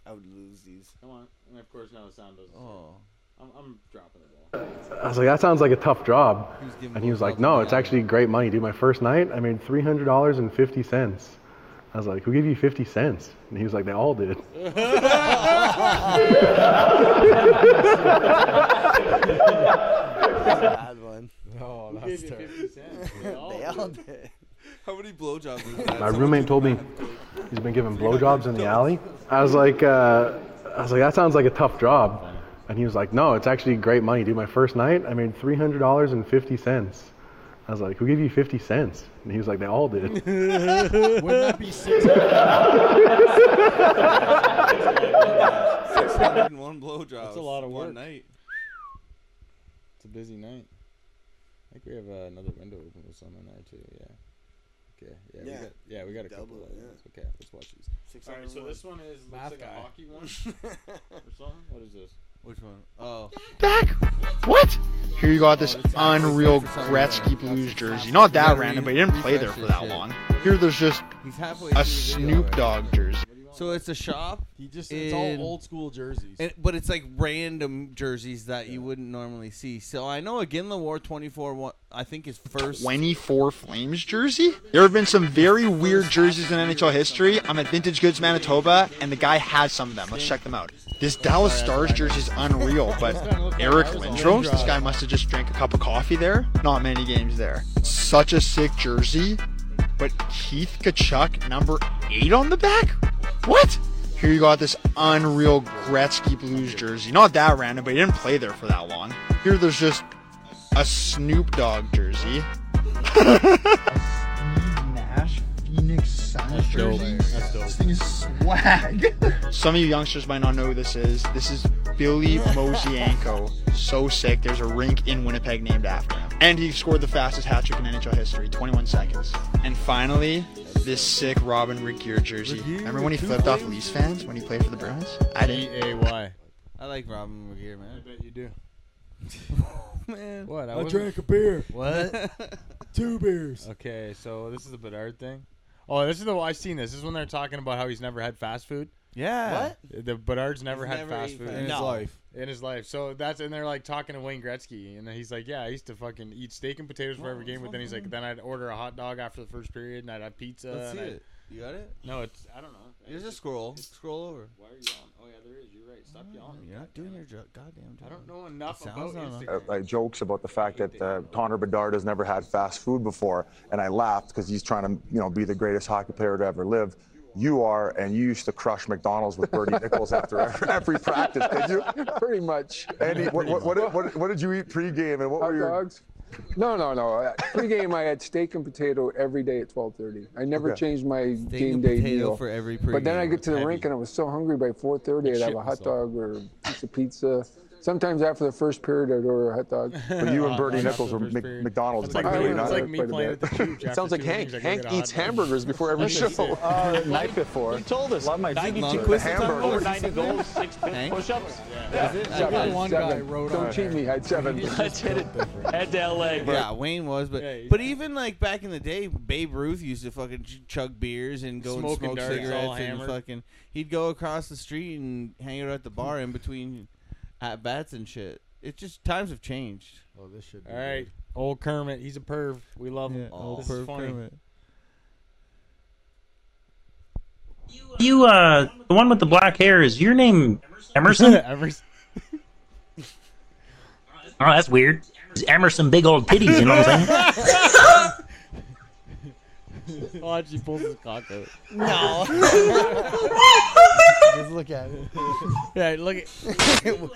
[SPEAKER 15] I would lose these.
[SPEAKER 4] Come on. And of course, now the sound doesn't.
[SPEAKER 5] Oh.
[SPEAKER 4] I'm, I'm dropping the ball.
[SPEAKER 1] I was like, that sounds like a tough job.
[SPEAKER 5] He was giving
[SPEAKER 1] And he was like, no, it's actually great money, dude. My first night, I made three hundred dollars and fifty cents. I was like, who gave you fifty cents? And he was like, they all did.
[SPEAKER 15] Bad one.
[SPEAKER 2] Oh,
[SPEAKER 15] Who
[SPEAKER 2] that's
[SPEAKER 15] gave you
[SPEAKER 2] terrible.
[SPEAKER 15] 50 cents? They all
[SPEAKER 2] They
[SPEAKER 15] did.
[SPEAKER 2] all
[SPEAKER 5] How many blowjobs is that?
[SPEAKER 1] My
[SPEAKER 5] Someone
[SPEAKER 1] roommate
[SPEAKER 5] took-
[SPEAKER 1] told me he's been giving blowjobs in the alley. I was like, uh, I was like, that sounds like a tough job. And he was like, no, it's actually great money, dude. My first night, I made three hundred dollars and fifty cents. I was like, who gave you fifty cents? And he was like, they all did.
[SPEAKER 2] Wouldn't that be six?
[SPEAKER 5] Six hundred and one blowjobs.
[SPEAKER 2] That's a lot of
[SPEAKER 5] one
[SPEAKER 2] work.
[SPEAKER 5] night.
[SPEAKER 2] It's a busy night. I think we have uh, another window open with some in there too. Yeah. Okay. Yeah.
[SPEAKER 4] Yeah.
[SPEAKER 2] We got, yeah. We got a couple. of those. Okay. Let's watch these.
[SPEAKER 4] All right, so this one is looks
[SPEAKER 2] Math
[SPEAKER 4] like
[SPEAKER 2] guy.
[SPEAKER 4] a hockey one or something. What is this?
[SPEAKER 5] Which one? Oh.
[SPEAKER 18] What? Here you got this unreal Gretzky Blues jersey. Not that random, but he didn't play there for that long. Here there's just
[SPEAKER 5] He's halfway
[SPEAKER 18] a
[SPEAKER 5] through the
[SPEAKER 18] Snoop Dogg jersey.
[SPEAKER 5] So it's a shop.
[SPEAKER 2] He just it's all
[SPEAKER 5] in-
[SPEAKER 2] old school jerseys.
[SPEAKER 5] And, but it's like random jerseys that you wouldn't normally see. So I know Aginla wore 24, one, I think his first.
[SPEAKER 18] 24 Flames jersey? There have been some very weird jerseys in NHL history. I'm at Vintage Goods Manitoba, and the guy has some of them. Let's check them out. This Dallas Stars jersey is unreal, but Eric Lindros, this guy must have just drank a cup of coffee there. Not many games there. Such a sick jersey, but Keith Kachuk, number eight on the back? What? Here you got this unreal Gretzky Blues jersey. Not that random, but he didn't play there for that long. Here there's just a Snoop Dogg jersey. Nash Phoenix Suns jersey. This thing is swag. Some of you youngsters might not know who this is. This is Billy Mosienko. So sick. There's a rink in Winnipeg named after him. And he scored the fastest hat trick in NHL history, 21 seconds. And finally, this sick Robin Regier jersey. Remember when he flipped off Leafs fans when he played for the Bruins? I didn't.
[SPEAKER 2] D-A-Y.
[SPEAKER 5] I like Robin McGear, man.
[SPEAKER 2] I bet you do.
[SPEAKER 5] man.
[SPEAKER 2] What? I,
[SPEAKER 4] I
[SPEAKER 2] wasn't-
[SPEAKER 4] drank a beer.
[SPEAKER 2] What? Two beers.
[SPEAKER 4] Okay, so this is the Bedard thing. Oh, this is the I've seen this. This is when they're talking about how he's never had fast food.
[SPEAKER 5] Yeah.
[SPEAKER 4] The Bedard's never
[SPEAKER 5] He's
[SPEAKER 4] had
[SPEAKER 5] never
[SPEAKER 4] fast
[SPEAKER 5] ate
[SPEAKER 4] food
[SPEAKER 5] fast In his food. life.
[SPEAKER 4] In his life. So that's and they're like talking to Wayne Gretzky, and then he's like, "Yeah, I used to fucking eat steak and potatoes for
[SPEAKER 5] Wow,
[SPEAKER 4] every game,
[SPEAKER 5] that's
[SPEAKER 4] but then he's like,
[SPEAKER 5] awesome.
[SPEAKER 4] then I'd order a hot dog after the first period, and I'd have pizza."
[SPEAKER 5] Let's
[SPEAKER 4] uh, and
[SPEAKER 5] see
[SPEAKER 4] I'd-
[SPEAKER 5] it. You got it?
[SPEAKER 4] No, it's I don't know.
[SPEAKER 5] Here's a scroll. Scroll over.
[SPEAKER 4] Why are you yelling? Oh yeah, there is. You're right. Stop yelling.
[SPEAKER 5] You're not doing your jo- goddamn job.
[SPEAKER 4] I don't know enough
[SPEAKER 5] sounds
[SPEAKER 4] about
[SPEAKER 5] not-
[SPEAKER 4] Instagram.
[SPEAKER 19] uh, uh, jokes about the fact that uh, Connor Bedard has never had fast food before, and I laughed because he's trying to, you know, be the greatest hockey player to ever live. you are, and you used to crush McDonald's with Bernie Nichols after every, every practice. Did you?
[SPEAKER 20] Pretty much.
[SPEAKER 19] Andy, what, what, what, did- what, what did you eat pregame, and what
[SPEAKER 20] Hot
[SPEAKER 19] were your
[SPEAKER 20] dogs? No, no, no. Uh, Pre-game, I had steak and potato every day at 12:30. I never
[SPEAKER 19] Okay.
[SPEAKER 20] changed my
[SPEAKER 19] Steak
[SPEAKER 20] game
[SPEAKER 19] and
[SPEAKER 20] day
[SPEAKER 19] potato
[SPEAKER 20] meal.
[SPEAKER 19] for every
[SPEAKER 20] But then
[SPEAKER 19] pregame
[SPEAKER 20] I get to the
[SPEAKER 19] was
[SPEAKER 20] rink and I was so hungry by 4:30, I'd have a hot dog or a piece of pizza. Sometimes after the first period, I'd order a hot dog.
[SPEAKER 19] But you and Bernie Nichols were Mc, McDonald's.
[SPEAKER 20] It's like
[SPEAKER 19] buddies,
[SPEAKER 20] me-
[SPEAKER 19] were you
[SPEAKER 20] it's
[SPEAKER 19] not?
[SPEAKER 20] like me Quite a playing bit. at the Cubes after Sounds like
[SPEAKER 19] two
[SPEAKER 20] Hank.
[SPEAKER 19] innings, I go
[SPEAKER 20] Hank
[SPEAKER 19] get a hot
[SPEAKER 20] eats
[SPEAKER 19] dog.
[SPEAKER 20] hamburgers before every show.
[SPEAKER 19] Uh, night before. You told us. Love my
[SPEAKER 20] Hamburgers.
[SPEAKER 9] six
[SPEAKER 20] Hank?
[SPEAKER 9] push-ups.
[SPEAKER 20] Yeah.
[SPEAKER 5] I got one guy
[SPEAKER 20] Seven.
[SPEAKER 5] wrote
[SPEAKER 20] Don't
[SPEAKER 5] on
[SPEAKER 20] cheat
[SPEAKER 5] there.
[SPEAKER 20] me. I had seven.
[SPEAKER 9] Head to LA.
[SPEAKER 5] Yeah, Wayne was, but
[SPEAKER 9] Yeah,
[SPEAKER 5] but even like back in the day, Babe Ruth used to fucking ch- chug beers and go
[SPEAKER 9] Smoking
[SPEAKER 5] and smoke
[SPEAKER 9] darts, all
[SPEAKER 5] cigarettes and
[SPEAKER 9] hammered.
[SPEAKER 5] fucking. He'd go across the street and hang out at the bar in between at bats and shit. It just times have changed.
[SPEAKER 1] Oh, this should.
[SPEAKER 4] All right, old Kermit, he's a perv. We love him.
[SPEAKER 5] old
[SPEAKER 4] this is
[SPEAKER 5] perv
[SPEAKER 4] funny.
[SPEAKER 5] Kermit.
[SPEAKER 21] You, uh, the one with the black hair, is your name Emerson? Emerson. Oh, that's weird. It's Emerson, big old titties, you know what I'm saying?
[SPEAKER 4] Watch, Oh, he pulls his cock out.
[SPEAKER 3] No. Just look at it.
[SPEAKER 4] Yeah, look at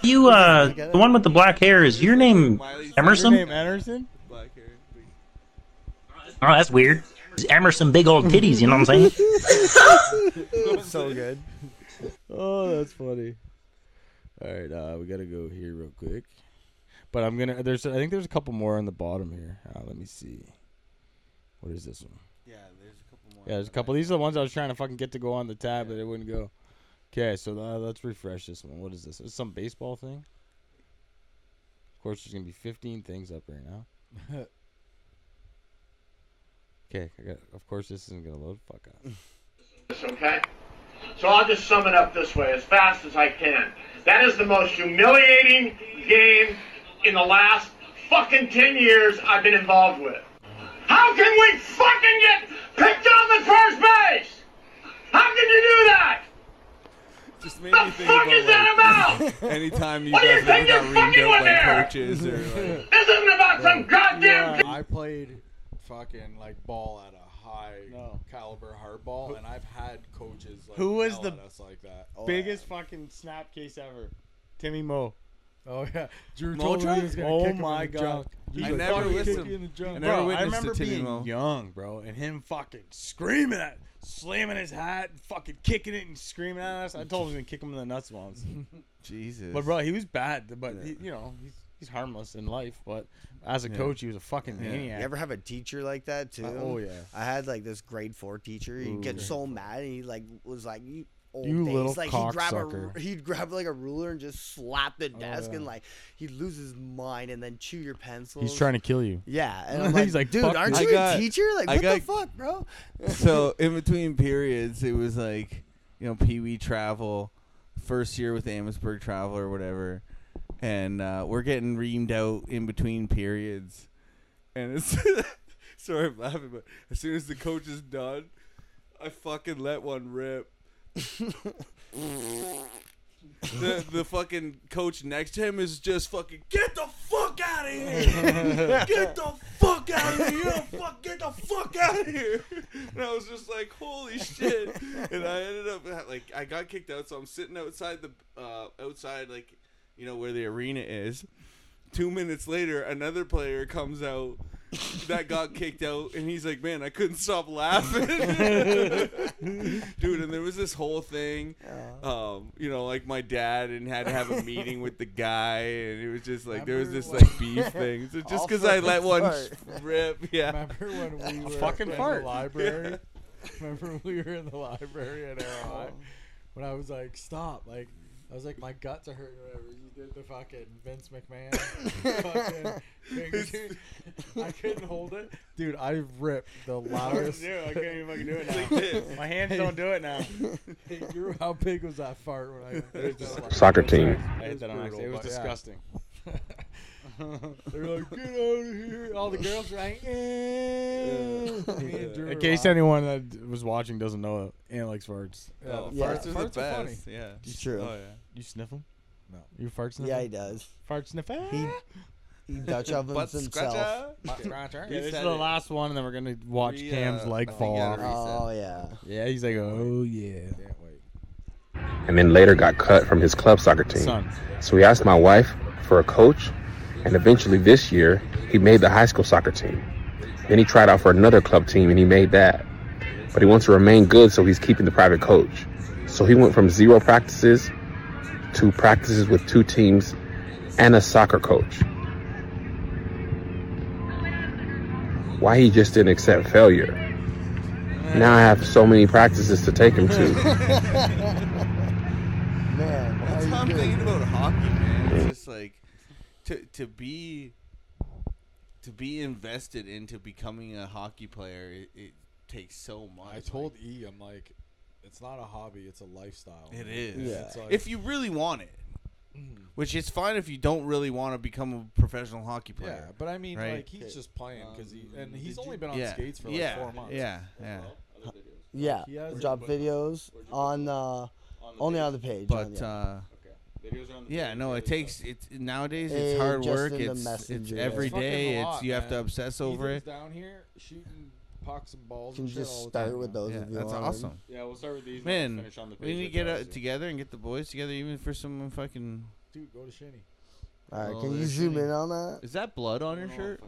[SPEAKER 21] You, uh, the one with the black hair, is your name Emerson?
[SPEAKER 4] Your name Emerson?
[SPEAKER 21] Oh, that's weird. It's Emerson, big old titties, you know what I'm saying?
[SPEAKER 3] so good.
[SPEAKER 4] Oh, that's funny. All right, uh, we gotta go here real quick. But I'm gonna. There's. I think there's a couple more on the bottom here. Uh, let me see. What is this one?
[SPEAKER 5] Yeah, there's a couple more.
[SPEAKER 4] Yeah, there's a couple. These are the ones I was trying to fucking get to go on the tab, but it wouldn't go. Okay, so uh, let's refresh this one. What is this? It's some baseball thing. Of course, there's gonna be 15 things up right now. Okay, I got. Of course, this isn't gonna load. Fuck up.
[SPEAKER 22] this, okay? So I'll just sum it up this way as fast as I can. That is the most humiliating game in the last fucking 10 years I've been involved with. How can we fucking get picked off at first base? How can you do that?
[SPEAKER 5] Just
[SPEAKER 22] the fuck is that about?
[SPEAKER 5] Anytime you
[SPEAKER 22] What do you
[SPEAKER 5] guys ever
[SPEAKER 22] think
[SPEAKER 5] got
[SPEAKER 22] this
[SPEAKER 5] reamed
[SPEAKER 22] fucking
[SPEAKER 5] out
[SPEAKER 22] was
[SPEAKER 5] by
[SPEAKER 22] there?
[SPEAKER 5] coaches or like,
[SPEAKER 22] This isn't about some goddamn.
[SPEAKER 1] I played fucking like ball at a high caliber hardball, and I've had coaches like
[SPEAKER 4] Who was
[SPEAKER 1] yell
[SPEAKER 4] the
[SPEAKER 1] at us like that. Oh,
[SPEAKER 4] biggest fucking snap case ever? Timmy Moe.
[SPEAKER 1] Oh yeah, Drew
[SPEAKER 4] Moe
[SPEAKER 1] told me he
[SPEAKER 4] Trout?
[SPEAKER 1] was gonna
[SPEAKER 4] Oh
[SPEAKER 1] kick him in
[SPEAKER 4] my
[SPEAKER 1] the
[SPEAKER 4] god!
[SPEAKER 1] junk. He
[SPEAKER 4] I
[SPEAKER 1] was
[SPEAKER 4] never
[SPEAKER 1] fucking
[SPEAKER 4] listened.
[SPEAKER 1] kicking the junk. I never
[SPEAKER 4] Bro, I
[SPEAKER 1] witnessed
[SPEAKER 4] remember
[SPEAKER 1] a Timmy
[SPEAKER 4] being
[SPEAKER 1] Moe.
[SPEAKER 4] young, bro, and him fucking screaming at, slamming his hat, and fucking kicking it and screaming at us. I told him he was gonna kick him in the nuts once.
[SPEAKER 5] Jesus.
[SPEAKER 4] But bro, he was bad. But he, you know, he's, he's harmless in life. But as a
[SPEAKER 3] Yeah.
[SPEAKER 4] coach, he was a fucking maniac.
[SPEAKER 3] You ever have a teacher like that too?
[SPEAKER 4] Uh, oh, yeah.
[SPEAKER 3] I had like this grade four teacher. He'd get
[SPEAKER 4] Ooh.
[SPEAKER 3] so mad, and he like was like, "You old
[SPEAKER 4] You
[SPEAKER 3] days."
[SPEAKER 4] little
[SPEAKER 3] like he'd grab a,
[SPEAKER 4] cocksucker. Oh,
[SPEAKER 3] ru- he'd grab like a ruler and just slap the desk,
[SPEAKER 4] yeah.
[SPEAKER 3] and like he'd lose his mind, and then chew your pencil.
[SPEAKER 4] He's trying to kill you.
[SPEAKER 3] Yeah, and I'm like,
[SPEAKER 4] He's like,
[SPEAKER 3] dude,
[SPEAKER 4] "Fuck
[SPEAKER 3] aren't
[SPEAKER 4] me."
[SPEAKER 3] you
[SPEAKER 4] I
[SPEAKER 3] a
[SPEAKER 4] got-
[SPEAKER 3] teacher? Like,
[SPEAKER 5] I
[SPEAKER 3] what the
[SPEAKER 5] got-
[SPEAKER 3] fuck, bro?
[SPEAKER 5] so in between periods, it was like you know Pee Wee travel, first year with Amherstburg travel or whatever, and uh, we're getting reamed out in between periods, and it's sorry I'm laughing, but as soon as the coach is done, I fucking let one rip. the the fucking coach next to him is just fucking get the fuck out of here, get the fuck out of here, fuck, get the fuck out of here. And I was just like, holy shit. And I ended up like I got kicked out, so I'm sitting outside the uh, outside like you know where the arena is. Two minutes later, another player comes out that got kicked out, and he's like, "Man, I couldn't stop laughing, dude." And there was this whole thing, um, you know, like my dad and had to have a meeting with the guy, and it was just like there was this like beef thing. So just because I let one rip, yeah.
[SPEAKER 1] Remember when we were
[SPEAKER 5] fucking
[SPEAKER 1] in
[SPEAKER 5] fart.
[SPEAKER 1] the library? Remember when we were in the library at RI? When I was like, stop, like. I was like, my guts are hurting. or Whatever you did, the fucking Vince McMahon, fucking thing. I couldn't hold it, dude. I ripped the loudest.
[SPEAKER 4] Dude, I can't even fucking do it
[SPEAKER 1] Like
[SPEAKER 4] now.
[SPEAKER 1] this.
[SPEAKER 4] My hands don't do it now.
[SPEAKER 1] Hey, Drew, how big was that fart when I?
[SPEAKER 4] Soccer team.
[SPEAKER 1] I hit that on accident. It was disgusting.
[SPEAKER 4] They're like, get out of here. All the girls are like, eh. Me and Drew
[SPEAKER 1] Yeah.
[SPEAKER 4] In
[SPEAKER 3] uh,
[SPEAKER 4] case anyone that was watching doesn't know, Ant likes Oh, farts.
[SPEAKER 1] Yeah, the
[SPEAKER 3] Yeah.
[SPEAKER 1] farts are the
[SPEAKER 3] Oh, Farts are
[SPEAKER 1] best,
[SPEAKER 3] funny.
[SPEAKER 1] yeah.
[SPEAKER 3] It's true.
[SPEAKER 1] Oh,
[SPEAKER 4] You sniff them?
[SPEAKER 1] No.
[SPEAKER 4] You fart sniff? eh?
[SPEAKER 3] Yeah, he does.
[SPEAKER 4] Fart sniffer?
[SPEAKER 3] He Dutch ovens himself.
[SPEAKER 4] Yeah, this is the last one, and then we're gonna watch
[SPEAKER 3] Re,
[SPEAKER 4] Cam's
[SPEAKER 3] uh,
[SPEAKER 4] leg
[SPEAKER 3] I
[SPEAKER 4] fall off.
[SPEAKER 3] think, uh, Oh, yeah.
[SPEAKER 4] Yeah, he's like, oh yeah.
[SPEAKER 7] and then later got cut from his club soccer team.
[SPEAKER 4] Son.
[SPEAKER 7] So he asked my wife for a coach, and eventually this year, he made the high school soccer team. Then he tried out for another club team and he made that. But he wants to remain good, so he's keeping the private coach. So he went from zero practices to practices with two teams and a soccer coach. Why he just didn't accept failure. Now I have so many practices to take him to.
[SPEAKER 3] Man,
[SPEAKER 5] that's how I'm thinking about hockey, man. It's just like to to be to be invested into becoming a hockey player. It, it takes so much.
[SPEAKER 1] I told E, I'm like, it's not a hobby, it's a lifestyle.
[SPEAKER 5] It
[SPEAKER 1] man.
[SPEAKER 5] is.
[SPEAKER 1] It's like- Mm-hmm.
[SPEAKER 5] if you really want it, which is fine if you don't really want to become a professional hockey player.
[SPEAKER 1] yeah, but I mean,
[SPEAKER 5] right? Um,
[SPEAKER 1] like he's just playing because he and he's only been on
[SPEAKER 5] Yeah.
[SPEAKER 1] skates for like
[SPEAKER 5] Yeah.
[SPEAKER 1] four months.
[SPEAKER 5] Yeah. Yeah.
[SPEAKER 3] Yeah,
[SPEAKER 1] He has
[SPEAKER 3] we
[SPEAKER 1] it,
[SPEAKER 3] drop
[SPEAKER 1] but-
[SPEAKER 3] videos on uh, only on the page.
[SPEAKER 5] But,
[SPEAKER 3] on the-
[SPEAKER 5] uh, Yeah, no, it takes it's nowadays
[SPEAKER 3] Eh,
[SPEAKER 5] it's hard
[SPEAKER 3] just
[SPEAKER 5] work.
[SPEAKER 3] in the
[SPEAKER 5] It's it's
[SPEAKER 3] messenger.
[SPEAKER 5] every
[SPEAKER 1] It's fucking
[SPEAKER 5] day.
[SPEAKER 1] a
[SPEAKER 5] It's
[SPEAKER 1] lot,
[SPEAKER 5] you have to
[SPEAKER 1] man.
[SPEAKER 5] obsess over
[SPEAKER 1] Ethan's
[SPEAKER 5] it.
[SPEAKER 1] down here shooting pucks and balls.
[SPEAKER 3] Can
[SPEAKER 1] and shit
[SPEAKER 3] just
[SPEAKER 1] all the
[SPEAKER 3] start
[SPEAKER 1] time
[SPEAKER 3] with
[SPEAKER 1] now.
[SPEAKER 3] those Yeah, if you
[SPEAKER 5] That's
[SPEAKER 3] want.
[SPEAKER 5] awesome.
[SPEAKER 1] Yeah, we'll start with these. and then
[SPEAKER 5] Man,
[SPEAKER 1] finish on the
[SPEAKER 5] we need to
[SPEAKER 1] Patriots
[SPEAKER 5] get
[SPEAKER 1] after
[SPEAKER 5] out together and get the boys together, even for some fucking.
[SPEAKER 1] Dude, go to Shinny.
[SPEAKER 3] All right,
[SPEAKER 5] Oh,
[SPEAKER 3] can you
[SPEAKER 5] there's
[SPEAKER 3] zoom
[SPEAKER 5] Shinny.
[SPEAKER 3] in on that?
[SPEAKER 5] Is that blood on your shirt?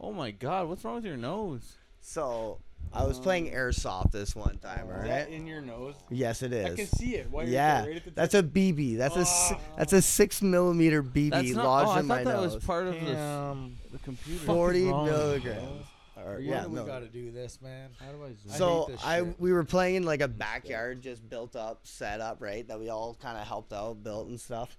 [SPEAKER 5] Oh my god, what's wrong with your nose?
[SPEAKER 3] So I was playing
[SPEAKER 1] Um,
[SPEAKER 3] airsoft this one
[SPEAKER 1] Oh.
[SPEAKER 3] time, all
[SPEAKER 4] Is
[SPEAKER 3] right?
[SPEAKER 4] that in your nose?
[SPEAKER 3] Yes, it
[SPEAKER 4] I
[SPEAKER 3] is.
[SPEAKER 4] can see it. Why is it
[SPEAKER 3] yeah,
[SPEAKER 4] right at the
[SPEAKER 3] that's a BB. That's
[SPEAKER 4] Ah.
[SPEAKER 3] a si- that's a six millimeter BB
[SPEAKER 5] That's not-
[SPEAKER 3] lodged
[SPEAKER 5] oh, I
[SPEAKER 3] in
[SPEAKER 5] thought
[SPEAKER 3] my
[SPEAKER 5] that
[SPEAKER 3] nose.
[SPEAKER 5] was part of the, s-
[SPEAKER 4] Damn.
[SPEAKER 5] the computer.
[SPEAKER 3] Forty milligrams. Or,
[SPEAKER 1] Why
[SPEAKER 3] yeah,
[SPEAKER 1] do we
[SPEAKER 3] no.
[SPEAKER 1] gotta do this, man? How do I? zoom?
[SPEAKER 3] So
[SPEAKER 1] hate this
[SPEAKER 3] I,
[SPEAKER 1] shit.
[SPEAKER 3] we were playing in, like a backyard just built up, set up, right? That we all kind of helped out, built and stuff.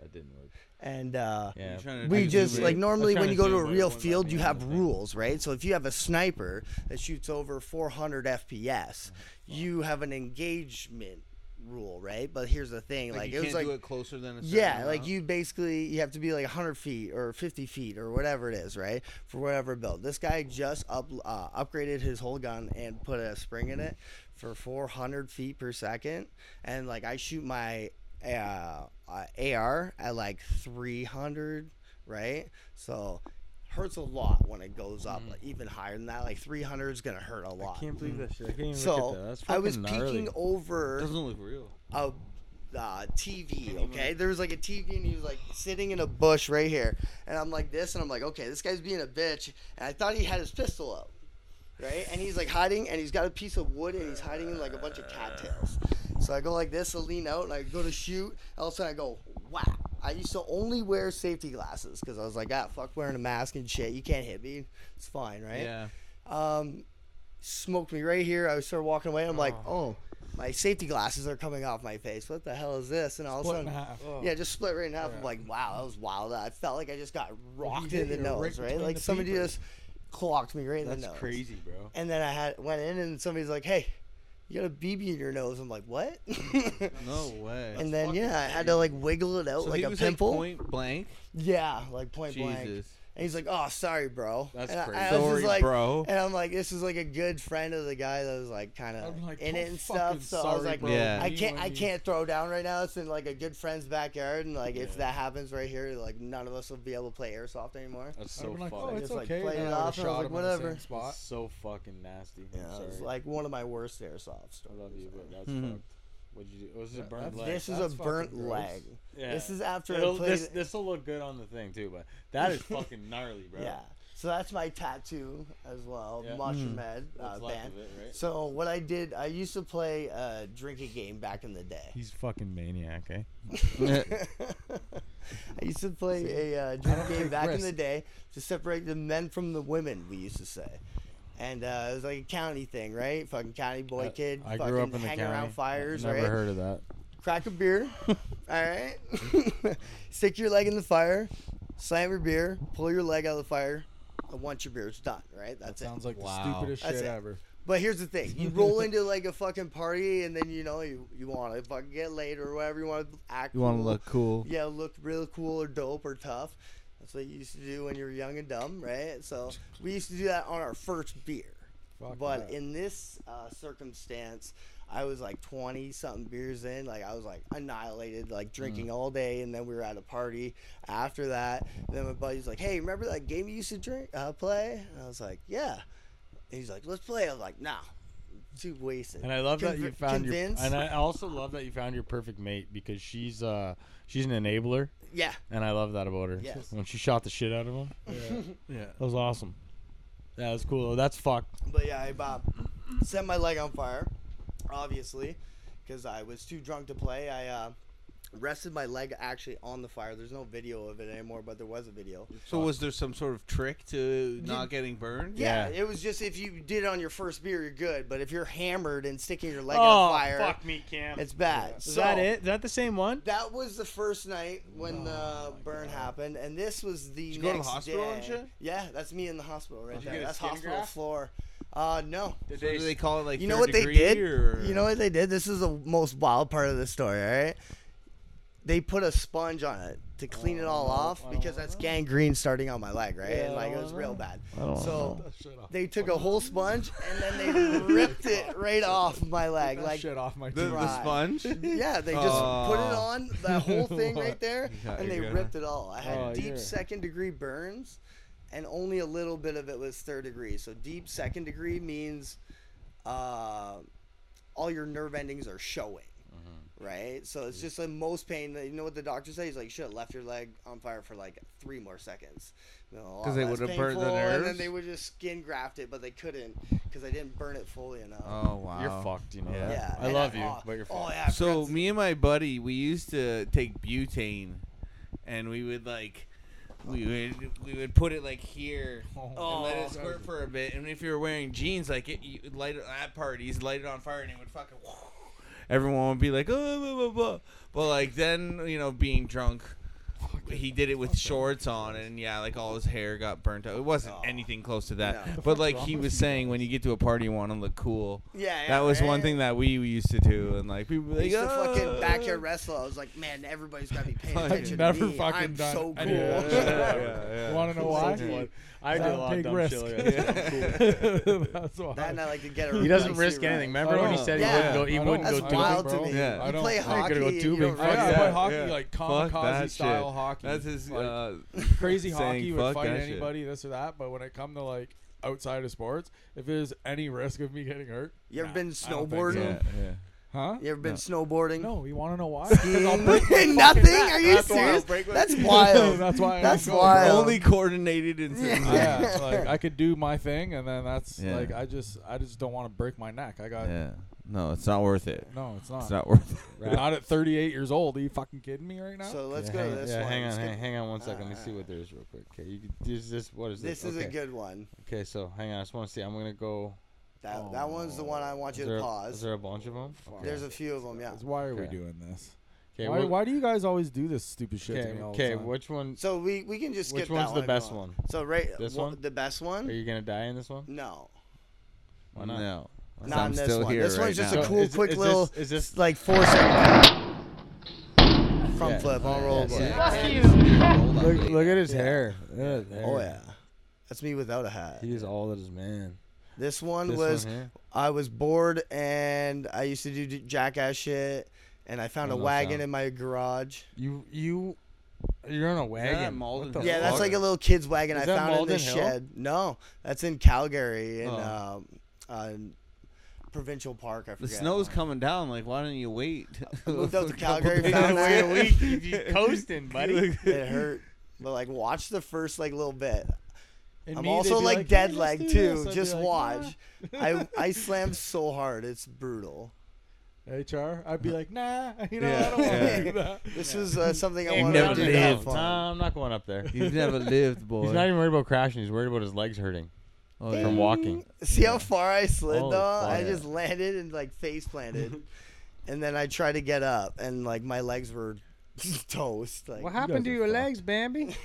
[SPEAKER 4] That didn't work.
[SPEAKER 3] And uh,
[SPEAKER 4] Yeah. Trying to
[SPEAKER 3] we
[SPEAKER 4] do
[SPEAKER 3] just
[SPEAKER 4] it.
[SPEAKER 3] like
[SPEAKER 4] I'm
[SPEAKER 3] normally
[SPEAKER 4] trying
[SPEAKER 3] when
[SPEAKER 4] to
[SPEAKER 3] you go
[SPEAKER 4] do
[SPEAKER 3] to
[SPEAKER 4] it,
[SPEAKER 3] a
[SPEAKER 4] but it
[SPEAKER 3] real
[SPEAKER 4] won't let
[SPEAKER 3] field,
[SPEAKER 4] me
[SPEAKER 3] you
[SPEAKER 4] on
[SPEAKER 3] have rules, right? So if you have a sniper that shoots over 400 FPS, you have an engagement rule, right? But here's the thing,
[SPEAKER 5] Like,
[SPEAKER 3] like,
[SPEAKER 5] you
[SPEAKER 3] it
[SPEAKER 5] can't
[SPEAKER 3] was like
[SPEAKER 5] do it closer than a certain
[SPEAKER 3] yeah, like
[SPEAKER 5] amount?
[SPEAKER 3] you basically you have to be like 100 feet or 50 feet or whatever it is, right? For whatever build. This guy just up uh, upgraded his whole gun and put a spring in it for 400 feet per second, and like I shoot my uh, uh, AR at like 300, right? So hurts a lot when it goes up like, even higher than that like 300 is gonna hurt a lot
[SPEAKER 4] can't believe that shit. Mm. I can't even
[SPEAKER 3] so
[SPEAKER 4] look at that. That's
[SPEAKER 3] i was
[SPEAKER 4] fucking
[SPEAKER 3] peeking
[SPEAKER 4] gnarly.
[SPEAKER 3] over
[SPEAKER 4] Doesn't look real.
[SPEAKER 3] a uh, TV, okay? There was like a TV and he was like sitting in a bush right here. And I'm like this and I'm like, okay, this guy's being a bitch. And I thought he had his pistol out, right? And he's like hiding and he's got a piece of wood and he's hiding in like a bunch of cattails. So I go like this to lean out and I go to shoot. All of a sudden I go, whack. I used to only wear safety glasses because I was like, ah, fuck wearing a mask and shit. You can't hit me. It's fine, right?
[SPEAKER 5] Yeah.
[SPEAKER 3] um, smoked me right here. I started walking away. I'm like, oh, my safety glasses are coming off my face. What the hell is this? And all
[SPEAKER 1] Split
[SPEAKER 3] of
[SPEAKER 1] in
[SPEAKER 3] a sudden,
[SPEAKER 1] half.
[SPEAKER 3] yeah, just split right in half. I'm
[SPEAKER 1] Yeah.
[SPEAKER 3] like, wow, that was wild. I felt like I just got rocked
[SPEAKER 1] you
[SPEAKER 3] in the
[SPEAKER 1] hit you right
[SPEAKER 3] nose, right?
[SPEAKER 1] between
[SPEAKER 3] Like
[SPEAKER 1] the
[SPEAKER 3] somebody
[SPEAKER 1] peepers.
[SPEAKER 3] just clocked me right in the
[SPEAKER 1] That's
[SPEAKER 3] nose.
[SPEAKER 1] crazy, bro.
[SPEAKER 3] And then I had went in, and somebody's like, hey. You got a BB in your nose. I'm like, what?
[SPEAKER 5] No way.
[SPEAKER 3] and then yeah, I had to like wiggle it out
[SPEAKER 5] So
[SPEAKER 3] like
[SPEAKER 5] he
[SPEAKER 3] a
[SPEAKER 5] was,
[SPEAKER 3] pimple.
[SPEAKER 5] point blank.
[SPEAKER 3] Yeah, like point blank. And
[SPEAKER 5] Jesus.
[SPEAKER 3] he's like, "Oh, sorry, bro."
[SPEAKER 5] That's
[SPEAKER 3] and I-
[SPEAKER 5] crazy.
[SPEAKER 3] I, was just
[SPEAKER 5] Sorry,
[SPEAKER 3] like,
[SPEAKER 5] bro.
[SPEAKER 3] And I'm like, "This is like a good friend of the guy that was like kind of
[SPEAKER 1] I'm like,
[SPEAKER 3] in
[SPEAKER 1] "Don't
[SPEAKER 3] it and
[SPEAKER 1] fucking
[SPEAKER 3] stuff." So I was
[SPEAKER 1] sorry,
[SPEAKER 3] like,
[SPEAKER 1] bro.
[SPEAKER 5] Yeah.
[SPEAKER 3] "I
[SPEAKER 1] You
[SPEAKER 3] can't,
[SPEAKER 1] and
[SPEAKER 3] I
[SPEAKER 1] me."
[SPEAKER 3] can't throw down right now. It's in like a good friend's backyard, and like if that happens right here, like none of us will be able to play airsoft anymore."
[SPEAKER 4] That's
[SPEAKER 1] I'd
[SPEAKER 4] so
[SPEAKER 1] have been like,
[SPEAKER 4] funny.
[SPEAKER 1] oh, it's
[SPEAKER 3] Just, like,
[SPEAKER 1] okay.
[SPEAKER 3] play
[SPEAKER 1] and
[SPEAKER 3] it
[SPEAKER 1] I would've
[SPEAKER 3] off, and I was
[SPEAKER 1] shot
[SPEAKER 3] like,
[SPEAKER 1] him in the same
[SPEAKER 3] whatever.
[SPEAKER 1] Spot.
[SPEAKER 4] So fucking nasty. I'm
[SPEAKER 3] Yeah, it's
[SPEAKER 4] sorry.
[SPEAKER 3] like one of my worst airsofts.
[SPEAKER 4] I love you, but that's
[SPEAKER 3] Mhm.
[SPEAKER 4] fucked. What'd you do? Oh, this is a
[SPEAKER 1] That-
[SPEAKER 4] burnt
[SPEAKER 1] that's-
[SPEAKER 4] leg.
[SPEAKER 3] This is a burnt leg. This is after I
[SPEAKER 4] It'll-
[SPEAKER 3] played-
[SPEAKER 4] This this will look good on the thing too, but that is fucking gnarly, bro.
[SPEAKER 3] Yeah. So that's my tattoo as well,
[SPEAKER 4] Yeah.
[SPEAKER 3] mushroom
[SPEAKER 1] Hmm.
[SPEAKER 4] Mhm.
[SPEAKER 3] head uh,
[SPEAKER 4] What's left
[SPEAKER 3] band.
[SPEAKER 4] of it, right?
[SPEAKER 3] So what I did, I used to play a drinking game back in the day.
[SPEAKER 4] He's fucking maniac, eh?
[SPEAKER 3] I used to play a uh,
[SPEAKER 4] don't
[SPEAKER 3] drinking game
[SPEAKER 4] take
[SPEAKER 3] back in the
[SPEAKER 4] risks.
[SPEAKER 3] day to separate the men from the women. We used to say. And uh, it was like a county thing, right? Fucking county boy kid,
[SPEAKER 4] Uh, I
[SPEAKER 3] fucking
[SPEAKER 4] grew up in the
[SPEAKER 3] hang
[SPEAKER 4] county.
[SPEAKER 3] around fires,
[SPEAKER 4] Never
[SPEAKER 3] right?
[SPEAKER 4] heard of that.
[SPEAKER 3] Crack a beer, all right. Stick your leg in the fire, slam your beer, pull your leg out of the fire. And once your beer's done, right? That's it.
[SPEAKER 1] Sounds like the stupidest
[SPEAKER 3] That's
[SPEAKER 1] shit
[SPEAKER 3] it.
[SPEAKER 1] ever.
[SPEAKER 3] But here's the thing: you roll into like a fucking party, and then you know you, you want to fucking get laid or whatever you want to act.
[SPEAKER 5] You want to
[SPEAKER 3] cool.
[SPEAKER 5] look cool.
[SPEAKER 3] Yeah, look real cool or dope or tough. That's what you used to do when you were young and dumb, right? So we used to do that on our first beer.
[SPEAKER 1] Fuck
[SPEAKER 3] but
[SPEAKER 1] yeah.
[SPEAKER 3] in this uh, circumstance, I was like 20 something beers in. Like, I was like annihilated, like drinking
[SPEAKER 4] Mm.
[SPEAKER 3] all day. And then we were at a party after that. And then my buddy's like, hey, remember that game you used to drink, uh, play? And I was like, yeah. And he's like, let's play. I was like, nah. Too wasted.
[SPEAKER 4] And I love that
[SPEAKER 3] Conv-
[SPEAKER 4] you found
[SPEAKER 3] convinced.
[SPEAKER 4] your. And I uh, also love that you found your perfect mate because she's uh she's an enabler.
[SPEAKER 3] Yeah.
[SPEAKER 4] And I love that about her.
[SPEAKER 3] Yes.
[SPEAKER 4] When she shot the shit out of him.
[SPEAKER 3] Yeah.
[SPEAKER 4] That was awesome. That was cool. That's fucked.
[SPEAKER 3] But yeah, I Bob set my leg on fire, obviously, because I was too drunk to play. I uh, rested my leg actually on the fire. There's no video of it anymore, but there was a video.
[SPEAKER 5] So was there some sort of trick to not getting burned?
[SPEAKER 3] Yeah, it was just if you did it on your first beer, you're good. But if you're hammered and sticking your leg
[SPEAKER 4] Oh,
[SPEAKER 3] on fire,
[SPEAKER 4] fuck me, Cam.
[SPEAKER 3] It's bad.
[SPEAKER 4] Is
[SPEAKER 3] So,
[SPEAKER 4] that it? Oh Is that the same one?
[SPEAKER 3] That was the first night when the burn happened, and this was the
[SPEAKER 4] you
[SPEAKER 3] next
[SPEAKER 4] go to the hospital
[SPEAKER 3] day.
[SPEAKER 4] and shit?
[SPEAKER 3] Yeah, that's me in the hospital right
[SPEAKER 5] Did you
[SPEAKER 3] there.
[SPEAKER 5] get a
[SPEAKER 3] That's
[SPEAKER 5] skin
[SPEAKER 3] hospital
[SPEAKER 5] graft?
[SPEAKER 3] floor. Uh, no.
[SPEAKER 5] Did So they- do they call it, like,
[SPEAKER 3] You know
[SPEAKER 5] third
[SPEAKER 3] what they
[SPEAKER 5] degree,
[SPEAKER 3] did?
[SPEAKER 5] or-
[SPEAKER 3] You know what they did? This is the most wild part of the story. All right. They put a sponge on it to clean it
[SPEAKER 4] Oh,
[SPEAKER 3] all off because that's gangrene starting on my leg, right?
[SPEAKER 13] Yeah,
[SPEAKER 3] and
[SPEAKER 13] I
[SPEAKER 3] like it
[SPEAKER 13] don't
[SPEAKER 3] was real bad.
[SPEAKER 13] I don't
[SPEAKER 3] So
[SPEAKER 13] know.
[SPEAKER 3] they took a whole sponge and then they ripped it right off my leg.
[SPEAKER 1] that
[SPEAKER 3] Like
[SPEAKER 1] shit off my
[SPEAKER 5] The, the
[SPEAKER 3] Right.
[SPEAKER 5] sponge?
[SPEAKER 3] yeah, they just put it
[SPEAKER 5] Oh.
[SPEAKER 3] on that whole thing right there,
[SPEAKER 5] Yeah,
[SPEAKER 3] and they
[SPEAKER 5] yeah.
[SPEAKER 3] ripped it all. I had
[SPEAKER 5] Oh,
[SPEAKER 3] deep
[SPEAKER 5] yeah.
[SPEAKER 3] second degree burns, and only a little bit of it was third degree. So deep second degree means uh, all your nerve endings are showing.
[SPEAKER 4] Mm-hmm.
[SPEAKER 3] Right, so it's just like most pain. You know what the doctor said? He's like, "You should have left your leg on fire for like three more seconds." You know, a lot
[SPEAKER 5] 'Cause they
[SPEAKER 3] less
[SPEAKER 5] would've burned the
[SPEAKER 3] painful, and then
[SPEAKER 5] nerves?
[SPEAKER 3] they would just skin graft it, but they couldn't because I didn't burn it fully enough.
[SPEAKER 5] Oh wow.
[SPEAKER 4] You're fucked, you know
[SPEAKER 3] Yeah. Yeah,
[SPEAKER 4] I
[SPEAKER 3] and
[SPEAKER 4] love
[SPEAKER 3] I-
[SPEAKER 4] you,
[SPEAKER 3] oh,
[SPEAKER 4] but you're fucked.
[SPEAKER 3] oh, yeah, I
[SPEAKER 5] So me and my buddy, we used to take butane, and we would like, we would we would put it like here and let
[SPEAKER 2] Oh.
[SPEAKER 5] it squirt for a bit. And if you were wearing jeans, like it, you would light it at parties, light it on fire, and it would fucking. Everyone would be like, oh, blah, blah, blah. but like then you know, being drunk, he did it with shorts on, and yeah, like all his hair got burnt out. It wasn't
[SPEAKER 3] Oh,
[SPEAKER 5] anything close to that,
[SPEAKER 2] No.
[SPEAKER 5] but like he was saying, when you get to a party, you want to look cool.
[SPEAKER 3] Yeah, yeah,
[SPEAKER 5] that was one
[SPEAKER 3] right.
[SPEAKER 5] thing that we, we used to do, and like people were
[SPEAKER 3] I
[SPEAKER 5] like,
[SPEAKER 3] used to
[SPEAKER 5] "Oh."
[SPEAKER 3] fucking backyard wrestle. I was like, man, everybody's gotta be paying
[SPEAKER 5] Fucking
[SPEAKER 3] attention to
[SPEAKER 5] never
[SPEAKER 3] me.
[SPEAKER 5] fucking
[SPEAKER 3] I'm
[SPEAKER 5] done
[SPEAKER 3] so cool.
[SPEAKER 5] any of that shit. Yeah, yeah, yeah. Wanna know why? I do a lot of dumb shit like that. I'm cool.
[SPEAKER 1] That's why.
[SPEAKER 3] That and I like to get around.
[SPEAKER 4] He doesn't
[SPEAKER 3] I
[SPEAKER 4] risk
[SPEAKER 3] see, right?
[SPEAKER 4] anything. Remember when he said he
[SPEAKER 3] Yeah.
[SPEAKER 4] wouldn't go? He
[SPEAKER 1] I don't-
[SPEAKER 4] wouldn't go
[SPEAKER 1] that's
[SPEAKER 4] tubing.
[SPEAKER 1] wild to me. Yeah. You
[SPEAKER 4] I don't-
[SPEAKER 1] play
[SPEAKER 4] I ain't gonna
[SPEAKER 1] hockey
[SPEAKER 4] Go
[SPEAKER 1] and you
[SPEAKER 4] tubing.
[SPEAKER 1] don't
[SPEAKER 4] Fuck
[SPEAKER 1] fuck
[SPEAKER 4] that.
[SPEAKER 1] that. hockey,
[SPEAKER 4] Yeah.
[SPEAKER 1] like
[SPEAKER 4] Fuck that
[SPEAKER 1] kamikaze style
[SPEAKER 4] shit.
[SPEAKER 1] hockey.
[SPEAKER 4] That's his,
[SPEAKER 1] like,
[SPEAKER 4] uh,
[SPEAKER 1] crazy
[SPEAKER 4] saying,
[SPEAKER 1] hockey
[SPEAKER 4] "Fuck
[SPEAKER 1] would fight
[SPEAKER 4] that shit."
[SPEAKER 1] anybody, this or that. But when it come to like outside of sports, if there's any risk of me getting hurt,
[SPEAKER 3] You ever
[SPEAKER 1] nah,
[SPEAKER 3] been
[SPEAKER 1] I don't think
[SPEAKER 3] snowboarding?
[SPEAKER 1] so.
[SPEAKER 3] Yeah, yeah.
[SPEAKER 1] Huh?
[SPEAKER 3] You ever been
[SPEAKER 1] No.
[SPEAKER 3] snowboarding?
[SPEAKER 1] No, you want to know why? 'Cause I'll
[SPEAKER 3] Skiing?
[SPEAKER 1] break my fucking
[SPEAKER 3] Nothing?
[SPEAKER 1] back.
[SPEAKER 3] Are you
[SPEAKER 1] That's why I'll
[SPEAKER 3] serious?
[SPEAKER 1] break my-
[SPEAKER 3] That's wild.
[SPEAKER 1] that's why. I
[SPEAKER 3] That's
[SPEAKER 1] ain't going.
[SPEAKER 3] wild.
[SPEAKER 5] Only coordinated and
[SPEAKER 1] yeah, like I could do my thing, and then that's
[SPEAKER 5] Yeah.
[SPEAKER 1] like I just I just don't want to break my neck. I got
[SPEAKER 5] yeah. No, it's not worth it.
[SPEAKER 1] no, it's not.
[SPEAKER 5] It's not worth it.
[SPEAKER 1] Not at 38 years old. Are you fucking kidding me right now?
[SPEAKER 3] So let's
[SPEAKER 4] Yeah,
[SPEAKER 3] go to
[SPEAKER 4] hang-
[SPEAKER 3] this
[SPEAKER 4] yeah,
[SPEAKER 3] one.
[SPEAKER 4] Hang on,
[SPEAKER 3] Let's
[SPEAKER 4] hang,
[SPEAKER 3] go-
[SPEAKER 4] hang on one second. Let me see what there is real quick. Okay, you can, this, this what is
[SPEAKER 3] This
[SPEAKER 4] this?
[SPEAKER 3] is a
[SPEAKER 4] Okay.
[SPEAKER 3] good one.
[SPEAKER 4] Okay, so hang on. I just want to see. I'm gonna go.
[SPEAKER 3] That, that one's the one I want you
[SPEAKER 4] Oh. Is there
[SPEAKER 3] to
[SPEAKER 4] a-
[SPEAKER 3] pause.
[SPEAKER 4] Is there a bunch of them?
[SPEAKER 3] There's a few of them. Yeah.
[SPEAKER 1] Why are we
[SPEAKER 4] Okay.
[SPEAKER 1] doing this?
[SPEAKER 4] 'Kay,
[SPEAKER 1] why,
[SPEAKER 4] well-
[SPEAKER 1] why do you guys always do this stupid shit
[SPEAKER 4] Okay,
[SPEAKER 1] to me all
[SPEAKER 4] okay.
[SPEAKER 1] the time?
[SPEAKER 4] Which one?
[SPEAKER 3] So we we can just skip
[SPEAKER 4] Which one's the
[SPEAKER 3] that one if
[SPEAKER 4] best
[SPEAKER 3] you want.
[SPEAKER 4] one?
[SPEAKER 3] So right,
[SPEAKER 4] This
[SPEAKER 3] wha-
[SPEAKER 4] one?
[SPEAKER 3] the best
[SPEAKER 4] Are
[SPEAKER 3] one.
[SPEAKER 4] you gonna die in this one?
[SPEAKER 3] No.
[SPEAKER 4] Why not?
[SPEAKER 5] No.
[SPEAKER 3] Not in this one. this one's just a
[SPEAKER 4] So
[SPEAKER 3] cool,
[SPEAKER 4] is-
[SPEAKER 3] quick
[SPEAKER 4] is this-
[SPEAKER 3] little,
[SPEAKER 4] is this
[SPEAKER 3] like four second front
[SPEAKER 4] Yeah.
[SPEAKER 3] flip on
[SPEAKER 4] Yeah,
[SPEAKER 3] rollable.
[SPEAKER 4] yeah, Fuck yeah. you. Look- look at his hair. Look at his
[SPEAKER 3] Oh yeah,
[SPEAKER 4] hair.
[SPEAKER 3] that's me without a hat.
[SPEAKER 4] He's all that is man.
[SPEAKER 3] This one
[SPEAKER 4] This one
[SPEAKER 3] was
[SPEAKER 4] here?
[SPEAKER 3] I was bored and I used to do d- jackass shit, and I found
[SPEAKER 4] Oh,
[SPEAKER 3] a
[SPEAKER 4] no
[SPEAKER 3] wagon
[SPEAKER 4] sound.
[SPEAKER 3] in my garage.
[SPEAKER 4] You you you're on a wagon. What the
[SPEAKER 3] Yeah, that's
[SPEAKER 4] fuck?
[SPEAKER 3] like a little kid's wagon
[SPEAKER 4] Is
[SPEAKER 3] I
[SPEAKER 4] that
[SPEAKER 3] found in
[SPEAKER 4] Malden
[SPEAKER 3] this
[SPEAKER 4] Hill?
[SPEAKER 3] shed. No, that's in Calgary in
[SPEAKER 5] Oh.
[SPEAKER 3] um, uh, provincial park. I
[SPEAKER 5] The
[SPEAKER 3] forget.
[SPEAKER 5] snow's coming down. Like, why don't you wait?
[SPEAKER 3] moved out to
[SPEAKER 5] A couple
[SPEAKER 3] Calgary.
[SPEAKER 5] days?
[SPEAKER 3] found that.
[SPEAKER 5] Look.
[SPEAKER 3] it hurt, but like watch the first like little bit.
[SPEAKER 1] And
[SPEAKER 3] I'm
[SPEAKER 1] me,
[SPEAKER 3] also
[SPEAKER 1] they'd be
[SPEAKER 3] like,
[SPEAKER 1] like,
[SPEAKER 3] dead
[SPEAKER 1] "Yeah,
[SPEAKER 3] leg
[SPEAKER 1] let's do
[SPEAKER 3] too.
[SPEAKER 1] this." I'd be
[SPEAKER 3] Just
[SPEAKER 1] like,
[SPEAKER 3] watch.
[SPEAKER 1] "Nah."
[SPEAKER 3] I I slammed so hard, it's brutal.
[SPEAKER 1] HR, I'd be like, nah, you know, I
[SPEAKER 3] Yeah,
[SPEAKER 1] don't want to
[SPEAKER 3] yeah.
[SPEAKER 1] do that.
[SPEAKER 3] This is, uh, something I
[SPEAKER 1] You've
[SPEAKER 3] wanna
[SPEAKER 1] never
[SPEAKER 3] do.
[SPEAKER 1] lived.
[SPEAKER 3] have fun.
[SPEAKER 4] Nah, I'm not going up there.
[SPEAKER 5] You've never lived, boy. Oh,
[SPEAKER 4] He's not even worried about crashing. He's worried about his legs hurting
[SPEAKER 5] yeah.
[SPEAKER 4] from walking.
[SPEAKER 3] See how far I slid
[SPEAKER 4] Holy
[SPEAKER 3] though? I
[SPEAKER 4] fuck.
[SPEAKER 3] just landed and like face planted, and then I tried to get up, and like my legs were toast. Like
[SPEAKER 4] What happened to your legs, Bambi?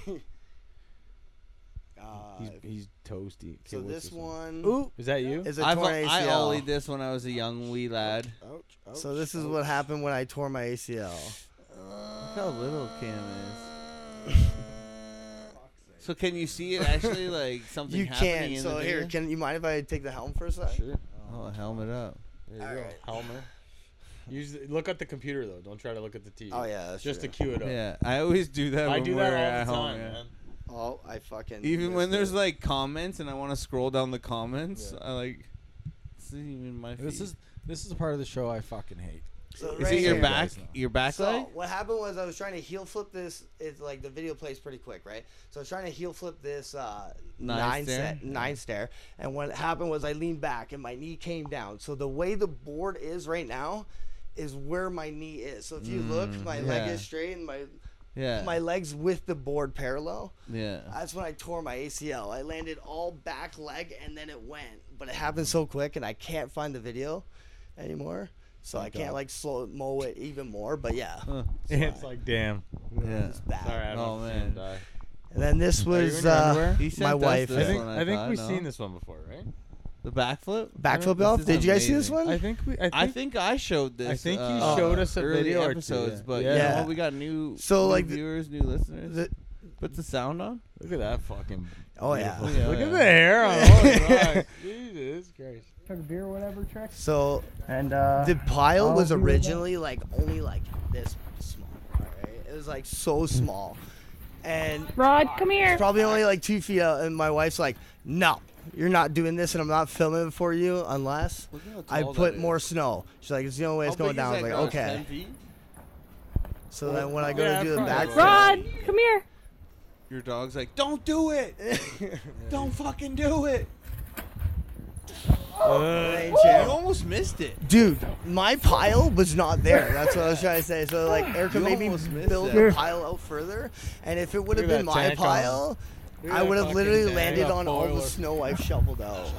[SPEAKER 3] Uh,
[SPEAKER 4] he's, he's toasty. 'Kay,
[SPEAKER 3] so
[SPEAKER 4] what's
[SPEAKER 3] this one.
[SPEAKER 4] Ooh, is that you?
[SPEAKER 3] Is a
[SPEAKER 5] I've-
[SPEAKER 3] torn
[SPEAKER 5] I
[SPEAKER 3] ACL.
[SPEAKER 5] ollied this when I was a young wee lad.
[SPEAKER 3] so this is what happened when I tore my ACL.
[SPEAKER 5] Look how little Cam is. So can you see it actually like something?
[SPEAKER 3] You
[SPEAKER 5] happening
[SPEAKER 3] can.
[SPEAKER 5] In
[SPEAKER 3] So
[SPEAKER 5] the
[SPEAKER 3] here,
[SPEAKER 5] video?
[SPEAKER 3] can you mind if I take the helm for a sec? Sure.
[SPEAKER 5] Oh, helmet up.
[SPEAKER 3] All right.
[SPEAKER 4] Helmet. Use look at the computer though. Don't try to look at the TV.
[SPEAKER 3] Oh, yeah, that's
[SPEAKER 4] just
[SPEAKER 3] true.
[SPEAKER 4] to cue it up.
[SPEAKER 5] Yeah, I always do that.
[SPEAKER 4] I
[SPEAKER 5] when
[SPEAKER 4] do
[SPEAKER 5] we're
[SPEAKER 4] that all
[SPEAKER 5] at
[SPEAKER 4] the
[SPEAKER 5] home,
[SPEAKER 4] time,
[SPEAKER 5] yeah.
[SPEAKER 4] man.
[SPEAKER 3] Oh, I fucking.
[SPEAKER 5] Even when
[SPEAKER 3] missed it.
[SPEAKER 5] there's like comments and I want to scroll down the comments, I like. This is even my.
[SPEAKER 1] This
[SPEAKER 5] feed.
[SPEAKER 1] is this is a part of the show I fucking hate.
[SPEAKER 3] So
[SPEAKER 5] Is
[SPEAKER 3] right
[SPEAKER 5] it your
[SPEAKER 3] here.
[SPEAKER 5] back? Your back leg?
[SPEAKER 3] So what happened was I was trying to heel flip this. It's like the video plays pretty quick, right? So I was trying to heel flip this uh,
[SPEAKER 5] Nine
[SPEAKER 3] nine,
[SPEAKER 5] stair?
[SPEAKER 3] set, nine stair, and what happened was I leaned back and my knee came down. So the way the board is right now is where my knee is. So if you look,
[SPEAKER 5] Mm,
[SPEAKER 3] my leg
[SPEAKER 5] yeah.
[SPEAKER 3] is straight and my
[SPEAKER 5] Yeah.
[SPEAKER 3] my legs with the board parallel.
[SPEAKER 5] Yeah.
[SPEAKER 3] That's when I tore my ACL. I landed all back leg and then it went. But it happened so quick and I can't find the video anymore. So I
[SPEAKER 4] Thank
[SPEAKER 3] can't
[SPEAKER 4] God.
[SPEAKER 3] like slow mow it even more. But yeah. So
[SPEAKER 4] It's
[SPEAKER 3] I-
[SPEAKER 4] like damn.
[SPEAKER 5] Yeah.
[SPEAKER 4] Sorry, Adam.
[SPEAKER 5] Oh, man.
[SPEAKER 4] Die.
[SPEAKER 3] And then this
[SPEAKER 4] Are you
[SPEAKER 3] was
[SPEAKER 4] in your underwear?
[SPEAKER 3] uh,
[SPEAKER 4] He
[SPEAKER 3] my
[SPEAKER 4] sent us
[SPEAKER 3] wife.
[SPEAKER 4] this I think- one, I I think thought, we've no? seen this one before, right?
[SPEAKER 5] The backflip?
[SPEAKER 3] Backflip
[SPEAKER 5] This
[SPEAKER 3] off?
[SPEAKER 5] is
[SPEAKER 3] Did you guys see this
[SPEAKER 5] amazing.
[SPEAKER 3] one?
[SPEAKER 4] I think we. I think,
[SPEAKER 5] I think I showed this.
[SPEAKER 4] I think you
[SPEAKER 5] uh,
[SPEAKER 4] showed us a
[SPEAKER 5] early
[SPEAKER 4] video or two,
[SPEAKER 5] episodes,
[SPEAKER 4] yeah.
[SPEAKER 5] but
[SPEAKER 4] Yeah.
[SPEAKER 5] you know
[SPEAKER 4] Yeah.
[SPEAKER 5] what? we got new
[SPEAKER 4] So,
[SPEAKER 5] new
[SPEAKER 4] like, the-
[SPEAKER 5] viewers, new listeners.
[SPEAKER 3] The,
[SPEAKER 5] Put the sound on.
[SPEAKER 4] Look at that fucking.
[SPEAKER 3] Oh, yeah.
[SPEAKER 4] beautiful-
[SPEAKER 3] Yeah,
[SPEAKER 4] Look
[SPEAKER 3] yeah.
[SPEAKER 4] at the hair on
[SPEAKER 1] Oh,
[SPEAKER 4] all the rocks. Jesus Christ.
[SPEAKER 2] Took a beer or whatever, Trek.
[SPEAKER 3] So
[SPEAKER 2] and uh,
[SPEAKER 3] the pile
[SPEAKER 2] I'll
[SPEAKER 3] was
[SPEAKER 2] be with
[SPEAKER 3] originally like only like this small. All right, it was like
[SPEAKER 5] Hmm.
[SPEAKER 3] so small, and Rod, come here. It's probably only like two feet out, and my wife's like, "No, you're not doing this, and I'm not filming it for you unless
[SPEAKER 5] how
[SPEAKER 3] I
[SPEAKER 5] tall
[SPEAKER 3] put
[SPEAKER 5] that
[SPEAKER 3] more snow." She's like, "It's the only way it's
[SPEAKER 5] How big is
[SPEAKER 3] going down." I was
[SPEAKER 5] that
[SPEAKER 3] like,
[SPEAKER 5] guy? 10
[SPEAKER 3] "Okay."
[SPEAKER 5] feet?
[SPEAKER 3] So then when I go
[SPEAKER 5] Yeah,
[SPEAKER 3] to do the
[SPEAKER 5] probably.
[SPEAKER 3] back,
[SPEAKER 5] Rod,
[SPEAKER 15] come here.
[SPEAKER 5] Your dog's like, don't do it. don't fucking do it.
[SPEAKER 3] Rain
[SPEAKER 5] Uh, you
[SPEAKER 3] check.
[SPEAKER 5] almost missed it.
[SPEAKER 3] Dude, my pile was not there. That's what I was trying to say. So like Erica
[SPEAKER 5] You
[SPEAKER 3] made me
[SPEAKER 5] almost missed
[SPEAKER 3] build
[SPEAKER 5] it.
[SPEAKER 3] the pile out further, and if it would have
[SPEAKER 5] Look at
[SPEAKER 3] been
[SPEAKER 5] that
[SPEAKER 3] my
[SPEAKER 5] tank on.
[SPEAKER 3] pile,
[SPEAKER 5] Look at
[SPEAKER 3] I
[SPEAKER 5] that
[SPEAKER 3] would have
[SPEAKER 5] fucking
[SPEAKER 3] literally
[SPEAKER 5] tank.
[SPEAKER 3] landed
[SPEAKER 5] Got
[SPEAKER 3] on all the
[SPEAKER 5] boiler.
[SPEAKER 3] snow I've shoveled out. like,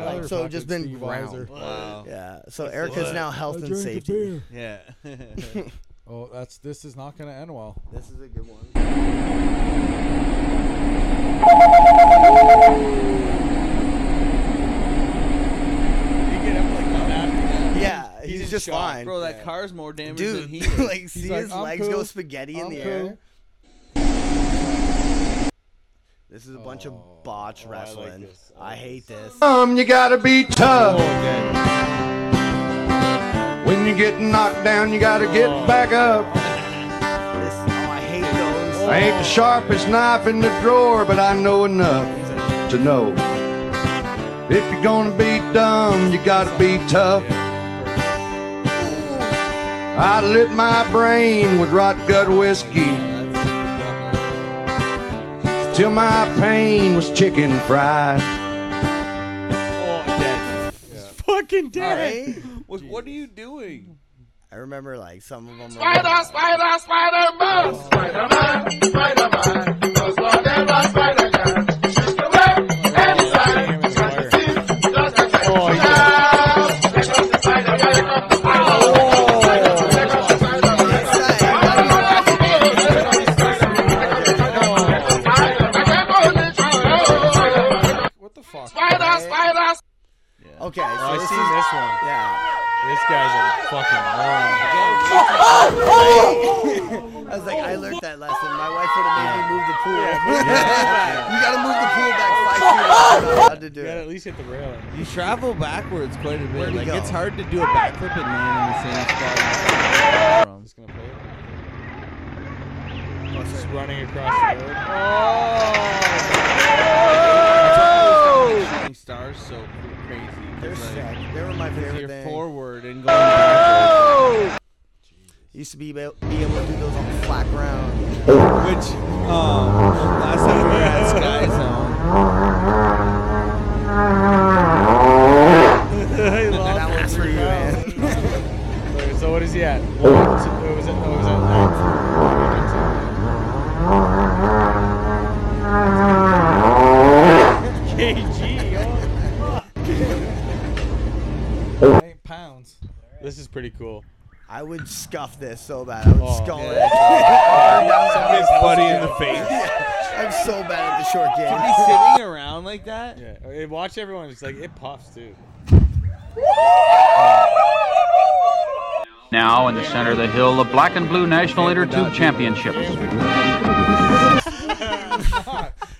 [SPEAKER 5] Another
[SPEAKER 3] so just
[SPEAKER 5] fucking
[SPEAKER 3] been
[SPEAKER 5] Steve
[SPEAKER 3] ground.
[SPEAKER 5] Weiser. Wow.
[SPEAKER 3] Yeah. So
[SPEAKER 5] That's
[SPEAKER 3] Erica's
[SPEAKER 5] what-
[SPEAKER 3] now
[SPEAKER 1] I
[SPEAKER 3] health and
[SPEAKER 1] drank a
[SPEAKER 3] safety.
[SPEAKER 1] beer. oh, that's this is not gonna end well.
[SPEAKER 3] This is a good one. Yeah, he's, just fine.
[SPEAKER 5] Bro, that car's more damaged
[SPEAKER 3] Dude,
[SPEAKER 5] than he is.
[SPEAKER 3] like, see his legs go spaghetti in the air. This is a bunch
[SPEAKER 5] Oh,
[SPEAKER 3] of botch wrestling. I, hate this.
[SPEAKER 16] Um, you gotta be tough. When you get knocked down, you gotta get back up.
[SPEAKER 3] Oh. I hate those.
[SPEAKER 16] I ain't the sharpest knife in the drawer, but I know enough to know. If you're gonna be dumb, you gotta be tough. I lit my brain with rot gut whiskey till my pain was chicken fried.
[SPEAKER 3] Oh,
[SPEAKER 4] Fucking
[SPEAKER 3] dead.
[SPEAKER 5] What, what are you doing?
[SPEAKER 3] I remember like some of them.
[SPEAKER 15] Spider, spider, spider man. Spider man, spider man. Goes whatever spider can. She's the web inside. Just to see, just to see. Now, there goes the spider, there goes the spider. There goes the spider, there goes the spider.
[SPEAKER 1] What the fuck?
[SPEAKER 15] Spider, spider.
[SPEAKER 3] Okay,
[SPEAKER 4] Oh,
[SPEAKER 15] so
[SPEAKER 4] I've
[SPEAKER 15] this
[SPEAKER 4] seen
[SPEAKER 15] is-
[SPEAKER 4] this one.
[SPEAKER 3] Yeah.
[SPEAKER 4] This guy's a fucking moron.
[SPEAKER 3] I was like, I learned that lesson. My wife would have made me move the pool.
[SPEAKER 5] yeah.
[SPEAKER 3] you gotta move the pool back five feet. I don't know how to do
[SPEAKER 4] You gotta
[SPEAKER 3] it.
[SPEAKER 4] at least hit the rail.
[SPEAKER 5] You travel backwards quite a
[SPEAKER 4] Where'd
[SPEAKER 5] bit.
[SPEAKER 4] he
[SPEAKER 5] Like
[SPEAKER 4] go?
[SPEAKER 5] it's hard to do a backflip and land in the same spot.
[SPEAKER 4] Just running across the road.
[SPEAKER 5] Oh. Shooting stars so crazy. 'cause,
[SPEAKER 3] They're
[SPEAKER 5] like,
[SPEAKER 3] sick. They were my
[SPEAKER 5] 'cause
[SPEAKER 3] favorite
[SPEAKER 5] You're
[SPEAKER 3] thing.
[SPEAKER 5] forward and going
[SPEAKER 2] Oh,
[SPEAKER 5] backwards.
[SPEAKER 3] Used to be, be able to do those on the flat ground.
[SPEAKER 5] Which um, last time we were at Sky
[SPEAKER 4] I love
[SPEAKER 3] that one's for you,
[SPEAKER 4] man. Wait, so what is he at? One, two, what was it? What was it?
[SPEAKER 1] pounds.
[SPEAKER 4] This is pretty cool.
[SPEAKER 3] I would scuff this so bad. I would
[SPEAKER 4] Oh,
[SPEAKER 3] skull
[SPEAKER 4] yeah.
[SPEAKER 3] it.
[SPEAKER 4] Somebody's buddy in the face.
[SPEAKER 3] Yeah, I'm so bad at the short game.
[SPEAKER 5] sitting around like that?
[SPEAKER 4] Yeah. Hey, Watch everyone. It's like it puffs too.
[SPEAKER 21] Now in the center of the hill, the black and blue National Intertube Championships.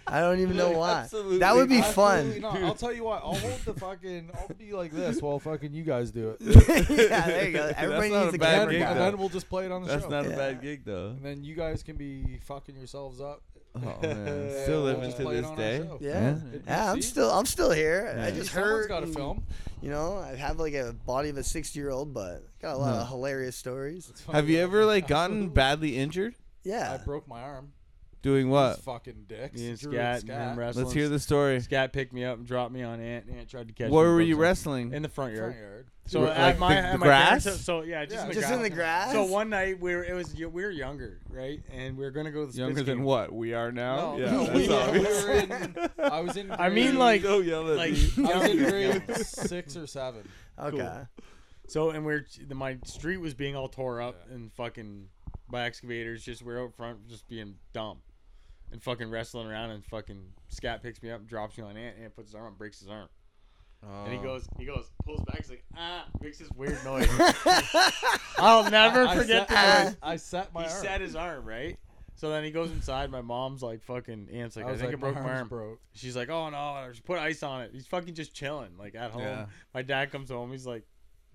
[SPEAKER 3] I don't even know
[SPEAKER 1] Like,
[SPEAKER 3] why.
[SPEAKER 1] absolutely
[SPEAKER 3] that would be
[SPEAKER 1] not.
[SPEAKER 3] fun.
[SPEAKER 1] Absolutely not. I'll tell you what. I'll hold the fucking. I'll be like this while fucking you guys do it.
[SPEAKER 3] Yeah, there you go.
[SPEAKER 1] That's
[SPEAKER 3] Everybody
[SPEAKER 1] not
[SPEAKER 3] needs a
[SPEAKER 1] bad
[SPEAKER 3] camera
[SPEAKER 1] gig,
[SPEAKER 3] guy.
[SPEAKER 1] though. Then we'll just play it on the
[SPEAKER 5] That's
[SPEAKER 1] show.
[SPEAKER 5] not a Yeah. bad gig, though.
[SPEAKER 1] And then you guys can be fucking yourselves up.
[SPEAKER 5] Oh, man.
[SPEAKER 1] And
[SPEAKER 5] Still
[SPEAKER 1] we'll
[SPEAKER 5] living
[SPEAKER 1] just
[SPEAKER 5] to
[SPEAKER 1] play it
[SPEAKER 5] this
[SPEAKER 1] on our
[SPEAKER 5] day.
[SPEAKER 1] show.
[SPEAKER 3] Yeah,
[SPEAKER 1] It-
[SPEAKER 3] yeah. I'm
[SPEAKER 1] see?
[SPEAKER 3] still, I'm still here. I
[SPEAKER 1] Yeah.
[SPEAKER 3] just
[SPEAKER 1] Someone's
[SPEAKER 3] heard.
[SPEAKER 1] gotta film.
[SPEAKER 3] You know, I have like a body of a 60 year old, but got a lot of hilarious stories.
[SPEAKER 5] Have you ever like gotten badly injured?
[SPEAKER 3] Yeah.
[SPEAKER 1] I broke my arm.
[SPEAKER 5] Doing what?
[SPEAKER 1] These fucking dicks.
[SPEAKER 4] Me and
[SPEAKER 1] Drew and
[SPEAKER 4] Scat,
[SPEAKER 1] Scat.
[SPEAKER 4] And him wrestling.
[SPEAKER 5] Let's hear the story.
[SPEAKER 4] Scat picked me up and dropped me on Ant. Ant tried to catch me.
[SPEAKER 5] Where were
[SPEAKER 4] Broke
[SPEAKER 5] you
[SPEAKER 4] something.
[SPEAKER 5] wrestling?
[SPEAKER 4] In the front yard.
[SPEAKER 1] Front yard.
[SPEAKER 4] So
[SPEAKER 5] Were-
[SPEAKER 4] at
[SPEAKER 5] like
[SPEAKER 4] my,
[SPEAKER 5] the-
[SPEAKER 4] at
[SPEAKER 5] the
[SPEAKER 4] my
[SPEAKER 5] grass?
[SPEAKER 4] parents' house- so yeah, just,
[SPEAKER 1] Yeah,
[SPEAKER 4] in, the
[SPEAKER 1] just
[SPEAKER 4] grass.
[SPEAKER 1] in the grass?
[SPEAKER 4] So one night we were it was we were younger, right? And we were gonna go to the Spitz
[SPEAKER 5] Younger than
[SPEAKER 4] game.
[SPEAKER 5] what we are now.
[SPEAKER 4] No,
[SPEAKER 5] yeah,
[SPEAKER 4] no,
[SPEAKER 5] that's
[SPEAKER 4] we were-
[SPEAKER 5] obvious.
[SPEAKER 1] we were in- I was in
[SPEAKER 4] I
[SPEAKER 1] grade-
[SPEAKER 4] mean, like,
[SPEAKER 1] Don't yell at
[SPEAKER 4] like
[SPEAKER 1] me. I was in
[SPEAKER 4] young-
[SPEAKER 1] grade
[SPEAKER 4] young.
[SPEAKER 1] six or seven.
[SPEAKER 3] Okay.
[SPEAKER 4] So and we're the, my street was being all tore up and fucking by excavators. Just we're out front, just being dumb, and fucking wrestling around. And fucking Scat picks me up, and drops me on Ant, Ant puts his arm, up, breaks his arm. And he
[SPEAKER 1] Uh,
[SPEAKER 10] Oh.
[SPEAKER 4] goes, he goes, pulls back. He's like, ah, makes this weird noise. I'll never
[SPEAKER 1] I- I set-
[SPEAKER 4] forget the noise.
[SPEAKER 1] I- I set my
[SPEAKER 4] He
[SPEAKER 1] arm.
[SPEAKER 4] set his arm right. So then he goes inside. My mom's like, fucking, Ant's like,
[SPEAKER 1] I
[SPEAKER 4] I,
[SPEAKER 1] was
[SPEAKER 4] think
[SPEAKER 1] like,
[SPEAKER 4] it broke
[SPEAKER 1] my
[SPEAKER 4] my,
[SPEAKER 1] arm's
[SPEAKER 4] arm.
[SPEAKER 1] broke.
[SPEAKER 4] She's like, oh no, and she put ice on it. He's fucking just chilling, like at home.
[SPEAKER 1] Yeah.
[SPEAKER 4] My dad comes home. He's like,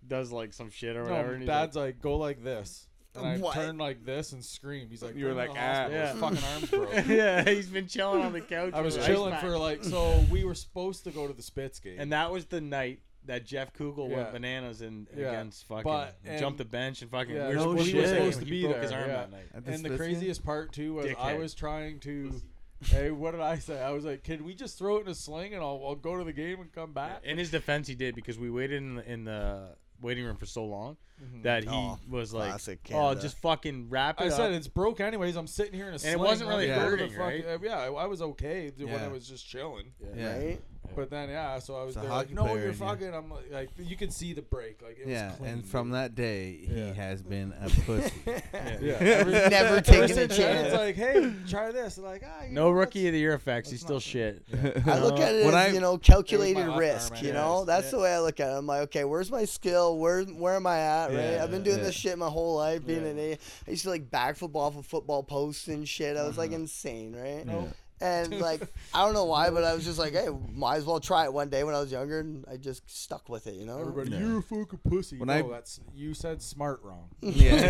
[SPEAKER 4] does like some shit or
[SPEAKER 1] No,
[SPEAKER 4] whatever. and he's
[SPEAKER 1] Dad's like, go like this. And I
[SPEAKER 4] What?
[SPEAKER 1] turned like this and screamed. He's like,
[SPEAKER 5] You were
[SPEAKER 1] "Bring him
[SPEAKER 5] like,
[SPEAKER 1] to the
[SPEAKER 5] "Ah."
[SPEAKER 1] hospital. His
[SPEAKER 4] Yeah.
[SPEAKER 1] fucking arms broke.
[SPEAKER 4] Yeah, he's been chilling on the couch
[SPEAKER 1] I was
[SPEAKER 4] with an ice
[SPEAKER 1] chilling
[SPEAKER 4] pack.
[SPEAKER 1] for like, so we were supposed to go to the Spitz game.
[SPEAKER 4] And that was the night that Jeff Kugel
[SPEAKER 1] Yeah.
[SPEAKER 4] went bananas and
[SPEAKER 1] Yeah.
[SPEAKER 4] against fucking
[SPEAKER 1] But- and-
[SPEAKER 4] jumped the bench and fucking
[SPEAKER 1] Yeah,
[SPEAKER 4] we were supposed,
[SPEAKER 1] we
[SPEAKER 4] we were
[SPEAKER 1] were
[SPEAKER 4] supposed to
[SPEAKER 1] He
[SPEAKER 4] be
[SPEAKER 1] broke
[SPEAKER 4] there.
[SPEAKER 1] his arm
[SPEAKER 4] yeah.
[SPEAKER 1] that night. and the craziest part too was I
[SPEAKER 4] Dickhead.
[SPEAKER 1] was trying to. Hey, what did I say? I was like, "Can we just throw it in a sling and I'll, I'll go to the game and come back?"
[SPEAKER 4] In his defense, he did because we waited in the, in the waiting room for so long
[SPEAKER 1] Mhm.
[SPEAKER 4] that he
[SPEAKER 1] Oh,
[SPEAKER 4] was like,
[SPEAKER 1] classic
[SPEAKER 4] "Oh,
[SPEAKER 1] Canada."
[SPEAKER 4] just fucking wrap it
[SPEAKER 1] I
[SPEAKER 4] up."
[SPEAKER 1] said it's broke anyways. I'm sitting here in a
[SPEAKER 4] And it
[SPEAKER 1] sling.
[SPEAKER 4] wasn't
[SPEAKER 1] I'm
[SPEAKER 4] really
[SPEAKER 1] gonna go to the
[SPEAKER 4] hurting, right?
[SPEAKER 1] uh, Yeah, I, I was okay th- when
[SPEAKER 4] Yeah.
[SPEAKER 1] I was just chilling.
[SPEAKER 5] Yeah. Right?
[SPEAKER 1] But then yeah, so I was
[SPEAKER 5] It's a
[SPEAKER 1] there like,
[SPEAKER 5] hockey
[SPEAKER 1] no,
[SPEAKER 5] player
[SPEAKER 1] you're
[SPEAKER 5] in you."
[SPEAKER 1] fucking. I'm like, like, you could see the break. Like it
[SPEAKER 5] Yeah,
[SPEAKER 1] was clean.
[SPEAKER 5] and from that day, he has been a pussy.
[SPEAKER 1] Ever- ever since then, It's like, hey, try this. And like, ah, you
[SPEAKER 4] no rookie of the year effects. He's still shit.
[SPEAKER 3] I
[SPEAKER 1] Uh,
[SPEAKER 3] look at it
[SPEAKER 4] When
[SPEAKER 3] as,
[SPEAKER 4] I-
[SPEAKER 3] you know,
[SPEAKER 4] It
[SPEAKER 3] calculated
[SPEAKER 4] was my left
[SPEAKER 3] risk.
[SPEAKER 4] arm,
[SPEAKER 3] you
[SPEAKER 4] yeah.
[SPEAKER 3] know, that's
[SPEAKER 4] Yeah.
[SPEAKER 3] the way I look at it. I'm like, okay, where's my skill? Where where am I at? Right?
[SPEAKER 5] Yeah,
[SPEAKER 3] I've been doing
[SPEAKER 5] yeah.
[SPEAKER 3] this shit my whole life. Being an A, I used to like back football off of football posts and shit. I was like insane, right?
[SPEAKER 5] Nope.
[SPEAKER 3] And like, I don't know why, but I was just like, hey, might as well try it one day when I was younger, and I just stuck with it. You know,
[SPEAKER 1] Everybody, you're a fucking pussy.
[SPEAKER 3] When
[SPEAKER 1] no,
[SPEAKER 3] I-
[SPEAKER 1] that's you said smart wrong.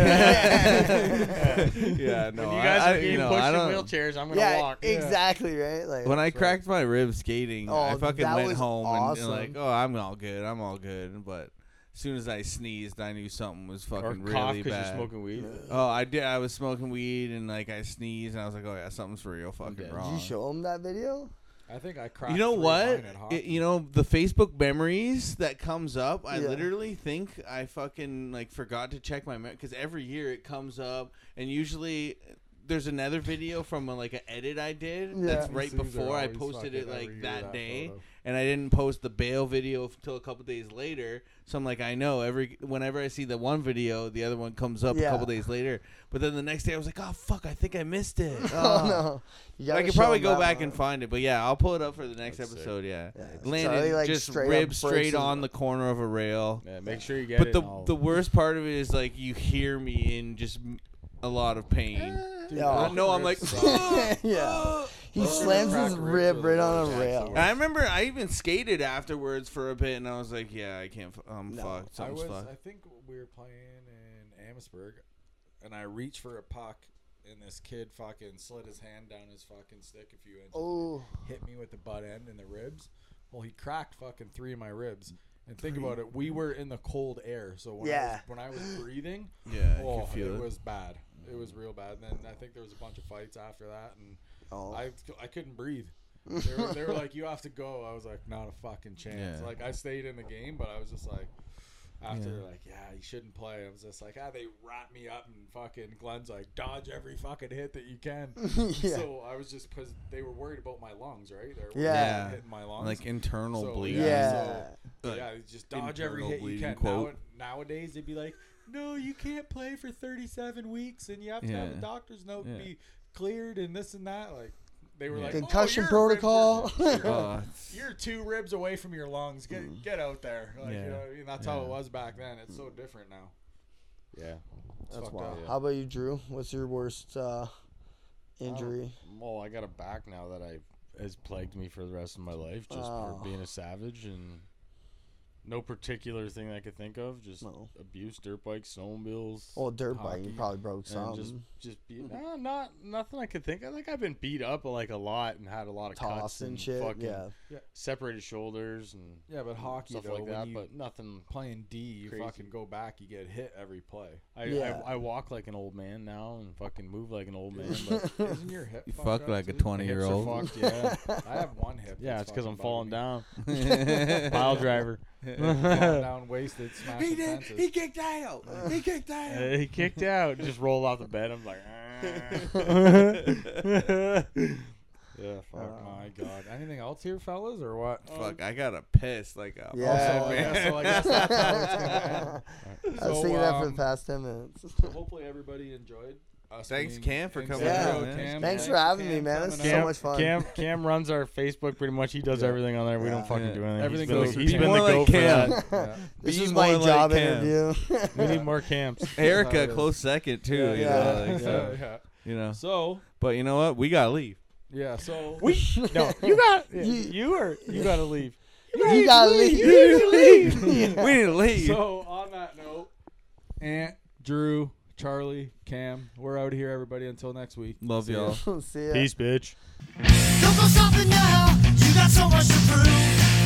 [SPEAKER 5] Yeah. Yeah, no,
[SPEAKER 4] When you guys
[SPEAKER 5] I- I-
[SPEAKER 4] are
[SPEAKER 5] you
[SPEAKER 4] being
[SPEAKER 5] know,
[SPEAKER 4] pushed
[SPEAKER 5] I
[SPEAKER 4] in
[SPEAKER 5] don't-
[SPEAKER 4] wheelchairs, I'm gonna
[SPEAKER 3] Yeah,
[SPEAKER 4] walk.
[SPEAKER 3] exactly right. Like
[SPEAKER 5] when I cracked my rib skating, I
[SPEAKER 3] Oh,
[SPEAKER 5] fucking
[SPEAKER 3] that
[SPEAKER 5] went
[SPEAKER 3] was
[SPEAKER 5] home
[SPEAKER 3] awesome.
[SPEAKER 5] and, and like, oh, I'm all good, I'm all good. But as soon as I sneezed, I knew something was fucking
[SPEAKER 4] cough
[SPEAKER 5] really
[SPEAKER 4] 'cause you're
[SPEAKER 5] bad.
[SPEAKER 4] smoking weed.
[SPEAKER 5] Oh, I did. I was smoking weed and like I sneezed and I was like, oh yeah, something's real fucking
[SPEAKER 3] did you
[SPEAKER 5] wrong.
[SPEAKER 3] show him that video?
[SPEAKER 1] I think I
[SPEAKER 5] You know what? It- you know the Facebook memories that comes up. I
[SPEAKER 3] Yeah.
[SPEAKER 5] literally think I fucking like forgot to check my because every year it comes up, and usually there's another video from a, like an edit I did
[SPEAKER 2] Yeah.
[SPEAKER 5] that's
[SPEAKER 2] It
[SPEAKER 5] right
[SPEAKER 2] seems they're
[SPEAKER 5] before I
[SPEAKER 2] always
[SPEAKER 5] posted
[SPEAKER 2] fucking
[SPEAKER 5] it
[SPEAKER 2] every
[SPEAKER 5] like
[SPEAKER 2] year
[SPEAKER 5] that,
[SPEAKER 2] that
[SPEAKER 5] day,
[SPEAKER 2] photo.
[SPEAKER 5] and I didn't post the bail video until a couple days later. So I'm like, I know every whenever I see the one video, the other one comes up a
[SPEAKER 2] Yeah.
[SPEAKER 5] couple days later. But then the next day I was like, oh fuck, I think I missed it.
[SPEAKER 2] Oh,
[SPEAKER 5] Ah.
[SPEAKER 2] no.
[SPEAKER 5] I
[SPEAKER 3] You gotta
[SPEAKER 5] could
[SPEAKER 3] show
[SPEAKER 5] probably
[SPEAKER 3] 'em
[SPEAKER 5] go
[SPEAKER 3] that
[SPEAKER 5] back
[SPEAKER 3] one.
[SPEAKER 5] and find it, but yeah, I'll pull it up for the next episode. Yeah, landed
[SPEAKER 3] Charlie, like,
[SPEAKER 5] just
[SPEAKER 3] straight up
[SPEAKER 5] rib
[SPEAKER 3] breaks
[SPEAKER 5] straight
[SPEAKER 3] his-
[SPEAKER 5] on the corner of a rail.
[SPEAKER 4] Yeah, make sure you get
[SPEAKER 5] but
[SPEAKER 4] it
[SPEAKER 5] the
[SPEAKER 4] and I'll-
[SPEAKER 5] the worst part of it is like you hear me in just m- a lot of pain.
[SPEAKER 3] Yeah.
[SPEAKER 5] I know I'm like.
[SPEAKER 3] yeah. He slams his rib right on a rail.
[SPEAKER 5] And I remember I even skated afterwards for a bit, and I was like, "Yeah, I can't. F- I'm fucked.
[SPEAKER 1] I
[SPEAKER 5] Something's
[SPEAKER 1] was.
[SPEAKER 5] fucked."
[SPEAKER 1] I think we were playing in Amherstburg, and I reached for a puck, and this kid fucking slid his hand down his fucking stick a few inches.
[SPEAKER 3] Oh.
[SPEAKER 1] Hit me with the butt end in the ribs. Well, he cracked fucking three of my ribs. And think
[SPEAKER 2] Three.
[SPEAKER 1] about it, we were in the cold air, so when
[SPEAKER 2] Yeah.
[SPEAKER 1] I was, when I was breathing,
[SPEAKER 2] Yeah, I could
[SPEAKER 1] oh,
[SPEAKER 2] feel
[SPEAKER 1] it,
[SPEAKER 2] it.
[SPEAKER 1] was bad. It was real bad. And then I think there was a bunch of fights after that, and
[SPEAKER 3] Oh.
[SPEAKER 1] I I couldn't breathe. They were, they were like, "You have to go." I was like, "Not a fucking chance."
[SPEAKER 2] Yeah.
[SPEAKER 1] Like I stayed in the game, but I was just like, after
[SPEAKER 2] Yeah.
[SPEAKER 1] like, yeah, you shouldn't play. I was just like, ah, they wrap me up and fucking Glenn's like, dodge every fucking hit that you can.
[SPEAKER 5] Yeah.
[SPEAKER 1] So I was just because they were worried about my lungs, right? They were worried about
[SPEAKER 5] Yeah.
[SPEAKER 1] hitting my lungs,
[SPEAKER 5] Like internal
[SPEAKER 1] So,
[SPEAKER 5] bleeding.
[SPEAKER 1] Yeah,
[SPEAKER 5] Yeah.
[SPEAKER 1] so, yeah,
[SPEAKER 5] Like,
[SPEAKER 1] just dodge every
[SPEAKER 5] internal
[SPEAKER 1] hit you
[SPEAKER 5] bleeding,
[SPEAKER 1] can. Now,
[SPEAKER 5] quote.
[SPEAKER 1] nowadays, they'd be like, no, you can't play for 37 weeks, and you have to have
[SPEAKER 5] Yeah.
[SPEAKER 1] a doctor's note
[SPEAKER 5] Yeah.
[SPEAKER 1] and be cleared and this and that. Like they were like
[SPEAKER 3] Concussion
[SPEAKER 1] "Oh, you're
[SPEAKER 3] protocol.
[SPEAKER 5] Oh,
[SPEAKER 1] you're two ribs away from your lungs. Get
[SPEAKER 5] Mm.
[SPEAKER 1] get out there. Like,
[SPEAKER 3] Yeah.
[SPEAKER 1] you know what I mean? That's how it was back then. It's so different now.
[SPEAKER 4] Yeah.
[SPEAKER 3] That's
[SPEAKER 1] fucked
[SPEAKER 3] wild.
[SPEAKER 1] up.
[SPEAKER 3] How about you, Drew? What's your worst uh,
[SPEAKER 4] Oh, I don't-
[SPEAKER 3] injury?
[SPEAKER 4] Well, I got a back now that I has plagued me for the rest of my life, just
[SPEAKER 1] Oh.
[SPEAKER 4] for being a savage and no particular thing I could think of. Just abuse, dirt bikes, snowmobiles.
[SPEAKER 3] Well, dirt bike, you
[SPEAKER 4] Oh. hockey,
[SPEAKER 3] probably broke
[SPEAKER 4] and Just,
[SPEAKER 3] something.
[SPEAKER 4] just be
[SPEAKER 3] Mm-hmm.
[SPEAKER 4] nah, not nothing I could think. of. Like I've been beat up like a lot and had a lot of
[SPEAKER 3] Tossed
[SPEAKER 4] cuts
[SPEAKER 3] and shit,
[SPEAKER 4] fucking
[SPEAKER 3] yeah.
[SPEAKER 1] Yeah.
[SPEAKER 4] separated shoulders and
[SPEAKER 1] Yeah, but hockey
[SPEAKER 4] stuff
[SPEAKER 1] though,
[SPEAKER 4] like that.
[SPEAKER 1] when you
[SPEAKER 4] But nothing
[SPEAKER 1] playing D. You
[SPEAKER 4] crazy.
[SPEAKER 1] fucking go back, you get hit every play.
[SPEAKER 4] I,
[SPEAKER 1] Yeah.
[SPEAKER 4] I I walk like an old man now and fucking move like an old man. But
[SPEAKER 1] Isn't your hip
[SPEAKER 4] You
[SPEAKER 1] fucked
[SPEAKER 4] fuck
[SPEAKER 1] up,
[SPEAKER 4] like a
[SPEAKER 1] too?
[SPEAKER 4] 20 year
[SPEAKER 1] Hips are
[SPEAKER 4] old.
[SPEAKER 1] fucked, yeah. I have one hip.
[SPEAKER 4] Yeah,
[SPEAKER 1] that's
[SPEAKER 4] it's 'cause I'm
[SPEAKER 1] fucking
[SPEAKER 4] falling
[SPEAKER 1] bugging me.
[SPEAKER 4] down. Pile driver.
[SPEAKER 1] falling down, wasted, smashing
[SPEAKER 5] He did.
[SPEAKER 1] fences.
[SPEAKER 5] He kicked out. He kicked out.
[SPEAKER 4] Uh, he kicked out. Just rolled off the bed. I'm like,
[SPEAKER 1] yeah, fuck my god. Anything else here, fellas, or what?
[SPEAKER 5] Fuck, I got a piss like a
[SPEAKER 1] Yeah,
[SPEAKER 5] also,
[SPEAKER 1] yeah,
[SPEAKER 5] man.
[SPEAKER 1] so I guess that's how it's gonna end.
[SPEAKER 3] I was
[SPEAKER 1] So,
[SPEAKER 3] thinking that for the
[SPEAKER 1] um,
[SPEAKER 3] past 10 minutes.
[SPEAKER 1] so hopefully everybody enjoyed. Us
[SPEAKER 5] Thanks,
[SPEAKER 1] being-
[SPEAKER 5] Cam, for
[SPEAKER 1] thanks
[SPEAKER 5] coming
[SPEAKER 1] Cam,
[SPEAKER 5] out, man.
[SPEAKER 1] Cam,
[SPEAKER 3] Thanks for having me,
[SPEAKER 1] Cam
[SPEAKER 3] man.
[SPEAKER 1] coming
[SPEAKER 3] This is
[SPEAKER 1] out.
[SPEAKER 3] so much fun.
[SPEAKER 4] Cam Cam runs our Facebook pretty much. He does everything on there. We don't fucking do anything.
[SPEAKER 1] Everything
[SPEAKER 4] he's been,
[SPEAKER 1] goes
[SPEAKER 4] the- he's
[SPEAKER 1] to
[SPEAKER 4] been
[SPEAKER 1] Cam.
[SPEAKER 4] the
[SPEAKER 1] More
[SPEAKER 4] go
[SPEAKER 1] like
[SPEAKER 4] for
[SPEAKER 1] Cam.
[SPEAKER 4] that.
[SPEAKER 1] Yeah.
[SPEAKER 3] This
[SPEAKER 5] Be
[SPEAKER 3] is my
[SPEAKER 5] more like
[SPEAKER 3] job
[SPEAKER 5] Cam.
[SPEAKER 3] interview.
[SPEAKER 4] We need more camps.
[SPEAKER 5] Erica, close second too.
[SPEAKER 1] Yeah,
[SPEAKER 5] you
[SPEAKER 1] yeah,
[SPEAKER 5] know, like,
[SPEAKER 1] yeah,
[SPEAKER 5] so,
[SPEAKER 1] yeah.
[SPEAKER 5] You know.
[SPEAKER 1] So-
[SPEAKER 5] but you know what? We gotta leave.
[SPEAKER 1] Yeah, so
[SPEAKER 4] we no, you got you, or you gotta leave.
[SPEAKER 3] You gotta leave.
[SPEAKER 5] we need to leave.
[SPEAKER 1] So on that note, Aunt Drew, Charlie, Cam, we're out of here, everybody. Until next week.
[SPEAKER 5] Love
[SPEAKER 1] See ya.
[SPEAKER 5] y'all.
[SPEAKER 3] See ya.
[SPEAKER 4] Peace, bitch.
[SPEAKER 8] Don't go stopping now. You got so much to prove.